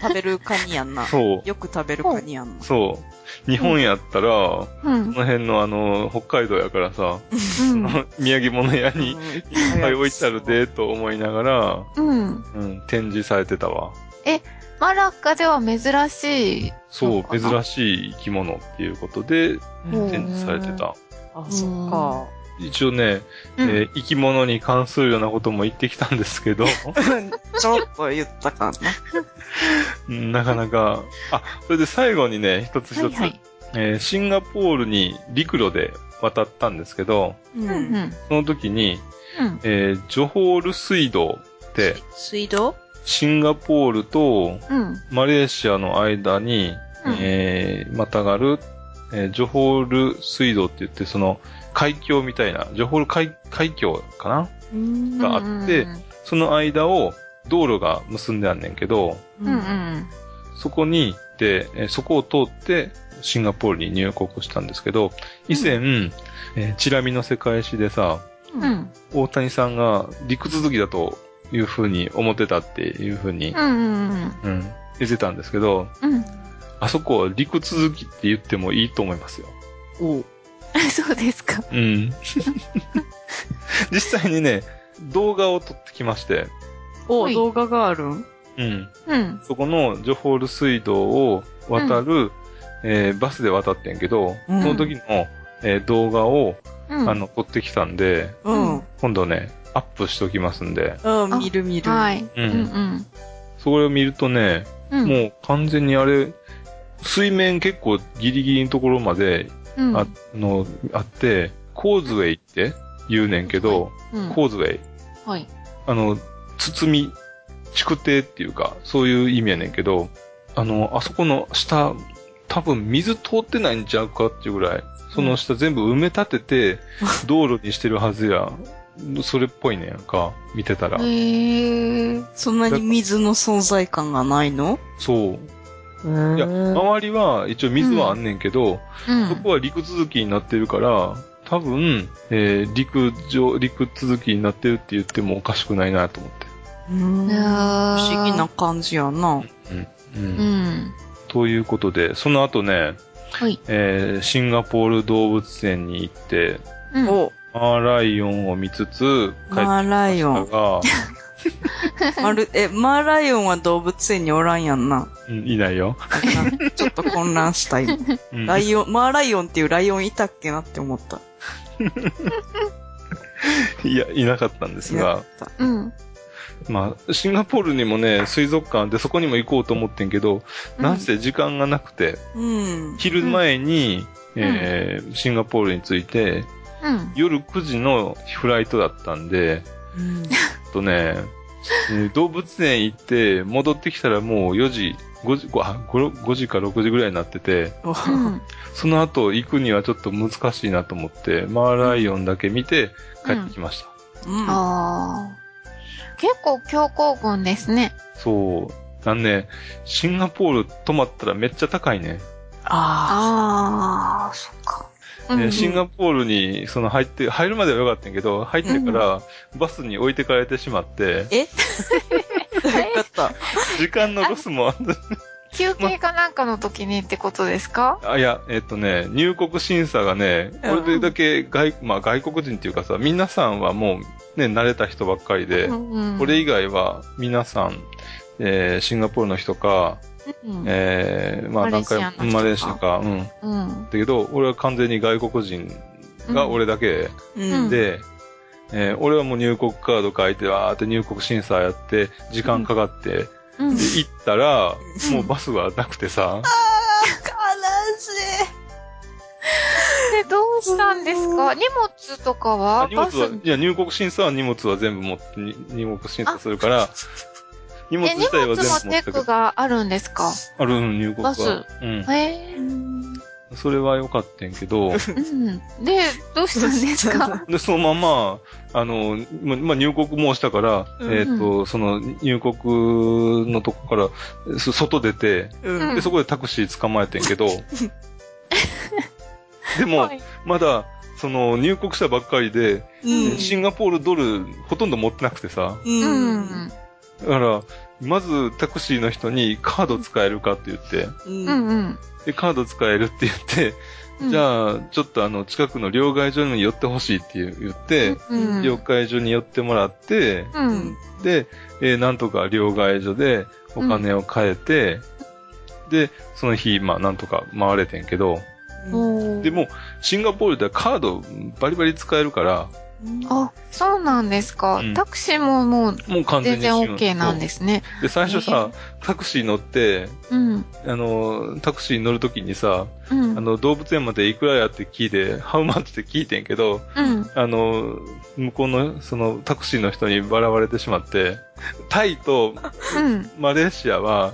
[SPEAKER 5] 食べるカニやんな。
[SPEAKER 1] そ
[SPEAKER 5] よく食べるカニやん
[SPEAKER 1] う。
[SPEAKER 5] な。
[SPEAKER 1] そう。日本やったら、こ
[SPEAKER 2] うん。
[SPEAKER 1] の辺のあの、北海道やからさ、
[SPEAKER 2] うん。
[SPEAKER 1] 宮城物屋にいっ
[SPEAKER 5] いっ
[SPEAKER 1] ぱい置いてあるで、と思いながら、
[SPEAKER 2] うん。
[SPEAKER 1] うん、展示されてたわ。
[SPEAKER 2] マラッカでは珍しい。
[SPEAKER 1] そ
[SPEAKER 2] そう
[SPEAKER 1] う、
[SPEAKER 2] かな
[SPEAKER 1] 珍しい生き物っていうことで
[SPEAKER 2] うん
[SPEAKER 1] 展示されてた。
[SPEAKER 5] あ、そっか。
[SPEAKER 1] 一応ね、
[SPEAKER 2] うん
[SPEAKER 1] えー生き物に関するようなことも言ってきたんです けど、
[SPEAKER 3] ちょろっと言ったかな。
[SPEAKER 1] うんなかなか、あ、それで最後にね、一つ
[SPEAKER 2] は
[SPEAKER 1] 一
[SPEAKER 2] い
[SPEAKER 1] つ、
[SPEAKER 2] はい。
[SPEAKER 1] えーシンガポールに陸路で渡ったんですけど、
[SPEAKER 5] う
[SPEAKER 2] うんうん。。
[SPEAKER 1] その時に、
[SPEAKER 2] うん。
[SPEAKER 1] えージョホール水道って、
[SPEAKER 5] 水道
[SPEAKER 1] シンガポールと
[SPEAKER 2] うん。
[SPEAKER 1] マレーシアの間に、
[SPEAKER 2] うん
[SPEAKER 1] えーまたがる、えージョホール水道って言って、その、海峡みたいな、ジョホール海海峡かな
[SPEAKER 5] うん
[SPEAKER 1] があってその間を道路が結んであんねんけど、
[SPEAKER 2] うんうん。
[SPEAKER 1] そこに行って、えーそこを通ってシンガポールに入国したんですけど、以前、えーチラ見の世界史でさ、
[SPEAKER 2] うん。うん
[SPEAKER 1] 大谷さんが陸続きだというふうに思ってたっていうふうに、
[SPEAKER 2] うん。
[SPEAKER 1] うん、言ってたんですけど、
[SPEAKER 2] うん。うん。
[SPEAKER 1] あそこは陸続きって言ってもいいと思いますよ。
[SPEAKER 5] おう
[SPEAKER 2] そうですか。
[SPEAKER 1] うん。実際にね、動画を撮ってきまして、
[SPEAKER 5] お
[SPEAKER 2] は
[SPEAKER 5] う、
[SPEAKER 2] い
[SPEAKER 5] 動画があるん
[SPEAKER 1] うん。
[SPEAKER 2] うん。
[SPEAKER 1] そこのジョホール水道を渡る、えーバスで渡ってんけど、
[SPEAKER 5] うん
[SPEAKER 1] その時の、えー動画を、
[SPEAKER 2] うん。
[SPEAKER 1] あの、撮ってきたんで、
[SPEAKER 5] うん。
[SPEAKER 1] 今度ね、アップしときますんで、
[SPEAKER 5] うん、見る見る。。
[SPEAKER 2] はいい。
[SPEAKER 1] う
[SPEAKER 2] うんんうん。
[SPEAKER 1] それを見るとね、
[SPEAKER 2] うん。
[SPEAKER 1] もう完全にあれ、水面結構ギリギリのところまで、
[SPEAKER 2] うん、
[SPEAKER 1] あの、あって、コーズウェイって言うねんけど、
[SPEAKER 2] うん、
[SPEAKER 1] コーズウェイ。
[SPEAKER 2] はい。
[SPEAKER 1] あの、包み、築堤っていうか、そういう意味やねんけど、あの、あそこの下、多分水通ってないんちゃうかっていうぐらい、その下全部埋め立てて、道路にしてるはずや、それっぽいねんやんか、見てたら。
[SPEAKER 2] へえ。
[SPEAKER 3] そんなに水の存在感がないの
[SPEAKER 1] そう。いや、周りは一応水はあんねんけど、
[SPEAKER 2] うん。
[SPEAKER 1] そこは陸続きになってるから、多分、えー陸上、陸続きになってるって言ってもおかしくないなと思って。
[SPEAKER 3] うーん。
[SPEAKER 2] いやー
[SPEAKER 3] 不思議な感じやな。
[SPEAKER 1] うん
[SPEAKER 2] うん。
[SPEAKER 1] ということで、その後ね、
[SPEAKER 2] はい。
[SPEAKER 1] えーシンガポール動物園に行って、
[SPEAKER 2] うん。
[SPEAKER 3] お、
[SPEAKER 1] マーライオンを見つつ帰ってき
[SPEAKER 3] マ
[SPEAKER 1] ま
[SPEAKER 3] ーラ
[SPEAKER 1] し
[SPEAKER 3] イオ
[SPEAKER 1] た
[SPEAKER 3] ン。
[SPEAKER 1] が、
[SPEAKER 3] まる、え、マーライオンは動物園におらんやんな。
[SPEAKER 1] うんいないよ。
[SPEAKER 3] ちょっと混乱した今。
[SPEAKER 1] うん
[SPEAKER 3] ライオン、マーライオンっていうライオンいたっけなって思った。
[SPEAKER 1] いや、いなかったんですが、
[SPEAKER 2] うん。
[SPEAKER 1] まあ、シンガポールにもね、水族館でそこにも行こうと思ってんけど、
[SPEAKER 2] うん
[SPEAKER 1] なんせ時間がなくて、
[SPEAKER 3] うん。
[SPEAKER 1] 昼前に、えーシンガポールに着いて、
[SPEAKER 2] うん。
[SPEAKER 1] 夜9時のフライトだったんで、
[SPEAKER 3] うん。
[SPEAKER 1] ちょっとね、えー動物園行って戻ってきたらもう4時、5時、ごあごろ5時か6時ぐらいになってて、
[SPEAKER 3] お
[SPEAKER 2] うん。
[SPEAKER 1] その後行くにはちょっと難しいなと思って、マーライオンだけ見て帰ってきました。
[SPEAKER 3] うん
[SPEAKER 2] ああ。結構強行軍ですね。
[SPEAKER 1] そう。なんね、シンガポール泊まったらめっちゃ高いね。
[SPEAKER 3] あ
[SPEAKER 2] ああ、そっか。
[SPEAKER 1] ねシン
[SPEAKER 2] ガ
[SPEAKER 1] ガポールにその入って、入るまではよかったんやけど、入ってからバスに置いてかれてしまって、
[SPEAKER 3] えあ。よかった。
[SPEAKER 1] 時間のロスもあん
[SPEAKER 2] 休憩かなんかの時にってことですか
[SPEAKER 1] あ、いや、えっとね、入国審査がね、こ
[SPEAKER 3] うん
[SPEAKER 1] れだけ外、まあ外国人っていうかさ、皆さんはもうね、慣れた人ばっかりで、
[SPEAKER 2] うん
[SPEAKER 1] これ以外は皆さん、えーシンガポールの人か、
[SPEAKER 2] うん。
[SPEAKER 1] えーまあ
[SPEAKER 2] マレ
[SPEAKER 1] 何
[SPEAKER 2] ーシ
[SPEAKER 1] 回
[SPEAKER 2] アの人か
[SPEAKER 1] も、マレーシアか、うん。だ
[SPEAKER 2] うん。
[SPEAKER 1] けど、俺は完全に外国人が俺だけ
[SPEAKER 3] うん。
[SPEAKER 1] で、えー俺はもう入国カード書いて、わーって入国審査やって、時間かかって、で
[SPEAKER 2] うん。
[SPEAKER 1] 行ったら、
[SPEAKER 2] うん
[SPEAKER 1] もうバスがなくてさ、
[SPEAKER 3] 悲
[SPEAKER 2] で、どうしたんですか荷物とかは
[SPEAKER 1] 荷物
[SPEAKER 2] バス
[SPEAKER 1] は、いや、入国審査は荷物は全部持って、に入国審査するから、荷物
[SPEAKER 2] え、荷
[SPEAKER 1] 自体
[SPEAKER 2] 物
[SPEAKER 1] は
[SPEAKER 2] も
[SPEAKER 1] 全部持って
[SPEAKER 2] テ
[SPEAKER 1] たけ
[SPEAKER 2] ッ
[SPEAKER 1] ど
[SPEAKER 2] ク、があるんですか
[SPEAKER 1] ある、うん、入国
[SPEAKER 2] バス
[SPEAKER 1] は。うん。
[SPEAKER 2] ええ
[SPEAKER 1] それは良かったんやけ ど、
[SPEAKER 2] うん。で、どうしたんですか
[SPEAKER 1] で、そのまま、あの、ま、ま入国もしたから、
[SPEAKER 3] うん
[SPEAKER 1] えっ、と、その、入国のとこから、そ外出て、
[SPEAKER 3] うん。
[SPEAKER 2] う
[SPEAKER 1] で、
[SPEAKER 2] ん
[SPEAKER 1] そこでタクシー捕まえてんけ ど、でも、
[SPEAKER 2] はい
[SPEAKER 1] まだ、その、入国したばっかりで、
[SPEAKER 3] うん。
[SPEAKER 1] シンガポールドル、ほとんど持ってなくてさ、
[SPEAKER 3] う。
[SPEAKER 2] うんん。
[SPEAKER 1] だから、まずタクシーの人にカード使えるかって言って、
[SPEAKER 3] うん
[SPEAKER 2] うんうん。
[SPEAKER 1] で、カード使えるって言って、
[SPEAKER 2] うん
[SPEAKER 1] じゃあ、ちょっとあの、近くの両替所に寄ってほしいって言って、
[SPEAKER 2] うん。
[SPEAKER 1] 両替所に寄ってもらって、
[SPEAKER 2] うん。
[SPEAKER 1] で、えーなんとか両替所でお金を変えて、で、その日、まあ、なんとか回れてんけど、
[SPEAKER 2] お
[SPEAKER 1] で
[SPEAKER 2] ー
[SPEAKER 1] も、シンガポールではカードバリバリ使えるから、
[SPEAKER 2] あ、そうなんですか
[SPEAKER 1] うん。
[SPEAKER 2] タクシーももう
[SPEAKER 1] もう完全
[SPEAKER 2] 全
[SPEAKER 1] に。
[SPEAKER 2] 然 OK なんですすね。
[SPEAKER 1] そうで、最初さ、タクシー乗って、
[SPEAKER 2] うん。
[SPEAKER 1] あの、タクシーに乗るときにさ、
[SPEAKER 2] う
[SPEAKER 1] あ
[SPEAKER 2] ん。
[SPEAKER 1] の、動物園までいくらやって聞いて、ハウマッチって聞いてんけど、
[SPEAKER 2] うん。
[SPEAKER 1] あの、向こうの、その、タクシーの人に笑われてしまって、タイと
[SPEAKER 2] うん。
[SPEAKER 1] マレーシアは、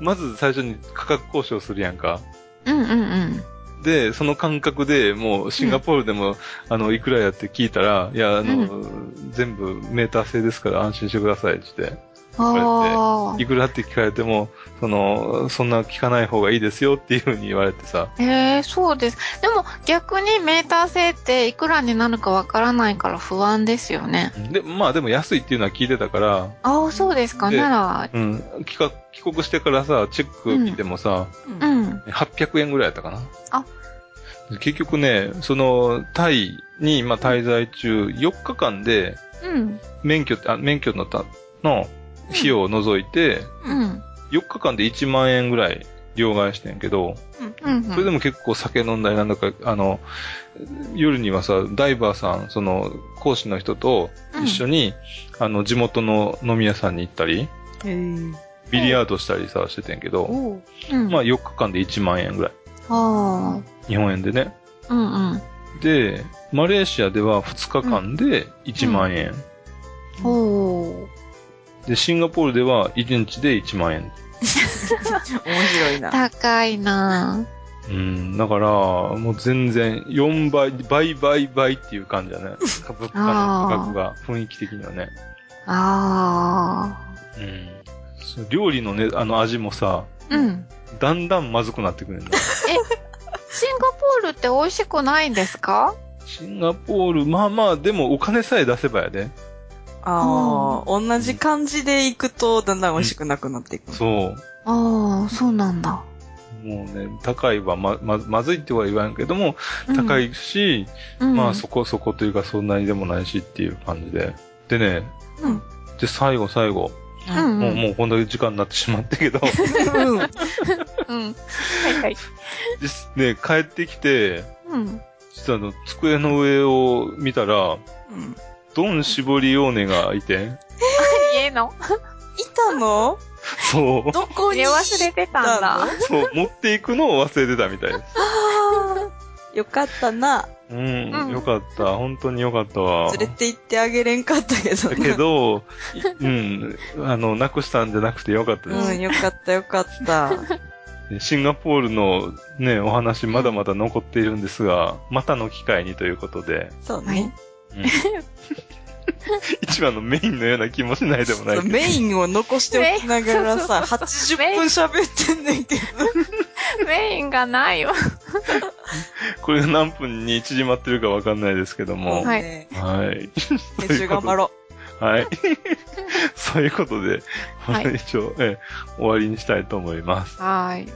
[SPEAKER 1] まず最初に価格交渉するやんか。
[SPEAKER 2] うんうんうん。
[SPEAKER 1] で、その感覚でもうシンガポールでも、あの、いくらやって聞いたら、いや、あの、全部メーター制ですから安心してくださいって言って、
[SPEAKER 2] あ
[SPEAKER 1] いくらって聞かれても、その、そんな聞かない方がいいですよっていうふうに言われてさ、
[SPEAKER 2] あ。へえ、そうです。でも逆にメーター制っていくらになるかわからないから不安ですよね。
[SPEAKER 1] で、まあでも安いっていうのは聞いてたから、
[SPEAKER 2] ああ、そうですか。
[SPEAKER 1] で
[SPEAKER 2] なら、
[SPEAKER 1] うん、帰国帰国してからさ、チェック来てもさ、
[SPEAKER 2] うん。
[SPEAKER 1] 800円ぐらいやったかな。
[SPEAKER 2] あ
[SPEAKER 1] 結局ね、その、タイに、まあ、滞在中、4日間で、
[SPEAKER 2] うん。
[SPEAKER 1] 免許、あ、免許のた、の、費用を除いて、
[SPEAKER 2] うん。
[SPEAKER 1] 4日間で1万円ぐらい、両替してんけど、
[SPEAKER 2] うん。
[SPEAKER 1] それでも結構酒飲んだりなんだか、あの、夜にはさ、ダイバーさん、その、講師の人と一緒に、あの、地元の飲み屋さんに行ったり、
[SPEAKER 5] へえ。
[SPEAKER 1] ビリヤードしたりさ、しててんけど、
[SPEAKER 5] おう
[SPEAKER 2] うん。
[SPEAKER 1] まあ4日間で1万円ぐらい。
[SPEAKER 2] あ
[SPEAKER 1] 日本円でね。
[SPEAKER 2] あ。うんうん。
[SPEAKER 1] で、マレーシアでは2日間で1万円。
[SPEAKER 2] おー。
[SPEAKER 1] で、シンガポールでは1日で1万円。
[SPEAKER 5] 面白いな。
[SPEAKER 2] 高いな
[SPEAKER 1] うん、だから、もう全然4倍、倍倍倍っていう感じだね。物価の価格が、雰囲気的にはね。
[SPEAKER 2] あ。あ
[SPEAKER 1] うん。そう料理のね、あの味もさ、
[SPEAKER 2] あ。うん。
[SPEAKER 1] だんだんまずくなってくるんだ。
[SPEAKER 2] シンガポールって美味しくないんですか
[SPEAKER 1] シンガポール、まあまあ、でもお金さえ出せばやで。
[SPEAKER 3] ああ、同じ感じで行くと、だんだん美味しくなくなっていく。
[SPEAKER 1] そう。
[SPEAKER 2] ああ、そうなんだ。
[SPEAKER 1] もうね、高いはま、ま、まずいっては言わんけども、高いし、
[SPEAKER 2] うん。
[SPEAKER 1] ま
[SPEAKER 2] う
[SPEAKER 1] あ
[SPEAKER 2] ん
[SPEAKER 1] そこそこというかそんなにでもないしっていう感じで。でね、
[SPEAKER 3] うん
[SPEAKER 1] で最後最後、
[SPEAKER 2] うん
[SPEAKER 1] もう
[SPEAKER 2] うん。
[SPEAKER 1] もうこんだけ時間になってしまったけど、
[SPEAKER 5] うん。
[SPEAKER 2] うん。はいはい。
[SPEAKER 1] 実ね、帰ってきて、
[SPEAKER 2] うん。
[SPEAKER 1] 実はあの、机の上を見たら、
[SPEAKER 3] うん
[SPEAKER 1] ドン絞りオーネがいて、
[SPEAKER 2] 家の
[SPEAKER 3] いたの
[SPEAKER 1] そう、
[SPEAKER 3] どこに
[SPEAKER 2] 入れ忘れてたんだ。
[SPEAKER 1] そう、持っていくのを忘れてたみたいです。
[SPEAKER 3] あーよかったな。
[SPEAKER 1] うん、
[SPEAKER 2] うん
[SPEAKER 1] よかった、本当によかったわ。
[SPEAKER 3] 連れて行ってあげれんかったけ
[SPEAKER 1] だ
[SPEAKER 3] どな
[SPEAKER 1] けど、いうん、あの、なくしたんじゃなくてよかったです。
[SPEAKER 3] うん、よかったよかった。
[SPEAKER 1] シンガポールのね、お話まだまだ残っているんですが、またの機会にということ で、
[SPEAKER 3] そう
[SPEAKER 2] はい
[SPEAKER 3] ね。
[SPEAKER 1] 一番のメインのような気もしないでもないけど。
[SPEAKER 3] メインを残しておきながら さ、
[SPEAKER 2] そう
[SPEAKER 3] 80
[SPEAKER 2] メイン
[SPEAKER 3] 分喋ってんねんけど。
[SPEAKER 2] メインがないわ。
[SPEAKER 1] これが何分に縮まってるかわかんないですけども。
[SPEAKER 2] はい
[SPEAKER 3] ね
[SPEAKER 1] はい。
[SPEAKER 3] 編集頑張ろ
[SPEAKER 1] はい。そういうことで、
[SPEAKER 2] はい
[SPEAKER 1] これ一応、ええ終わりにしたいと思います。
[SPEAKER 2] はーい。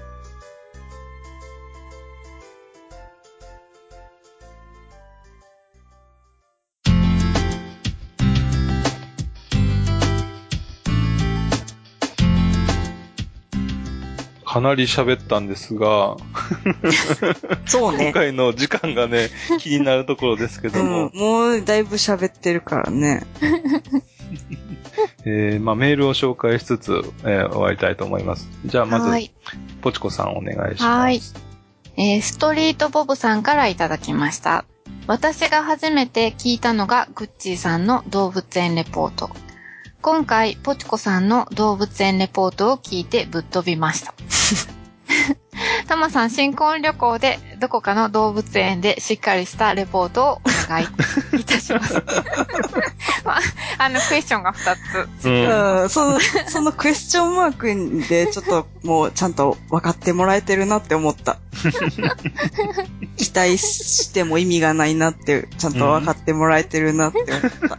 [SPEAKER 1] かなり喋ったんですが、
[SPEAKER 3] う。そう
[SPEAKER 1] 今
[SPEAKER 3] ね。
[SPEAKER 1] 回の時間が ね、気になるところですけ
[SPEAKER 3] う
[SPEAKER 1] ども、
[SPEAKER 3] ん、もうだいぶ喋ってるからね。
[SPEAKER 1] えーまあ、メールを紹介しつつ、えー終わりたいと思います。じゃあ、まず、
[SPEAKER 2] はい。
[SPEAKER 1] ポチコさんお願いします。
[SPEAKER 2] はいえーストリートボブさんからいただきました。私が初めて聞いたのがグッチーさんの動物園レポート。今回、ポチコさんの動物園レポートを聞いてぶっ飛びました。 タマさん、新婚旅行でどこかの動物園でしっかりしたレポートをお願いいたし ます。まあ、あの、クエスチョンが2つ。
[SPEAKER 1] うん
[SPEAKER 3] うん、その、 そのクエスチョンマークで、ちょっともうちゃんと分かってもらえてるなって思 った。期待しても意味がないなって、ちゃんと分かってもらえてるなって思った。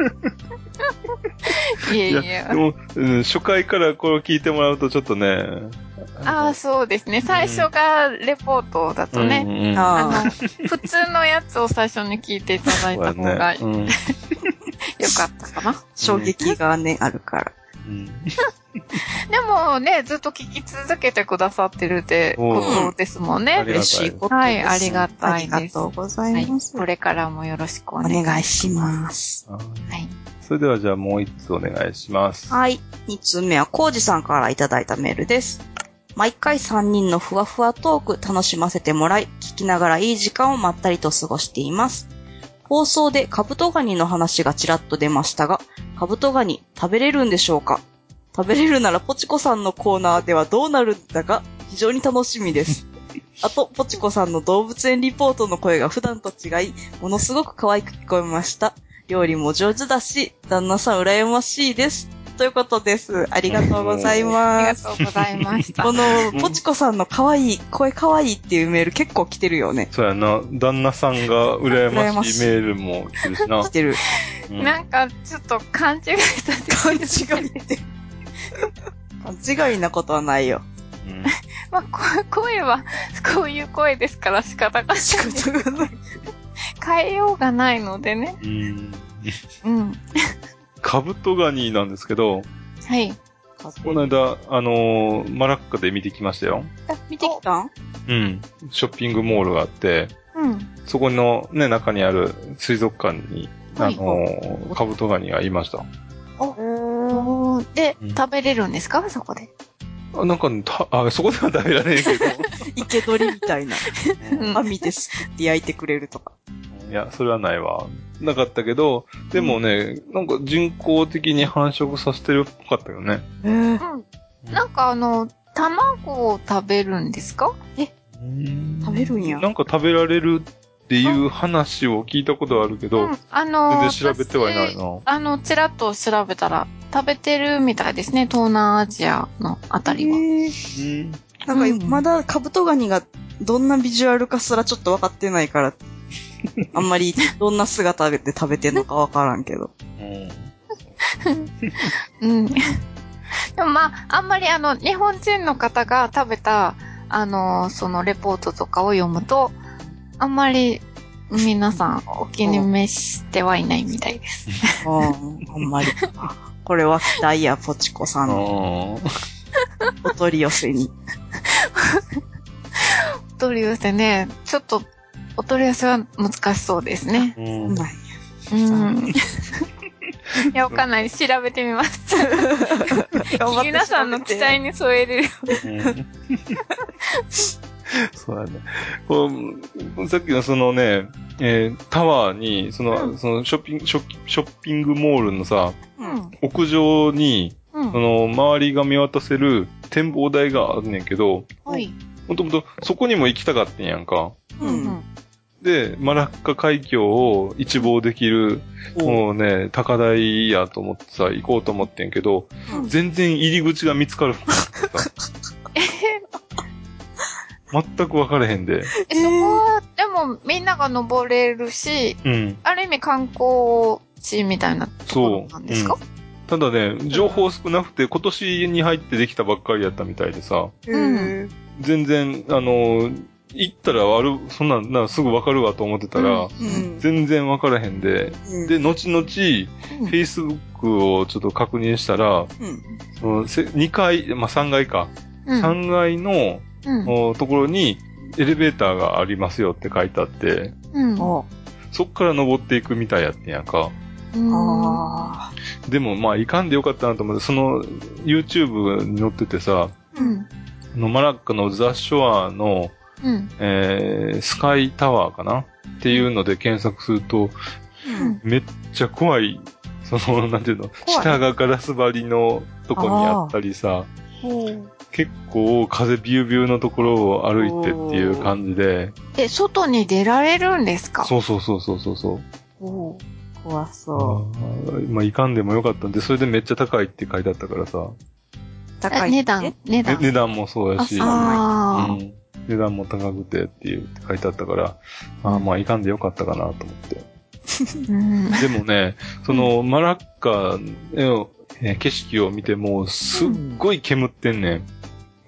[SPEAKER 2] いえい
[SPEAKER 1] い
[SPEAKER 2] え
[SPEAKER 1] や、で。も、うん、初回からこれを聞いてもらうとちょっとね。
[SPEAKER 2] ああ、そうですね。最初がレポートだとね、
[SPEAKER 1] ね
[SPEAKER 5] あ
[SPEAKER 2] あ
[SPEAKER 5] ー
[SPEAKER 2] の、普通のやつを最初に聞いていただいた方が良
[SPEAKER 1] うん
[SPEAKER 2] かったかな。
[SPEAKER 3] 衝撃がね、あるから。
[SPEAKER 1] うん
[SPEAKER 2] でもね、ずっと聞き続けてくださってるって
[SPEAKER 1] お
[SPEAKER 2] こ
[SPEAKER 1] う
[SPEAKER 2] とですもん
[SPEAKER 1] あ
[SPEAKER 2] ね。
[SPEAKER 1] りが
[SPEAKER 3] 嬉
[SPEAKER 1] た
[SPEAKER 3] し
[SPEAKER 1] い
[SPEAKER 3] い
[SPEAKER 1] です
[SPEAKER 3] ことです。
[SPEAKER 2] はいありがたいです
[SPEAKER 3] ありがとうござ
[SPEAKER 2] はいい
[SPEAKER 3] ま。す。
[SPEAKER 2] これからもよろしくお
[SPEAKER 3] お
[SPEAKER 2] 願いし
[SPEAKER 3] 願いします。
[SPEAKER 1] あー
[SPEAKER 2] ます。はい。
[SPEAKER 1] それではじゃあもう一つお願いします。
[SPEAKER 3] はい。二つ目は、コウジさんからいただいたメールです。毎回三人のふわふわトーク楽しませてもらい、聞きながらいい時間をまったりと過ごしています。放送でカブトガニの話がちらっと出ましたが、カブトガニ食べれるんでしょうか食べれるならポチコさんのコーナーではどうなるんだか、非常に楽し みです。あと、ポチコさんの動物園リポートの声が普段と違い、ものすごく可愛く聞こえました。料理も上手だし、旦那さん羨ましいです。ということです。ありがとうござい
[SPEAKER 2] あ
[SPEAKER 3] ま
[SPEAKER 2] り
[SPEAKER 3] す。
[SPEAKER 2] がとうございました。
[SPEAKER 3] こ
[SPEAKER 2] は
[SPEAKER 3] の、ポチコさんの可愛い、声可愛いっていうメール結構来てるよね。
[SPEAKER 1] そうやな、旦那さんが羨ましいメールも来てるしな
[SPEAKER 3] 来。てる。
[SPEAKER 1] うん
[SPEAKER 2] なんか、ちょっと勘違いさせて。
[SPEAKER 3] 勘違い って。勘違いなことはないよ。
[SPEAKER 1] うん
[SPEAKER 2] まあ、こ声は、 こういう声ですから仕方がない。
[SPEAKER 3] 仕方がない。
[SPEAKER 2] 変えようがないのでね。
[SPEAKER 1] うん
[SPEAKER 2] うん。
[SPEAKER 1] カブトガニなんですけど、
[SPEAKER 2] はい。
[SPEAKER 1] この間、あのーマラッカで見てきましたよ。
[SPEAKER 3] 見てきたん
[SPEAKER 1] うん。ショッピングモールがあって、
[SPEAKER 2] うん。
[SPEAKER 1] そこのね、中にある水族館に、あ
[SPEAKER 2] はい
[SPEAKER 1] のーカブトガニがいました。
[SPEAKER 2] おーで
[SPEAKER 1] うん、
[SPEAKER 2] 食べれるんですかそこで。
[SPEAKER 1] あなんかね、たあ、そこでは食べられんけど。
[SPEAKER 3] 生け捕りみたいな。
[SPEAKER 2] うん
[SPEAKER 3] 網ですくって焼いてくれるとか。
[SPEAKER 1] いや、それはないわ。なかったけど、でもね、なんか人工的に繁殖させてるっぽかったよね。
[SPEAKER 3] えー
[SPEAKER 2] うん。なんかあの、卵を食べるんですか
[SPEAKER 3] 食べるんや
[SPEAKER 1] なんか食べられるっていう話を聞いたことはあるけど、
[SPEAKER 2] ん。あの
[SPEAKER 1] 全
[SPEAKER 2] ー、
[SPEAKER 1] 然調べてはいないな。
[SPEAKER 2] あの、ちらっと調べたら、食べてるみたいですね、東南アジアのあたりは。
[SPEAKER 3] えーなんか、まだカブトガニがどんなビジュアルかすらちょっと分かってないから、あんまりどんな姿で食べてんのか分からんけど。
[SPEAKER 1] うん
[SPEAKER 2] うん。 でもまあ、あんまりあの、日本人の方が食べた、あの、そのレポートとかを読むと、あんまり皆さんお気に召してはいないみたいです。
[SPEAKER 3] うん、あんまり。これは期待や、ポチコさんの
[SPEAKER 1] あー
[SPEAKER 3] お取り寄せに。
[SPEAKER 2] お取り寄せね、ちょっと、お取り寄せは難しそうですね。
[SPEAKER 1] うん
[SPEAKER 3] ない
[SPEAKER 2] うん。いや、わかんない。調べてみます。 皆さんの期待に添えれる。
[SPEAKER 1] そうだね。こうさっきのそのね、えータワーに、その、そのショッピング、ショッショッピングモールのさ、
[SPEAKER 2] うん。
[SPEAKER 1] 屋上に、そ
[SPEAKER 2] うん。
[SPEAKER 1] の、周りが見渡せる展望台があんねんけど、
[SPEAKER 2] はい。
[SPEAKER 1] もともとそこにも行きたかったんやんか。
[SPEAKER 3] う
[SPEAKER 2] うん
[SPEAKER 3] ん。
[SPEAKER 1] で、マラッカ海峡を一望できる、もうね、高台やと思ってさ、行こうと思ってんけど、
[SPEAKER 2] うん
[SPEAKER 1] 全然入り口が見つかる。全く分かれへんで。
[SPEAKER 2] えそこは、でもみんなが登れるし、
[SPEAKER 1] うん。
[SPEAKER 2] ある意味観光地みたいなところなんですか
[SPEAKER 1] ただね、情報少なくて、今年に入ってできたばっかりやったみたいでさ、
[SPEAKER 3] うん。
[SPEAKER 1] 全然、あの、行ったらある、そんなんな、すぐ分かるわと思ってたら、
[SPEAKER 3] うん。
[SPEAKER 1] 全然分からへんで、
[SPEAKER 3] うん
[SPEAKER 1] で、後々、
[SPEAKER 2] うん
[SPEAKER 1] Facebook をちょっと確認したら、
[SPEAKER 3] うん
[SPEAKER 1] そのせ2階、まあ、3階か。
[SPEAKER 2] うん。
[SPEAKER 1] 3階の、
[SPEAKER 2] うん。
[SPEAKER 1] おところにエレベーターがありますよって書いてあって、
[SPEAKER 2] うん。
[SPEAKER 3] お
[SPEAKER 1] そっから登っていくみたいやってんやんか。
[SPEAKER 2] うん
[SPEAKER 3] ああ。
[SPEAKER 1] でもまあ、いかんでよかったなと思って、その YouTube に載っててさ、
[SPEAKER 2] うん。
[SPEAKER 1] あのマラッカのザ・ショアの、
[SPEAKER 2] うん。
[SPEAKER 1] えー、スカイタワーかなっていうので検索すると、
[SPEAKER 2] うん
[SPEAKER 1] めっちゃ怖い、その、なんていうの、
[SPEAKER 2] 怖い
[SPEAKER 1] 下がガラス張りのとこにあったりさ、結構風ビュービューのところを歩いてっていう感じで、
[SPEAKER 2] え、外に出られるんですか
[SPEAKER 1] そうそうそうそうそうそう。
[SPEAKER 2] おー
[SPEAKER 3] 怖そ
[SPEAKER 1] そう。まあ、いかんでもよかったんで、それでめっちゃ高いって書いてあったからさ。
[SPEAKER 3] う。
[SPEAKER 2] あ値段、値
[SPEAKER 1] え値
[SPEAKER 2] 段。
[SPEAKER 1] 段もそうやし、う
[SPEAKER 2] ああ。
[SPEAKER 1] ん、値段も高くてっていうって書いてあったから、あーまあ、いかんでよかったかなと思って。
[SPEAKER 2] うん。
[SPEAKER 1] でもね、その、マラッカのえー景色を見ても、すっごい煙ってんねん。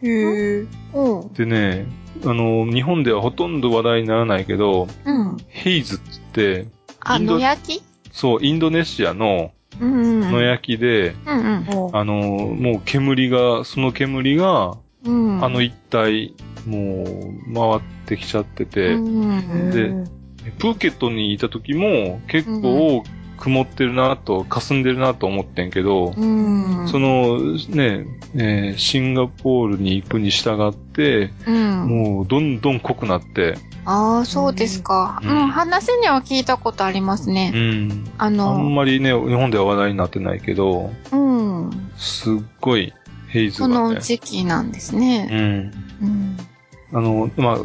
[SPEAKER 3] へえ。
[SPEAKER 2] うん。
[SPEAKER 1] でね、あの、日本ではほとんど話題にならないけど、
[SPEAKER 2] うん。
[SPEAKER 1] ヘイズって言って、
[SPEAKER 2] あ、
[SPEAKER 1] インド
[SPEAKER 2] 野焼き
[SPEAKER 1] そう、インドネシアの
[SPEAKER 2] うんうん。
[SPEAKER 1] 野焼きで、
[SPEAKER 2] うん
[SPEAKER 1] あの、もう煙が、その煙が、
[SPEAKER 2] うん。うん。
[SPEAKER 1] あの一帯、もう、回ってきちゃってて、
[SPEAKER 2] うん。
[SPEAKER 1] でプーケットにいた時も、結構、曇ってるなと、霞んでるなと思ってんけど、
[SPEAKER 2] うん。
[SPEAKER 1] その、ね、えーシンガポールに行くに従って、
[SPEAKER 2] うん。
[SPEAKER 1] もうどんどん濃くなって、
[SPEAKER 2] ああ、そうですか。
[SPEAKER 1] う
[SPEAKER 2] うんん。話には聞いたことあります
[SPEAKER 1] う
[SPEAKER 2] ね。
[SPEAKER 1] ん。
[SPEAKER 2] あ
[SPEAKER 1] あん
[SPEAKER 2] の、
[SPEAKER 1] まりね、日本では話題になってないけど、
[SPEAKER 2] うん。
[SPEAKER 1] すっごいヘイズ
[SPEAKER 2] そ
[SPEAKER 1] が
[SPEAKER 2] の
[SPEAKER 1] ね。
[SPEAKER 2] 時期なんです
[SPEAKER 1] う
[SPEAKER 2] ね。
[SPEAKER 1] ん。
[SPEAKER 2] うん。
[SPEAKER 1] あの、まあ、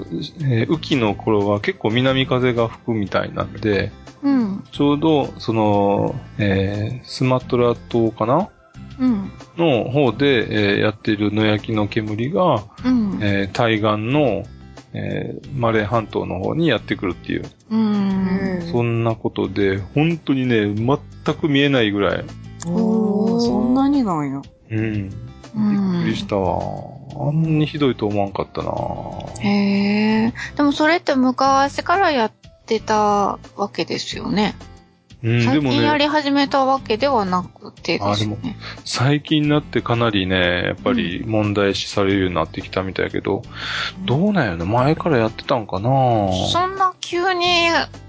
[SPEAKER 1] えー雨季の頃は結構南風が吹くみたいなんで、
[SPEAKER 2] うん。
[SPEAKER 1] ちょうど、その、えースマトラ島かな
[SPEAKER 2] うん。
[SPEAKER 1] の方で、えーやっている野焼きの煙が、
[SPEAKER 2] うん。
[SPEAKER 1] えー対岸の、えーマレー半島の方にやってくるっていう、
[SPEAKER 2] うん。
[SPEAKER 1] そんなことで、本当にね、全く見えないぐらい。
[SPEAKER 3] おー、そんなになんや。
[SPEAKER 1] うん。び
[SPEAKER 2] うん
[SPEAKER 1] っくりしたわ。あんなにひどいと思わんかったな
[SPEAKER 2] へえ。でもそれって昔からやってたわけですよね。
[SPEAKER 1] うん、で
[SPEAKER 2] 最
[SPEAKER 1] も
[SPEAKER 2] 近や
[SPEAKER 1] ね、
[SPEAKER 2] り始めたわけではなくてです
[SPEAKER 1] あ
[SPEAKER 2] ね。
[SPEAKER 1] 最近になってかなりね、やっぱり問題視されるようになってきたみたいやけど、どうなんやろ前からやってたんかな
[SPEAKER 2] そんな急に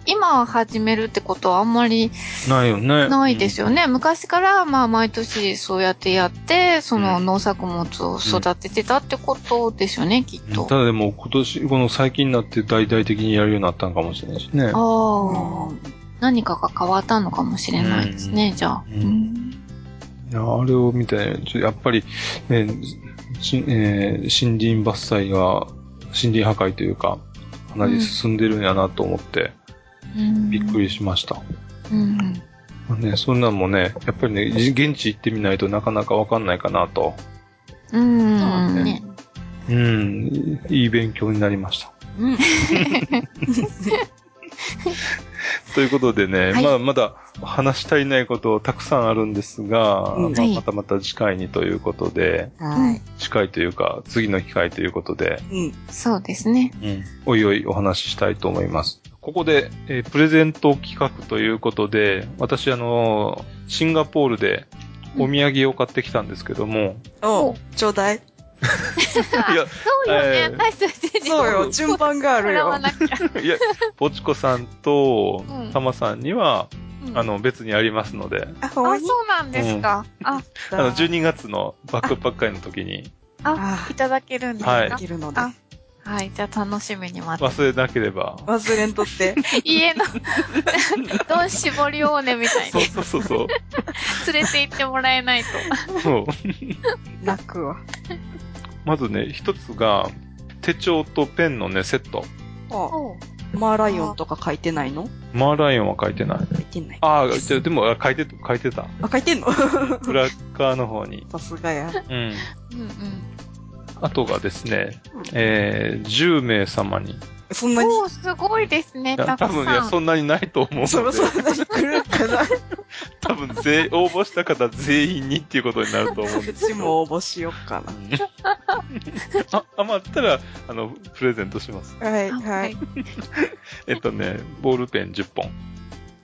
[SPEAKER 2] 今始めるってことはあんまり
[SPEAKER 1] ないよね。
[SPEAKER 2] ないです
[SPEAKER 1] よ。
[SPEAKER 2] よね。昔からまあ毎年そうやってやって、その
[SPEAKER 1] うん
[SPEAKER 2] 農作物を育ててたってことですよね、きっと。
[SPEAKER 1] ただでも今年、この最近になって大々的にやるようになったんかもしれないしね。
[SPEAKER 2] ああ。何かが変わったのかもしれないですね、じゃあ。
[SPEAKER 1] うんいやあれを見て、ちょやっぱり、ね、しえー森林伐採が、森林破壊というか、かなり進んでるんやなと思って、びっくりしました。
[SPEAKER 2] うん。
[SPEAKER 1] まあね、そんなんもね、やっぱりね、じ現地行ってみないとなかなかわかんないかなと。
[SPEAKER 2] うん。うん。ね。
[SPEAKER 1] うん、いい勉強になりました。
[SPEAKER 3] うん。
[SPEAKER 1] ということでね、
[SPEAKER 2] はい
[SPEAKER 1] まあまだ話し足りないことたくさんあるんですが、
[SPEAKER 3] うん
[SPEAKER 1] まあ
[SPEAKER 2] はい
[SPEAKER 1] またまた次回にということで、
[SPEAKER 5] はい。
[SPEAKER 1] 次回というか、次の機会ということで、
[SPEAKER 3] うん。
[SPEAKER 2] そうですね。
[SPEAKER 1] おいおいお話ししたいと思います。ここで、えープレゼント企画ということで、私あのーシンガポールでお土産を買ってきたんですけども、
[SPEAKER 3] おちょうだい。
[SPEAKER 1] いや
[SPEAKER 2] そうよね、
[SPEAKER 1] えー
[SPEAKER 2] 私たちに。
[SPEAKER 3] そうよ、順番がある
[SPEAKER 2] 払わ
[SPEAKER 3] よ。
[SPEAKER 2] なきゃ。
[SPEAKER 1] いや、ポチコさんと
[SPEAKER 2] うん
[SPEAKER 1] タマさんには、
[SPEAKER 2] うん
[SPEAKER 1] あ、の、別にありますので、
[SPEAKER 3] あ、
[SPEAKER 2] あ、
[SPEAKER 3] ほんまに
[SPEAKER 2] そうなんですか。あ、
[SPEAKER 1] あの、12月のバックパッカーの時に
[SPEAKER 3] あ
[SPEAKER 2] いただけるんです
[SPEAKER 1] はい
[SPEAKER 3] で
[SPEAKER 2] か
[SPEAKER 3] きるので。
[SPEAKER 2] あはい、じゃあ楽しみに待って。
[SPEAKER 1] 忘れなければ、
[SPEAKER 3] 忘れんと って。
[SPEAKER 2] 家の、どん絞りをねみたい
[SPEAKER 1] そう
[SPEAKER 2] に
[SPEAKER 1] そうそうそう。
[SPEAKER 2] 連れて行ってもらえないと。
[SPEAKER 1] そう
[SPEAKER 3] 楽は。
[SPEAKER 1] まずね、一つが、手帳とペンのね、セット。
[SPEAKER 3] あマーライオンとか書いてないの
[SPEAKER 1] マーライオンは書いてない。
[SPEAKER 3] 書いてない。
[SPEAKER 1] ああ、じゃあでも、あ書いて、書いて た。
[SPEAKER 3] あ、書いてんの
[SPEAKER 1] ブラッカーの方に。
[SPEAKER 3] さすがや。
[SPEAKER 1] うん。
[SPEAKER 2] うんうん。
[SPEAKER 1] あとがですね、えー、10名様に。い
[SPEAKER 3] そんなに
[SPEAKER 2] おーすごいですね、
[SPEAKER 1] や
[SPEAKER 2] た
[SPEAKER 1] 多
[SPEAKER 2] く
[SPEAKER 1] 分いや、
[SPEAKER 2] さん。
[SPEAKER 1] そんなにないと思うので。
[SPEAKER 3] そろそろ何来るか な
[SPEAKER 1] 多分全、応募した方全員にっていうことになると思 うん
[SPEAKER 3] う
[SPEAKER 1] です
[SPEAKER 3] ち
[SPEAKER 1] けど。
[SPEAKER 3] も応募しよっか
[SPEAKER 1] あ、余ったら、あの、プレゼントします。
[SPEAKER 3] な。はい、
[SPEAKER 2] あ
[SPEAKER 3] は
[SPEAKER 2] はいい。
[SPEAKER 1] えっとね、ボールペン10本。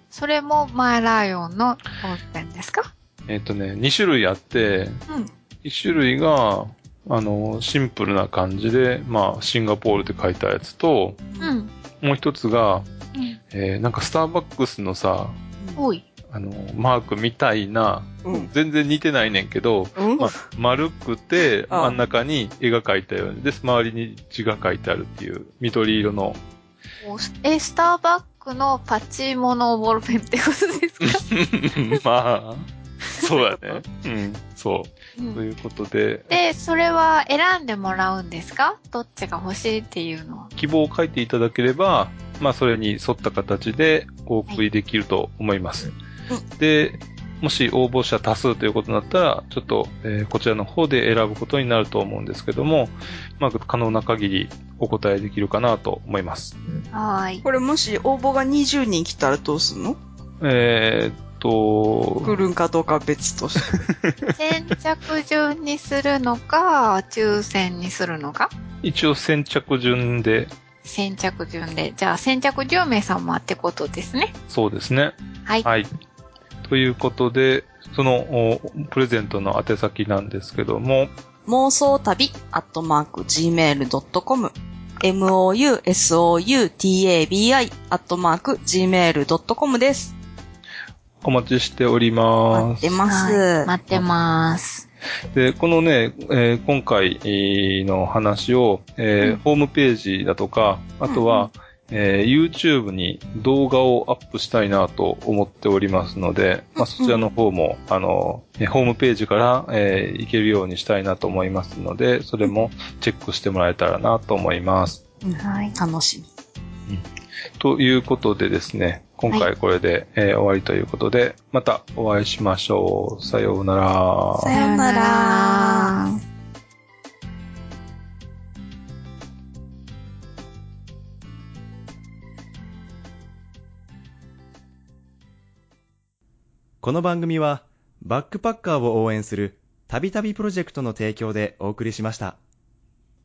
[SPEAKER 2] それもマーライオンのボールペンですか
[SPEAKER 1] えっとね、2種類あって、
[SPEAKER 3] うん
[SPEAKER 1] 1種類が、あの、シンプルな感じで、まあ、シンガポールって書いたやつと、
[SPEAKER 2] うん。
[SPEAKER 1] もう一つが、
[SPEAKER 2] うん
[SPEAKER 1] えーなんかスターバックスのさ、
[SPEAKER 2] おい。
[SPEAKER 1] あの、マークみたいな、
[SPEAKER 3] うん。
[SPEAKER 1] 全然似てないねんけど、
[SPEAKER 3] うん
[SPEAKER 1] まあ。、丸くて、
[SPEAKER 3] あ
[SPEAKER 1] 真ん中に絵が描いたように、で、周りに字が書いてあるっていう、緑色の。
[SPEAKER 2] おえ、スターバックのパチモノボールペンってことです か
[SPEAKER 1] まあ、そうだね。うん、そう。
[SPEAKER 2] うん
[SPEAKER 1] ということで、
[SPEAKER 2] で、それは選んでもらうんですかどっちが欲しいっていうのは。
[SPEAKER 1] 希望を書いていただければ、まあ、それに沿った形でお送りできると思います。で、もし応募者多数ということになったら、ちょっと、えーこちらの方で選ぶことになると思うんですけども、まあ、可能な限りお答えできるかなと思います。
[SPEAKER 2] はーい。
[SPEAKER 3] これもし応募が20人来たらどうすんの
[SPEAKER 1] えーっ
[SPEAKER 3] 来
[SPEAKER 1] と、
[SPEAKER 3] るんかどうかは別として。
[SPEAKER 2] 先着順にするのか、抽選にするのか
[SPEAKER 1] 一応先着順で、
[SPEAKER 2] 先着順で。じゃあ先着10名様ってことですね。
[SPEAKER 1] そうですね。
[SPEAKER 2] はい。
[SPEAKER 1] はい。ということで、その、おプレゼントの宛先なんですけども、
[SPEAKER 3] 妄想旅、アットマーク、gmail.com。mousoutabi、アットマーク、gmail.com です。
[SPEAKER 1] お待ちしており
[SPEAKER 3] 待
[SPEAKER 1] ま
[SPEAKER 3] っ
[SPEAKER 1] す
[SPEAKER 3] て。ます。
[SPEAKER 2] はい待ってます。
[SPEAKER 1] で、このね、えー今回えーの話を、えー
[SPEAKER 2] うん
[SPEAKER 1] ホームページだとか、あとは、えー YouTube に動画をアップしたいなと思っておりますので、まあ、そちらの方も、あの、えーホームページから、えー行けるようにしたいなと思いますので、それもチェックしてもらえたらなと思います。
[SPEAKER 2] はい。
[SPEAKER 3] 楽しみ。
[SPEAKER 1] ということでですね、今
[SPEAKER 2] は
[SPEAKER 1] 回これで、えー終わりということで、またお会いしましょう。さようなら。
[SPEAKER 3] さようなら。
[SPEAKER 6] この番組は、バックパッカーを応援する、たびたびプロジェクトの提供でお送りしました。